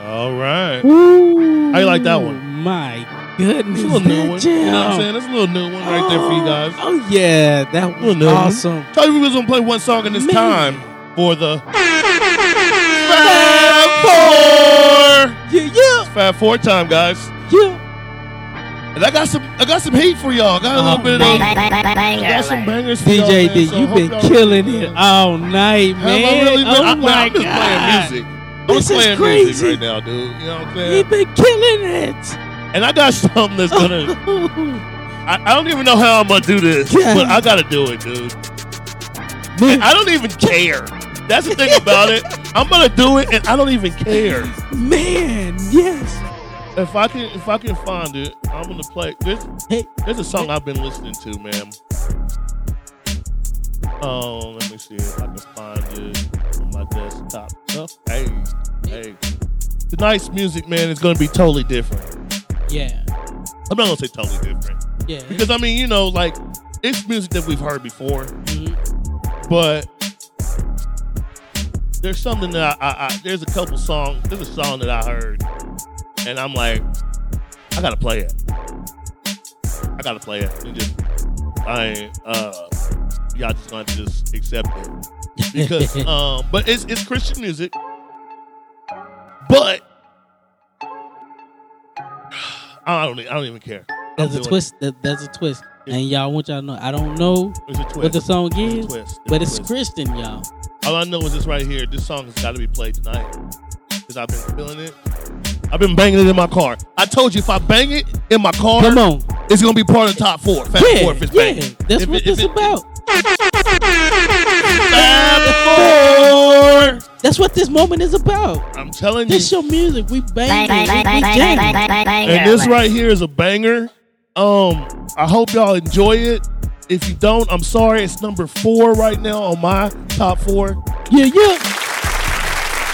[SPEAKER 2] All right.
[SPEAKER 6] Ooh,
[SPEAKER 2] How you like that one?
[SPEAKER 6] My goodness,
[SPEAKER 2] It's a little new one.
[SPEAKER 6] that jam.
[SPEAKER 2] You know what I'm saying? That's a little new one right there for you guys.
[SPEAKER 6] Oh yeah, that was
[SPEAKER 2] Little new one.
[SPEAKER 6] awesome.
[SPEAKER 2] Told you we was gonna play one song in this time for the Fab Four.
[SPEAKER 6] Yeah, yeah.
[SPEAKER 2] It's Fab Four time, guys.
[SPEAKER 6] Yeah. Oh,
[SPEAKER 2] And I got some, I got some heat for y'all. I got a little bit of, I got some bangers for y'all.
[SPEAKER 6] DJ
[SPEAKER 2] man,
[SPEAKER 6] D,
[SPEAKER 2] so
[SPEAKER 6] you've
[SPEAKER 2] hope
[SPEAKER 6] been
[SPEAKER 2] y'all-
[SPEAKER 6] killing it all night,
[SPEAKER 2] Have I
[SPEAKER 6] man.
[SPEAKER 2] really been-
[SPEAKER 6] oh
[SPEAKER 2] I- man,
[SPEAKER 6] my
[SPEAKER 2] I'm just
[SPEAKER 6] God.
[SPEAKER 2] playing music. I'm
[SPEAKER 6] This
[SPEAKER 2] just
[SPEAKER 6] is
[SPEAKER 2] playing
[SPEAKER 6] crazy.
[SPEAKER 2] music right now, dude. You know what I'm saying?
[SPEAKER 6] You've been killing it.
[SPEAKER 2] And I got something that's
[SPEAKER 11] oh,
[SPEAKER 2] gonna. I, I don't even know how I'm gonna do this,
[SPEAKER 6] Yeah.
[SPEAKER 2] but I gotta do it, dude. And I don't even care. That's the thing about it. I'm gonna do it, and I don't even care.
[SPEAKER 6] Man, yes.
[SPEAKER 2] If I can, if I can find it, I'm gonna play. There's,
[SPEAKER 6] hey,
[SPEAKER 2] there's a song I've been listening to, man. Oh, let me see if I can find it on my desktop. Oh, hey, hey. Tonight's music, man, is gonna be totally different.
[SPEAKER 6] Yeah,
[SPEAKER 2] I'm not gonna say totally different.
[SPEAKER 6] yeah.
[SPEAKER 2] Because I mean, you know, like it's music that we've heard before, but there's something that I, I, I there's a couple songs. There's a song that I heard, and I'm like, I gotta play it. I gotta play it. And just I ain't, uh, y'all just gonna have to just accept it because um, but it's it's Christian music, but. I don't. I don't even care. I'm
[SPEAKER 6] There's a
[SPEAKER 2] doing it.
[SPEAKER 6] twist. there- There's a twist. And y'all I want y'all to know. I don't know
[SPEAKER 2] It's a twist.
[SPEAKER 6] what the song
[SPEAKER 2] It's a
[SPEAKER 6] is,
[SPEAKER 2] twist.
[SPEAKER 6] but it's
[SPEAKER 2] It's a
[SPEAKER 6] Christian, y'all.
[SPEAKER 2] All I know is this right here. This song has got to be played tonight because I've been feeling it. I've been banging it in my car. I told you if I bang it in my car,
[SPEAKER 6] Come on.
[SPEAKER 2] it's gonna be part of the top four. Fast
[SPEAKER 6] Yeah,
[SPEAKER 2] four if it's
[SPEAKER 6] yeah.
[SPEAKER 2] banging.
[SPEAKER 6] That's
[SPEAKER 2] If
[SPEAKER 6] what
[SPEAKER 2] it- if
[SPEAKER 6] this
[SPEAKER 2] it-
[SPEAKER 6] about.
[SPEAKER 2] Fab four.
[SPEAKER 6] That's what this moment is about.
[SPEAKER 2] I'm telling you.
[SPEAKER 6] This your music. We
[SPEAKER 5] Bang,
[SPEAKER 6] bang.
[SPEAKER 5] bang, bang, bang, bang, bang, bang, bang.
[SPEAKER 2] And this right here is a banger. Um, I hope y'all enjoy it. If you don't, I'm sorry. It's number four right now on my top four.
[SPEAKER 6] Yeah, yeah.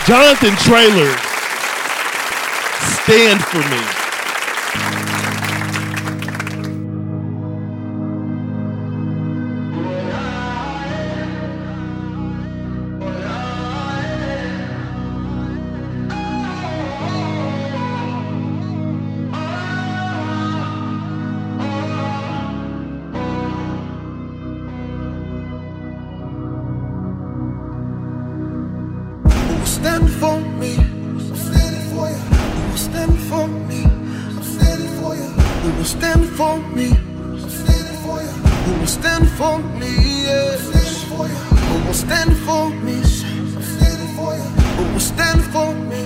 [SPEAKER 2] Jonathan Trailer, stand for me.
[SPEAKER 16] will stand for me. I'm standing for you. You will stand for me. I'm standing for you. You will stand for me. I'm standing for you. You will stand for me. Yeah. I'm standing for you. You will stand for me. I'm standing for you. You will stand for me.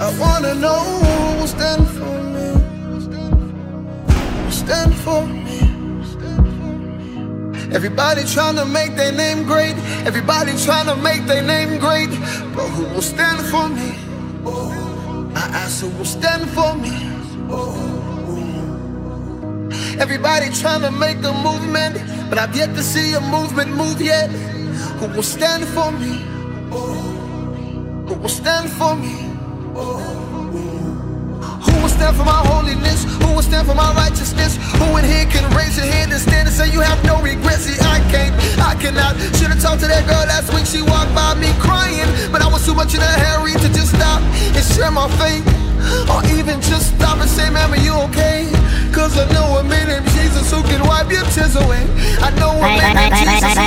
[SPEAKER 16] I wanna know who will stand for me. Who will Stand for me. Everybody trying to make their name great. Everybody trying to make their name great. But who will stand for me? I ask who will stand for me? Everybody trying to make a movement, but I've yet to see a movement move yet. Who will stand for me? Who will stand for me? Who will stand for my holiness? Who will stand for my righteousness? Who in here can raise your hand and stand and say you have no regrets? See, I can't, I cannot. Should've talked to that girl last week. She walked by me crying, but I was too much in a hurry to just stop and share my faith, or even just stop and say, "Mama, you okay?" Cause I know a man named Jesus who can wipe your tears away. I know a man named Jesus who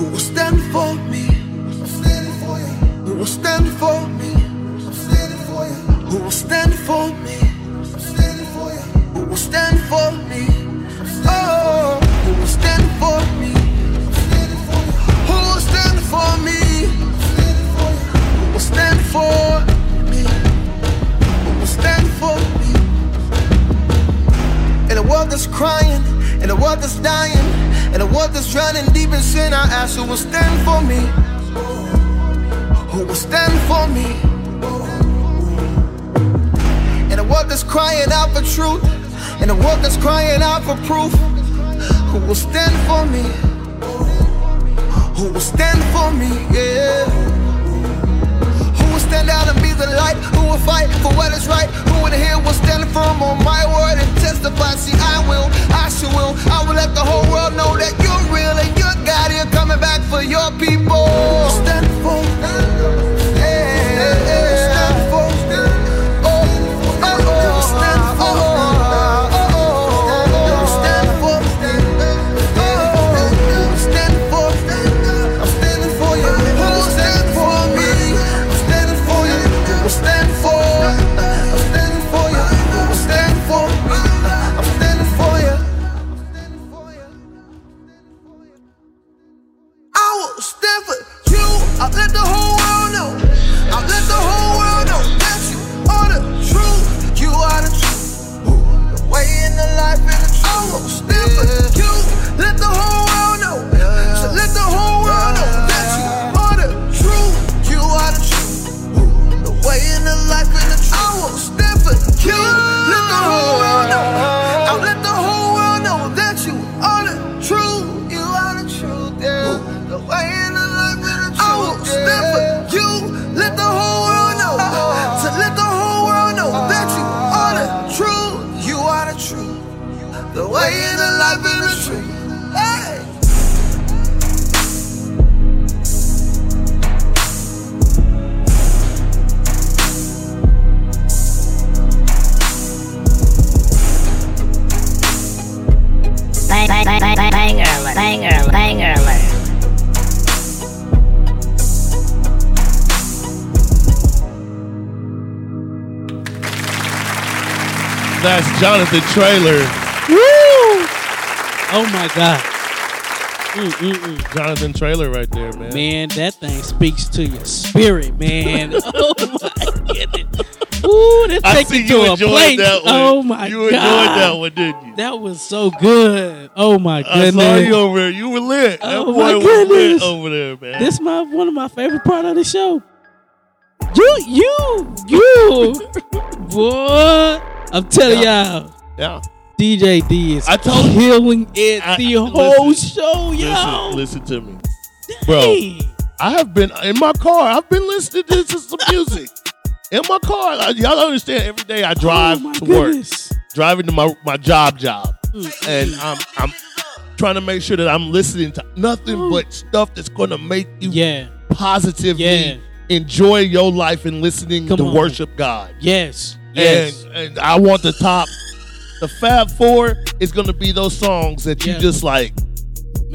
[SPEAKER 16] Who will stand for me? Who will stand for me? Who will stand for me? Who will stand for me? Oh, who will stand for me? Who will stand for me? Who will stand for me? Who will stand for me? In a world that's crying, in a world that's dying, in a world that's drowning deep in sin, I ask who will stand for me? Who will stand for me? In a world that's crying out for truth, in a world that's crying out for proof, who will stand for me? Who will stand for me? Yeah. Who will stand out and be the light? Who will fight for what is right? Who in here will stand firm on my word and testify? See, I will, I sure will. I will let the whole world know that you're real and you're God. You're coming back for your people. Stand for. Stand for. Oh, oh, oh. Stand for. Stand for. Oh, stand for. I'm standing for you. Oh, stand for me. I'm standing for you. I'm standing for. I'm standing for you. I'm standing for me. I'm standing for you. I will stand for you. I let the whole world know. I let the whole world know that you are the truth. You are the truth. The way in the life and the truth. I will stand for you. Let the whole world know. So let the whole world know that you are the truth. You are the truth. The way in the life and the truth. I will stand for you. Let the whole world know. I let the whole world know that you are the truth. You are the truth. Yeah. The way in the life and the truth. I will stand for you. Let the whole world know. To let the whole world know that you are the truth. You are the truth. The way in the life and the truth. Hey.
[SPEAKER 5] bang bang bang bang banger banger banger
[SPEAKER 2] That's Jonathan Trailer.
[SPEAKER 6] Woo! Oh my God.
[SPEAKER 2] Jonathan Trailer right there, man.
[SPEAKER 6] Man, that thing speaks to your spirit, man. oh my goodness. Ooh, that
[SPEAKER 2] I
[SPEAKER 6] takes
[SPEAKER 2] see
[SPEAKER 6] you
[SPEAKER 2] you
[SPEAKER 6] to a
[SPEAKER 2] enjoyed
[SPEAKER 6] place.
[SPEAKER 2] that one.
[SPEAKER 6] Oh my
[SPEAKER 2] You
[SPEAKER 6] God.
[SPEAKER 2] enjoyed that one, didn't you?
[SPEAKER 6] That was so good. Oh my
[SPEAKER 2] I
[SPEAKER 6] goodness.
[SPEAKER 2] saw you over there. You were lit. That
[SPEAKER 6] Oh
[SPEAKER 2] boy
[SPEAKER 6] my
[SPEAKER 2] was lit
[SPEAKER 6] goodness.
[SPEAKER 2] over there, man.
[SPEAKER 6] This my one of my favorite part of the show. You, you, you, boy! I'm telling y'all.
[SPEAKER 2] Yeah.
[SPEAKER 6] DJ D is I told killing it the whole show, yo.
[SPEAKER 2] Listen, listen to me, bro. I have been in my car. I've been listening to this- some music in my car. Like, y'all don't understand. Every day I drive to work, driving to my my job, job,
[SPEAKER 6] Mm.
[SPEAKER 2] and I'm I'm trying to make sure that I'm listening to nothing but stuff that's going to make you
[SPEAKER 6] yeah
[SPEAKER 2] positively enjoy your life and listening to worship God.
[SPEAKER 6] Yes,
[SPEAKER 2] and,
[SPEAKER 6] yes.
[SPEAKER 2] and I want the top. The Fab Four is going to be those songs that you just like.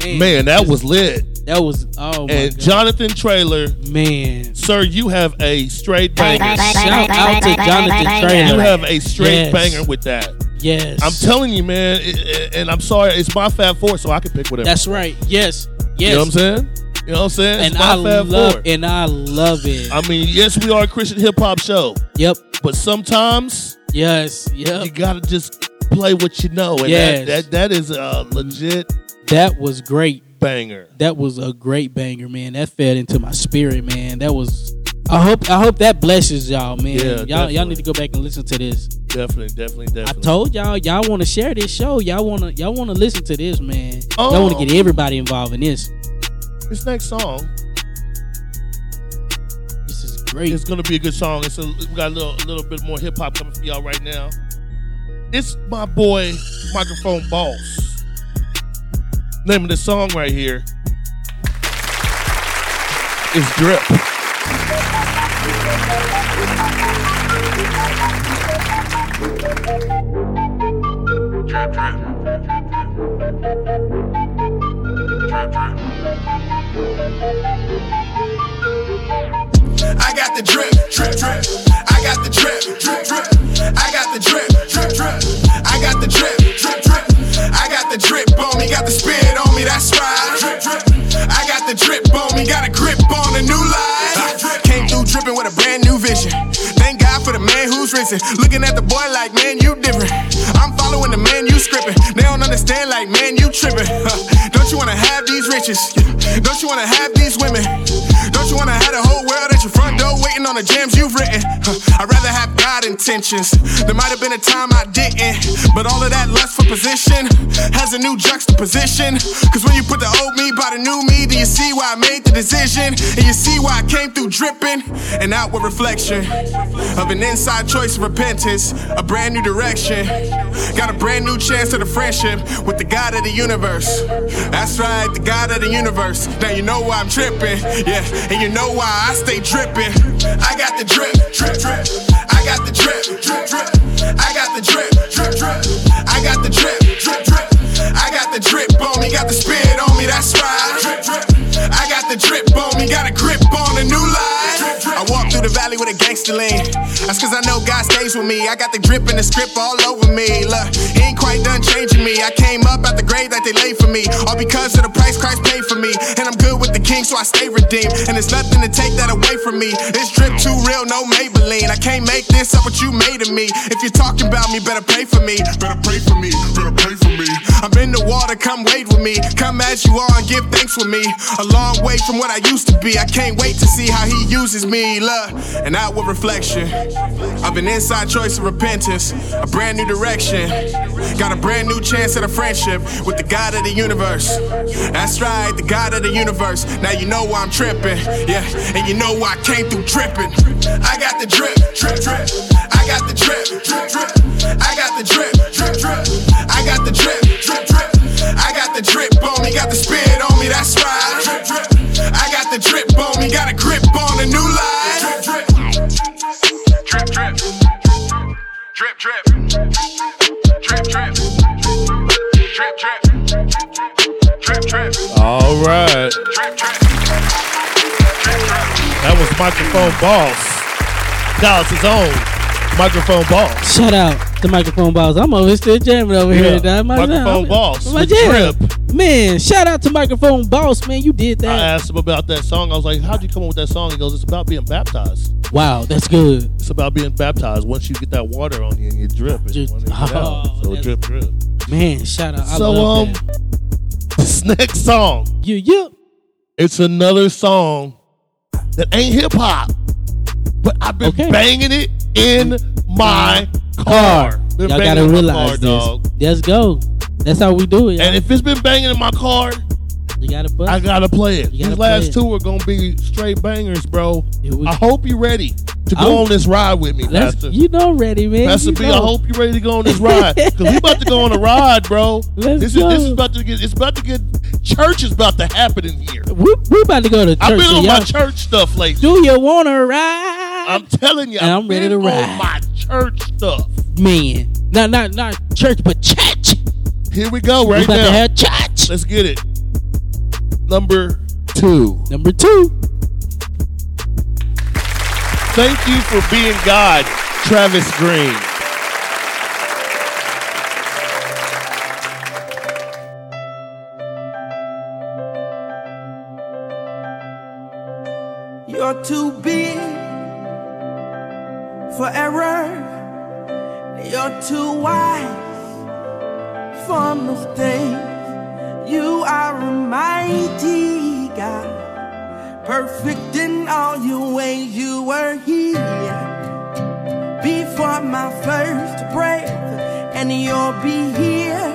[SPEAKER 2] Man, that was lit.
[SPEAKER 6] That was oh my
[SPEAKER 2] and
[SPEAKER 6] God.
[SPEAKER 2] Jonathan Trailer,
[SPEAKER 6] man,
[SPEAKER 2] sir, you have a straight banger.
[SPEAKER 6] Shout out to Jonathan Traylor.
[SPEAKER 2] You have a straight
[SPEAKER 6] Yes.
[SPEAKER 2] banger with that.
[SPEAKER 6] Yes,
[SPEAKER 2] I'm telling you, man, it- and I'm sorry, it's my Fab Four, so I can pick whatever.
[SPEAKER 6] that's right. Yes, yes.
[SPEAKER 2] You know what I'm saying? You know what I'm saying?
[SPEAKER 6] And
[SPEAKER 2] It's my
[SPEAKER 6] I
[SPEAKER 2] Fab
[SPEAKER 6] love,
[SPEAKER 2] Four.
[SPEAKER 6] and I love it.
[SPEAKER 2] I mean, yes, we are a Christian hip hop show.
[SPEAKER 6] Yep.
[SPEAKER 2] But sometimes,
[SPEAKER 6] yes, yeah,
[SPEAKER 2] you gotta just play what you know, and
[SPEAKER 6] Yes.
[SPEAKER 2] that, that that is a legit
[SPEAKER 6] That was great.
[SPEAKER 2] banger.
[SPEAKER 6] That was a great banger, man. That fed into my spirit, man. That was. I hope I hope that blesses y'all, man.
[SPEAKER 2] Yeah,
[SPEAKER 6] y'all y'all need to go back and listen to this.
[SPEAKER 2] Definitely, definitely,
[SPEAKER 6] I
[SPEAKER 2] definitely.
[SPEAKER 6] told y'all y'all want to share this show. Y'all want to y'all want to listen to this, man.
[SPEAKER 2] Oh.
[SPEAKER 6] Y'all want to get everybody involved in this.
[SPEAKER 2] This next song.
[SPEAKER 6] This is great.
[SPEAKER 2] It's gonna be a good song. It's a, we got a little, a little bit more hip hop coming for y'all right now. It's my boy Microphone Boss. Name of the song right here is Drip.
[SPEAKER 1] I got the drip, drip, drip. I got the drip, drip, drip. I got the drip, drip, drip. I got the drip, drip, drip. I got the drip on me, got the spirit on me, that's why I drip, drip. I got the drip on me, got a grip on a new life. Came through dripping with a brand new vision. Thank God for the man who's risen. Looking at the boy like, man, you different. I'm following the man you scripting. They don't understand like, man, you tripping. Don't you wanna have these riches? Don't you wanna have these women? Don't you wanna have the whole world at your front door waiting on the jams you've written? Huh, I'd rather have God intentions. There might have been a time I didn't, but all of that lust for position has a new juxtaposition. Cause when you put the old me by the new me, do you see why I made the decision? And you see why I came through dripping? An outward reflection of an inside choice
[SPEAKER 17] choice of repentance, a brand new direction. Got a brand new chance at a friendship with the God of the universe. That's right, the God of the universe. Now you know why I'm tripping, yeah, and you know why I stay dripping. I got the drip, drip, drip. I got the drip, drip, drip. I got the drip, drip, drip. I got the drip, drip, drip. I got the drip on me, got the spit on me, that's right. Drip, drip. I got the drip on me, got a grip on a new line. I walk through the valley with a gangster lean. That's cause I know God stays with me. I got the drip and the script all over me. Look, he ain't quite done changing me. I came up out the grave that they laid for me. All because of the price Christ paid for me. And I'm good with the king, so I stay redeemed. And there's nothing to take that away from me. This drip too real, no Maybelline. I can't make this up what you made of me. If you're talking about me, better pray for me. Better pray for me, better pray for me. I'm in the water, come wade with me. Come as you are and give thanks with me. A long way from what I used to be. I can't wait to see how he uses me. Look, an outward reflection of an inside choice of repentance, a brand new direction. Got a brand new chance at a friendship with the God of the universe. That's right, the God of the universe. Now you know why I'm tripping, yeah, and you know why I came through tripping. I got the drip, drip, drip. I got the drip, drip, drip. I got the drip, drip, drip. I got the drip, drip, drip. I got the drip on me, got the spit on me, that's right. Drip, drip. I got the drip on me, got a grip on a new line. Drip, drip. Drip, drip. Drip, drip. Drip, drip. Drip, drip. Drip, drip.
[SPEAKER 2] All right. That was microphone boss. Dallas his own microphone boss.
[SPEAKER 6] Shout out to microphone balls. I'm over here still jamming over
[SPEAKER 2] Yeah,
[SPEAKER 6] here. Dog. My-
[SPEAKER 2] Microphone
[SPEAKER 6] I'm-
[SPEAKER 2] Boss
[SPEAKER 6] my
[SPEAKER 2] with
[SPEAKER 6] jam. Man, shout out to microphone boss. Man, you did
[SPEAKER 2] I
[SPEAKER 6] that.
[SPEAKER 2] asked him about that song. I was like, "How'd you come up with that song?" He goes, "It's about being baptized.
[SPEAKER 6] wow, that's good.
[SPEAKER 2] It's about being baptized. Once you get that water on you and you drip, and you wanna get out.
[SPEAKER 6] Oh,
[SPEAKER 2] so drip, drip."
[SPEAKER 6] Man, shout out. I
[SPEAKER 2] so
[SPEAKER 6] love
[SPEAKER 2] um,
[SPEAKER 6] that.
[SPEAKER 2] this next song,
[SPEAKER 6] you you,
[SPEAKER 2] it's another song that ain't hip hop, but I've been banging it in my car.
[SPEAKER 6] Mm-hmm. Y'all
[SPEAKER 2] Been banging
[SPEAKER 6] gotta
[SPEAKER 2] in my
[SPEAKER 6] realize
[SPEAKER 2] car,
[SPEAKER 6] this.
[SPEAKER 2] dog.
[SPEAKER 6] Let's go. That's how we do it.
[SPEAKER 2] And if it's been banging in my car,
[SPEAKER 6] you gotta bust
[SPEAKER 2] I gotta play it.
[SPEAKER 6] gotta
[SPEAKER 2] These
[SPEAKER 6] play
[SPEAKER 2] last
[SPEAKER 6] it.
[SPEAKER 2] two are gonna be straight bangers, bro.
[SPEAKER 6] we-
[SPEAKER 2] I hope you're ready to go
[SPEAKER 6] I'm-
[SPEAKER 2] on this ride with me,
[SPEAKER 6] Oh. Let's-
[SPEAKER 2] Pastor.
[SPEAKER 6] you know, ready man.
[SPEAKER 2] Pastor
[SPEAKER 6] you
[SPEAKER 2] B, I
[SPEAKER 6] know.
[SPEAKER 2] hope you're ready to go on this ride because we about to go on a ride, bro.
[SPEAKER 6] Let's
[SPEAKER 2] this
[SPEAKER 6] go.
[SPEAKER 2] is this is about to get it's about to get church is about to happen in here.
[SPEAKER 6] we we about to go to church.
[SPEAKER 2] I've been
[SPEAKER 6] so
[SPEAKER 2] on my
[SPEAKER 6] y'all-
[SPEAKER 2] church stuff lately.
[SPEAKER 6] Do you wanna ride?
[SPEAKER 2] I'm telling you,
[SPEAKER 6] And
[SPEAKER 2] I've
[SPEAKER 6] I'm ready to
[SPEAKER 2] been
[SPEAKER 6] ride.
[SPEAKER 2] on my church stuff.
[SPEAKER 6] Man, not not not church, but church.
[SPEAKER 2] Here we go
[SPEAKER 6] we
[SPEAKER 2] right
[SPEAKER 6] about
[SPEAKER 2] now.
[SPEAKER 6] To have church.
[SPEAKER 2] Let's get it. Number two.
[SPEAKER 6] Number two.
[SPEAKER 2] Thank you for being God, Travis Green.
[SPEAKER 18] You're too big for error. You're too wise for mistakes. You are a mighty God, perfect in all your ways. You were here before my first breath, and you'll be here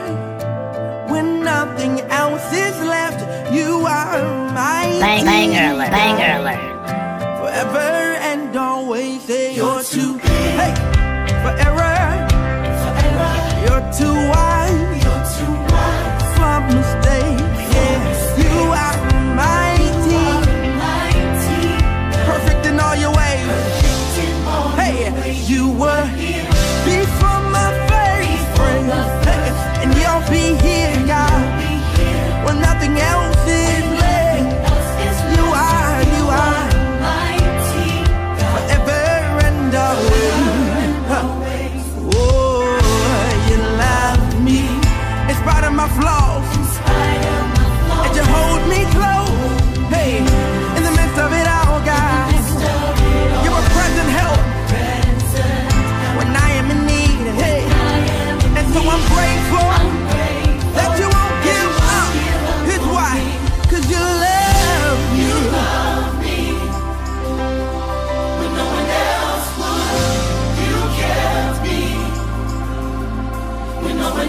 [SPEAKER 18] when nothing else is left. You are a mighty
[SPEAKER 5] Bang, banger alert,
[SPEAKER 18] God
[SPEAKER 5] banger alert.
[SPEAKER 18] forever and always say you're too hey forever forever you're too wise you're too wise for mistakes yeah you are mighty mighty perfect in all your ways hey you were here before my first breath Hey, and you'll be here God when nothing else is left you are you are mighty forever and always. Oh, you love me in spite of my flaws. And you hold me close. Hey, in the midst of it all, God, you're a present help. When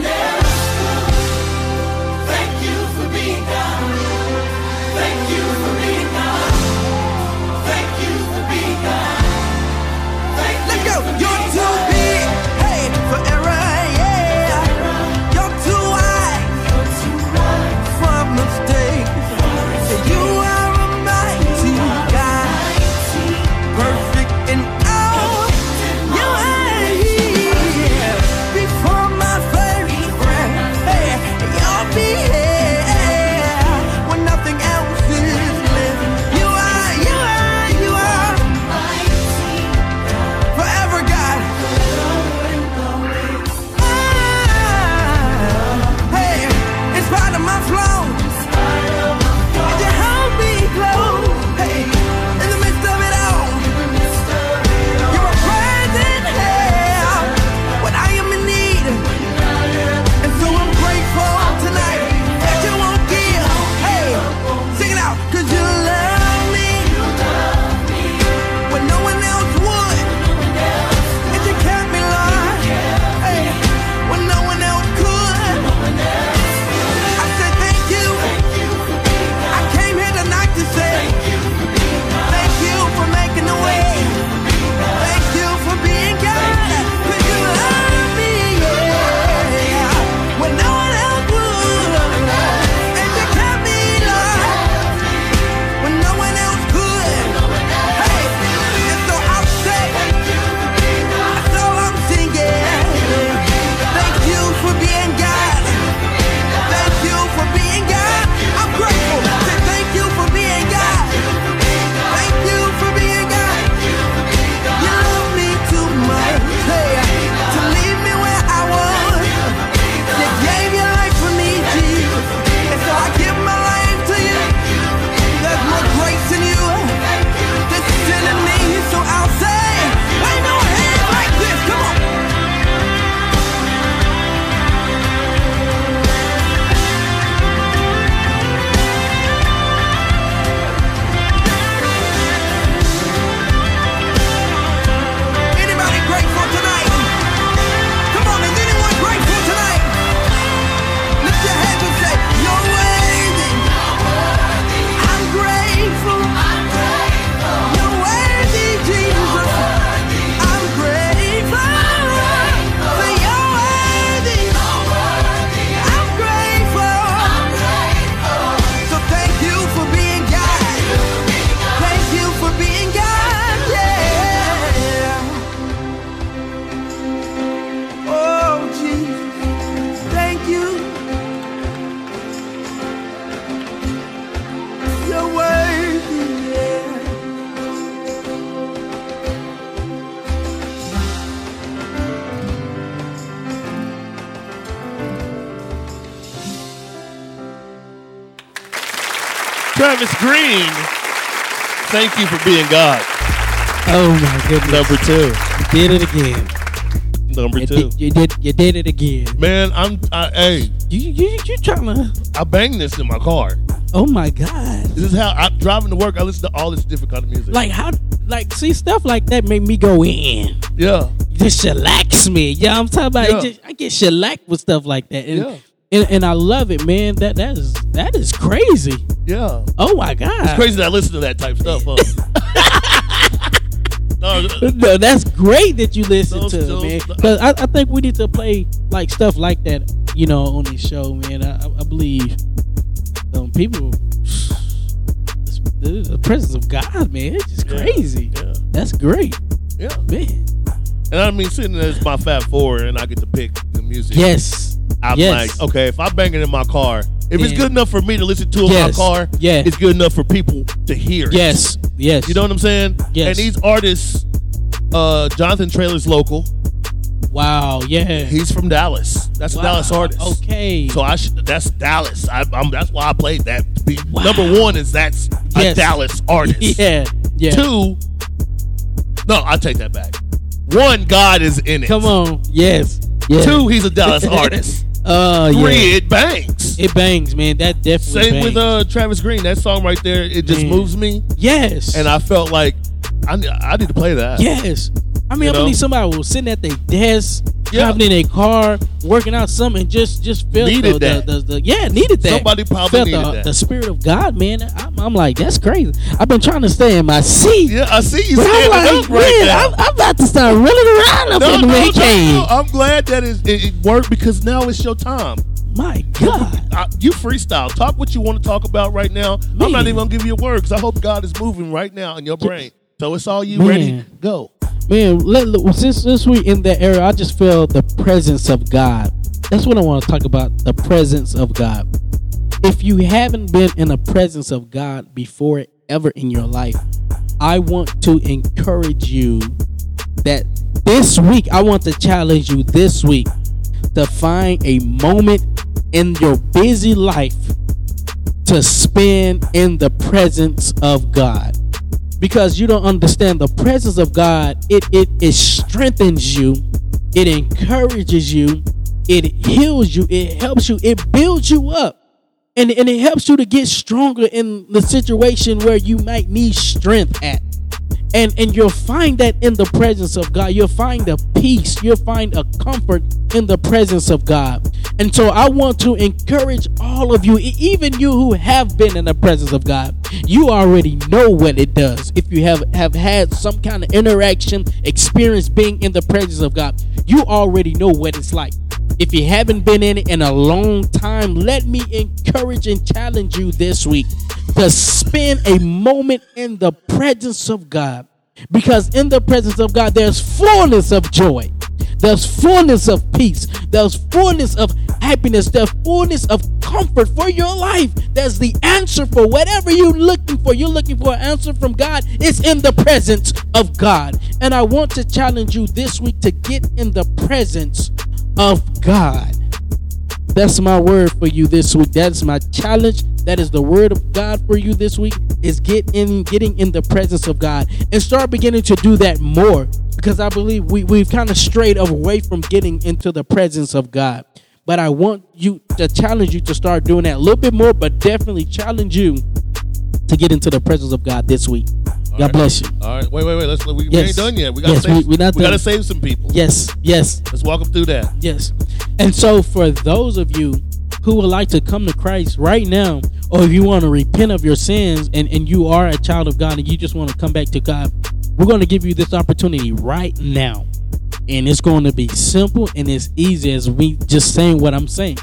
[SPEAKER 18] Ah,
[SPEAKER 2] Travis Green. Thank you for being God.
[SPEAKER 6] Oh my goodness.
[SPEAKER 2] Number two.
[SPEAKER 6] You did it again.
[SPEAKER 2] Number
[SPEAKER 6] you
[SPEAKER 2] two.
[SPEAKER 6] Did, you did you did it again.
[SPEAKER 2] Man, I'm I, hey.
[SPEAKER 6] You you you trying to?
[SPEAKER 2] I banged this in my car.
[SPEAKER 6] Oh my god.
[SPEAKER 2] This is how I'm driving to work. I listen to all this different kind of music.
[SPEAKER 6] Like how like see stuff like that make me go in.
[SPEAKER 2] Yeah.
[SPEAKER 6] Just shellax me. Yeah, I'm talking about it
[SPEAKER 2] Yeah.
[SPEAKER 6] just, I get shellacked with stuff like that. And,
[SPEAKER 2] Yeah.
[SPEAKER 6] and and I love it, man. That that is that is crazy.
[SPEAKER 2] Yeah.
[SPEAKER 6] Oh my god.
[SPEAKER 2] It's crazy that I listen to that type stuff. Huh? no,
[SPEAKER 6] No, that's great that you listen
[SPEAKER 2] Those-
[SPEAKER 6] to,
[SPEAKER 2] those-
[SPEAKER 6] man. Because I, I think we need to play like stuff like that, you know, on this show, man. I, I I believe um, people, the the presence of God, man, it's just crazy. That's great.
[SPEAKER 2] Yeah.
[SPEAKER 6] man.
[SPEAKER 2] And I mean, sitting there, it's my fat four, and I get to pick the music.
[SPEAKER 6] Yes.
[SPEAKER 2] I'm
[SPEAKER 6] Yes.
[SPEAKER 2] like, okay, if I bang it in my car, if it's
[SPEAKER 6] Yeah.
[SPEAKER 2] good enough for me to listen to in
[SPEAKER 6] Yes.
[SPEAKER 2] my car,
[SPEAKER 6] Yeah.
[SPEAKER 2] it's good enough for people to hear. it.
[SPEAKER 6] Yes. Yes.
[SPEAKER 2] You know what I'm saying?
[SPEAKER 6] Yes.
[SPEAKER 2] And these artists, uh, Jonathan Trailer's local.
[SPEAKER 6] Wow. Yeah.
[SPEAKER 2] He's from Dallas. That's
[SPEAKER 6] Wow,
[SPEAKER 2] a Dallas artist.
[SPEAKER 6] Okay.
[SPEAKER 2] So I should. That's Dallas. I, I'm. That's why I played that. beat. Number one is that's
[SPEAKER 6] Yes.
[SPEAKER 2] a Dallas artist.
[SPEAKER 6] Yeah. Yeah.
[SPEAKER 2] Two. No, I take that back. One, God is in it.
[SPEAKER 6] Come on. Yes. Yeah.
[SPEAKER 2] Two, he's a Dallas artist.
[SPEAKER 6] Uh,
[SPEAKER 2] Three,
[SPEAKER 6] yeah.
[SPEAKER 2] it bangs.
[SPEAKER 6] It bangs, man. That definitely.
[SPEAKER 2] Same
[SPEAKER 6] bangs.
[SPEAKER 2] with uh Travis Green. That song right there, it just
[SPEAKER 6] Man.
[SPEAKER 2] moves me.
[SPEAKER 6] Yes.
[SPEAKER 2] And I felt like I, ne- I need to play that.
[SPEAKER 6] Yes. I mean, I
[SPEAKER 2] uh, You know?
[SPEAKER 6] believe somebody was sitting at their desk, driving in a car, working out something, and just just felt
[SPEAKER 2] Needed
[SPEAKER 6] the,
[SPEAKER 2] that.
[SPEAKER 6] The, the, the- yeah, needed that.
[SPEAKER 2] Somebody probably
[SPEAKER 6] felt
[SPEAKER 2] needed
[SPEAKER 6] the,
[SPEAKER 2] that.
[SPEAKER 6] the spirit of God, man. I'm, I'm like, that's crazy. I've been trying to stay in my seat.
[SPEAKER 2] Yeah, I see you
[SPEAKER 6] But I'm
[SPEAKER 2] standing
[SPEAKER 6] like,
[SPEAKER 2] up right
[SPEAKER 6] man,
[SPEAKER 2] now.
[SPEAKER 6] I'm, I'm about to start running around up in the man cave.
[SPEAKER 2] I'm glad that is it, it worked because now it's your time.
[SPEAKER 6] My God,
[SPEAKER 2] I, you freestyle. Talk what you want to talk about right now. I'm not even gonna give you a word because I hope God is moving right now in your brain. So it's all you ready.
[SPEAKER 6] Man.
[SPEAKER 2] Go.
[SPEAKER 6] Man, let, look, since since we in that era, I just feel the presence of God. That's what I want to talk about. The presence of God. If you haven't been in the presence of God before ever in your life, I want to encourage you that this week, I want to challenge you this week to find a moment in your busy life to spend in the presence of God. Because you don't understand the presence of God, it, it, it strengthens you, it encourages you, it heals you, it helps you, it builds you up. And, and it helps you to get stronger in the situation where you might need strength at. And and you'll find that in the presence of God. You'll find a peace. You'll find a comfort in the presence of God. And so I want to encourage all of you, e- even you who have been in the presence of God, you already know what it does. If you have, have had some kind of interaction, experience being in the presence of God, you already know what it's like. If you haven't been in it in a long time, let me encourage and challenge you this week to spend a moment in the presence of God. Because in the presence of God, there's fullness of joy, there's fullness of peace, there's fullness of happiness, there's fullness of comfort for your life. There's the answer for whatever you're looking for. You're looking for an answer from God, it's in the presence of God. And I want to challenge you this week to get in the presence of God. That's my word for you this week. That's my challenge. That is the word of God for you this week. Is get in getting in the presence of God and start beginning to do that more because I believe we we've kind of strayed away from getting into the presence of God. But I want you to challenge you to start doing that a little bit more, but definitely challenge you to get into the presence of God this week. God bless you.
[SPEAKER 2] All right, wait, wait, wait. Let's. We, we
[SPEAKER 6] Yes.
[SPEAKER 2] ain't done yet. We gotta
[SPEAKER 6] Yes,
[SPEAKER 2] save.
[SPEAKER 6] we- we're not
[SPEAKER 2] gotta
[SPEAKER 6] done.
[SPEAKER 2] save some people.
[SPEAKER 6] Yes, yes.
[SPEAKER 2] Let's walk them through that.
[SPEAKER 6] Yes. And so, for those of you who would like to come to Christ right now, or if you want to repent of your sins and, and you are a child of God and you just want to come back to God, we're going to give you this opportunity right now. And it's going to be simple and as easy as we just saying what I'm saying.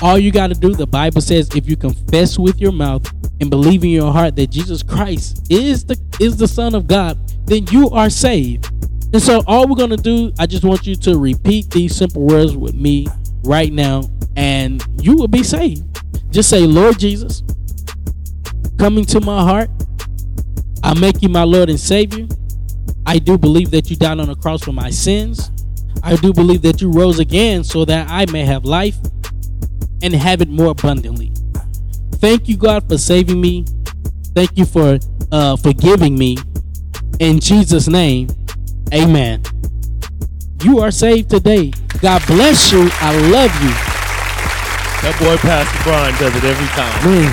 [SPEAKER 6] All you got to do, the Bible says, if you confess with your mouth and believe in your heart that Jesus Christ is the is the Son of God, then you are saved. And so all we're gonna do, I just want you to repeat these simple words with me right now, and you will be saved. Just say, Lord Jesus, come into my heart. I make you my Lord and Savior. I do believe that you died on the cross for my sins. I do believe that you rose again so that I may have life and have it more abundantly. Thank you, God, for saving me Thank you for uh, forgiving me. In Jesus' name, amen. You are saved today. God bless you. I love you.
[SPEAKER 2] That boy Pastor Brian does it every time.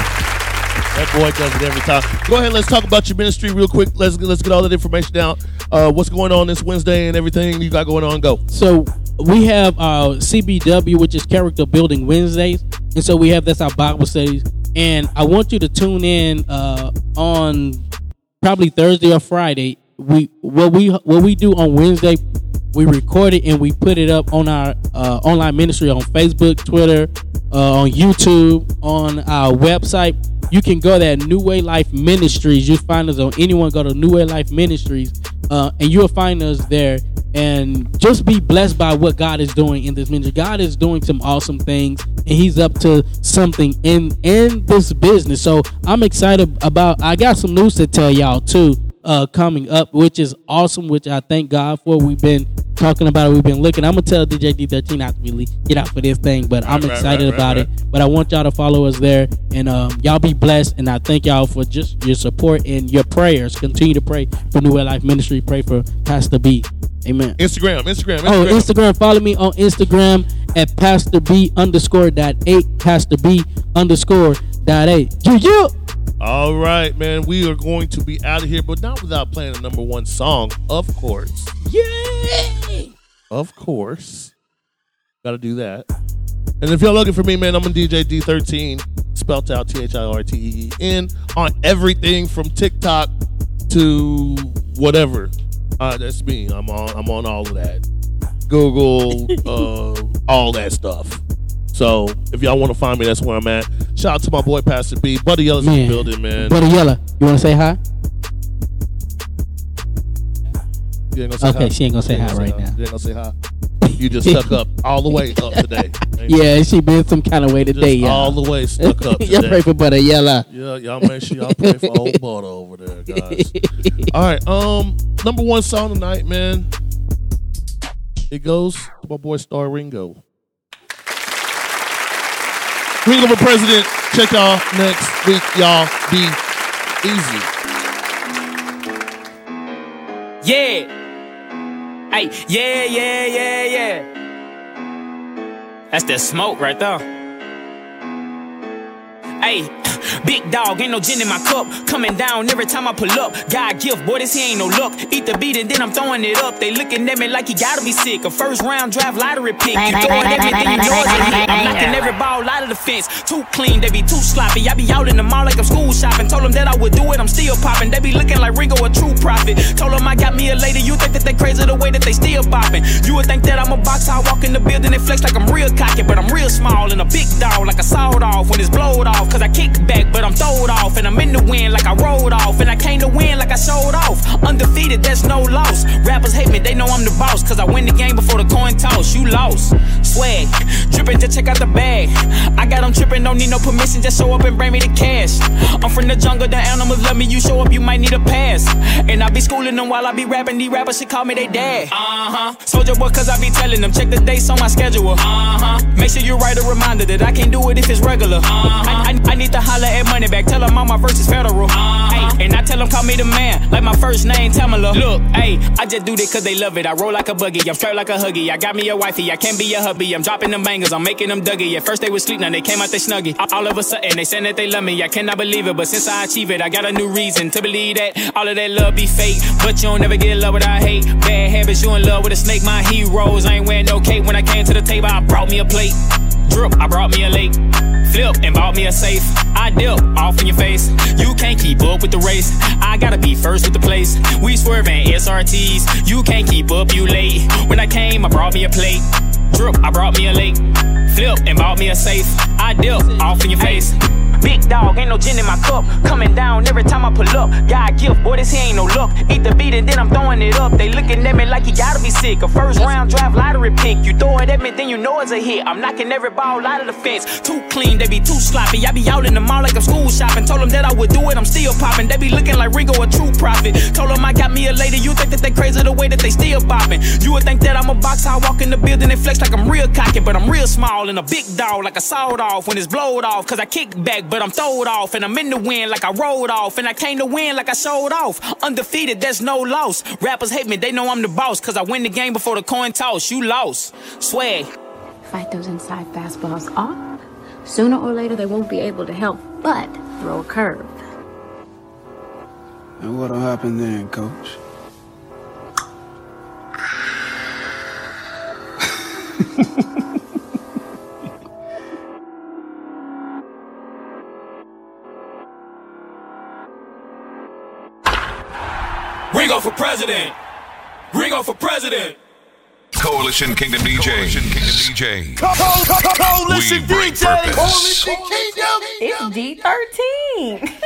[SPEAKER 2] That boy does it every time. Go ahead, let's talk about your ministry real quick. Let's let's get all that information out. Uh, what's going on this Wednesday and everything you got going on? Go.
[SPEAKER 6] So we have uh, our CBW, which is Character Building Wednesdays, and so we have that's our Bible studies. And I want you to tune in uh, on probably Thursday or Friday. We what we what we do on Wednesday, we record it and we put it up on our uh, online ministry on Facebook, Twitter, uh, on YouTube, on our website. You can go there, New Way Life Ministries. You find us on anyone. Go to New Way Life Ministries, uh, and you'll find us there. And just be blessed by what God is doing in this ministry. God is doing some awesome things, and He's up to something in in this business. So I'm excited about. I got some news to tell y'all too uh, coming up, which is awesome. Which I thank God for. We've been talking about it. We've been looking. I'm gonna tell DJ D13 not to really get out for this thing, but I'm
[SPEAKER 2] Right, right,
[SPEAKER 6] excited
[SPEAKER 2] right, right,
[SPEAKER 6] about
[SPEAKER 2] right.
[SPEAKER 6] it. But I want y'all to follow us there, and um, y'all be blessed. And I thank y'all for just your support and your prayers. Continue to pray for New Way Life Ministry. Pray for Pastor B. Amen.
[SPEAKER 2] Instagram, Instagram,
[SPEAKER 6] Oh,
[SPEAKER 2] Instagram.
[SPEAKER 6] Instagram. Follow me on Instagram at Pastor B underscore dot eight. Pastor B underscore dot eight. You you.
[SPEAKER 2] All right, man. We are going to be out of here, but not without playing the number one song, of course.
[SPEAKER 6] Yay!
[SPEAKER 2] Of course. Got to do that. And if y'all looking for me, man, I'm on DJ D13, spelt out T H I R T E E N, on everything from TikTok to whatever. Uh, that's me. I'm on. I'm on all of that. Google, uh, all that stuff. So if y'all want to find me, that's where I'm at. Shout out to my boy Pastor B, Buddy Yellow's in the
[SPEAKER 6] Man.
[SPEAKER 2] building, man.
[SPEAKER 6] Brother Yella, you want to say hi?
[SPEAKER 2] You ain't gonna say
[SPEAKER 6] Okay,
[SPEAKER 2] hi.
[SPEAKER 6] she ain't gonna say hi right
[SPEAKER 2] now. You ain't gonna say hi. You just stuck up all the way up today. Ain't you?
[SPEAKER 6] Yeah, she been some kind of way
[SPEAKER 2] Just
[SPEAKER 6] today, y'all.
[SPEAKER 2] all the way stuck up.
[SPEAKER 6] Y'all
[SPEAKER 2] today.
[SPEAKER 6] pray for Brother Yella.
[SPEAKER 2] Yeah, y'all make sure y'all pray for old butter over there, guys. all right, um, number one song tonight, man. It goes to my boy Star Ringo. Ringo for president. Check y'all next week. Y'all be easy.
[SPEAKER 9] Yeah. Hey, yeah, yeah, yeah, yeah. That's that smoke right there. Hey, big dog, ain't no gin in my cup. Coming down every time I pull up. God gift, boy, this here ain't no luck. Eat the beat and then I'm throwing it up. They looking at me like you gotta be sick. A first round draft lottery pick. You throwing everything you know it ain't hit. I'm knocking every ball out of the fence. Too clean, they be too sloppy. I be out in the mall like I'm school shopping. Told them that I would do it, I'm still popping. They be looking like Ringo, a true prophet. Told them I got me a lady. You think that they crazy the way that they still bopping. You would think that I'm a boxer. I walk in the building and flex like I'm real cocky, but I'm real small and a big dog like I sawed off when it's blowed off. Cause I kick back, but I'm throwed off. And I'm in the wind like I rolled off. And I came to win like I showed off. Undefeated, that's no loss. Rappers hate me, they know I'm the boss. Cause I win the game before the coin toss. You lost. Swag. Drippin', just check out the bag. I got them trippin', don't need no permission. Just show up and bring me the cash. I'm from the jungle, the animals love me. You show up, you might need a pass. And I be schooling them while I be rapping. These rappers should call me they dad. Uh huh. Soldier boy, cause I be telling them, check the dates on my schedule. Uh huh. Make sure you write a reminder that I can't do it if it's regular. Uh huh. I, I need to holler at money back. Tell them all my verse is federal. Uh huh. And I tell them call me the man, like my first name Tamala. Look, hey, I just do this cause they love it. I roll like a buggy, I'm straight like a huggy. I got me a wifey, I can't be a hubby. I'm dropping them bangers, I'm making them dougie. At first they was sleep, now they came out they snuggie. A- All of a sudden they saying that they love me. I cannot believe it, but since I achieve it, I got a new reason to believe that all of that love be fake. But you don't never get love without hate. Bad habits, you in love with a snake. My heroes, I ain't wearing no cape. When I came to the table, I brought me a plate. Drip, I brought me a lake. Flip and bought me a safe. I dip off in your face. You can't keep up with the race. I gotta be first with the place. We swerving SRTs. You can't keep up, you late. When I came, I brought me a plate. Drip, I brought me a lake. Flip and bought me a safe. I dip off in your face. Big dog, ain't no gin in my cup. Coming down every time I pull up. God gift, boy, this here ain't no luck. Eat the beat and then I'm throwing it up. They looking at me like you gotta be sick. A first round draft lottery pick. You throw it at me, then you know it's a hit. I'm knocking every ball out of the fence. Too clean, they be too sloppy. I be out in the mall like I'm school shopping. Told them that I would do it, I'm still popping. They be looking like Ringo, a true prophet. Told them I got me a lady. You think that they crazy the way that they still bopping. You would think that I'm a boxer. I walk in the building and flex like I'm real cocky, but I'm real small and a big dog like I sawed off when it's blowed off. Cause I kick back, but I'm throwed off. And I'm in the wind like I rolled off. And I came to win like I showed off. Undefeated, that's no loss. Rappers hate me, they know I'm the boss. Cause I win the game before the coin toss. You lost. Swag.
[SPEAKER 3] Fight those inside fastballs off. Sooner or later, they won't be able to help but throw a curve.
[SPEAKER 4] And what'll happen then, coach?
[SPEAKER 19] Ringo for president. Ringo for president.
[SPEAKER 18] Coalition Kingdom DJ. Coalition Kingdom DJ.
[SPEAKER 19] Coalition
[SPEAKER 18] We bring
[SPEAKER 19] DJ.
[SPEAKER 18] purpose.
[SPEAKER 20] It's D13.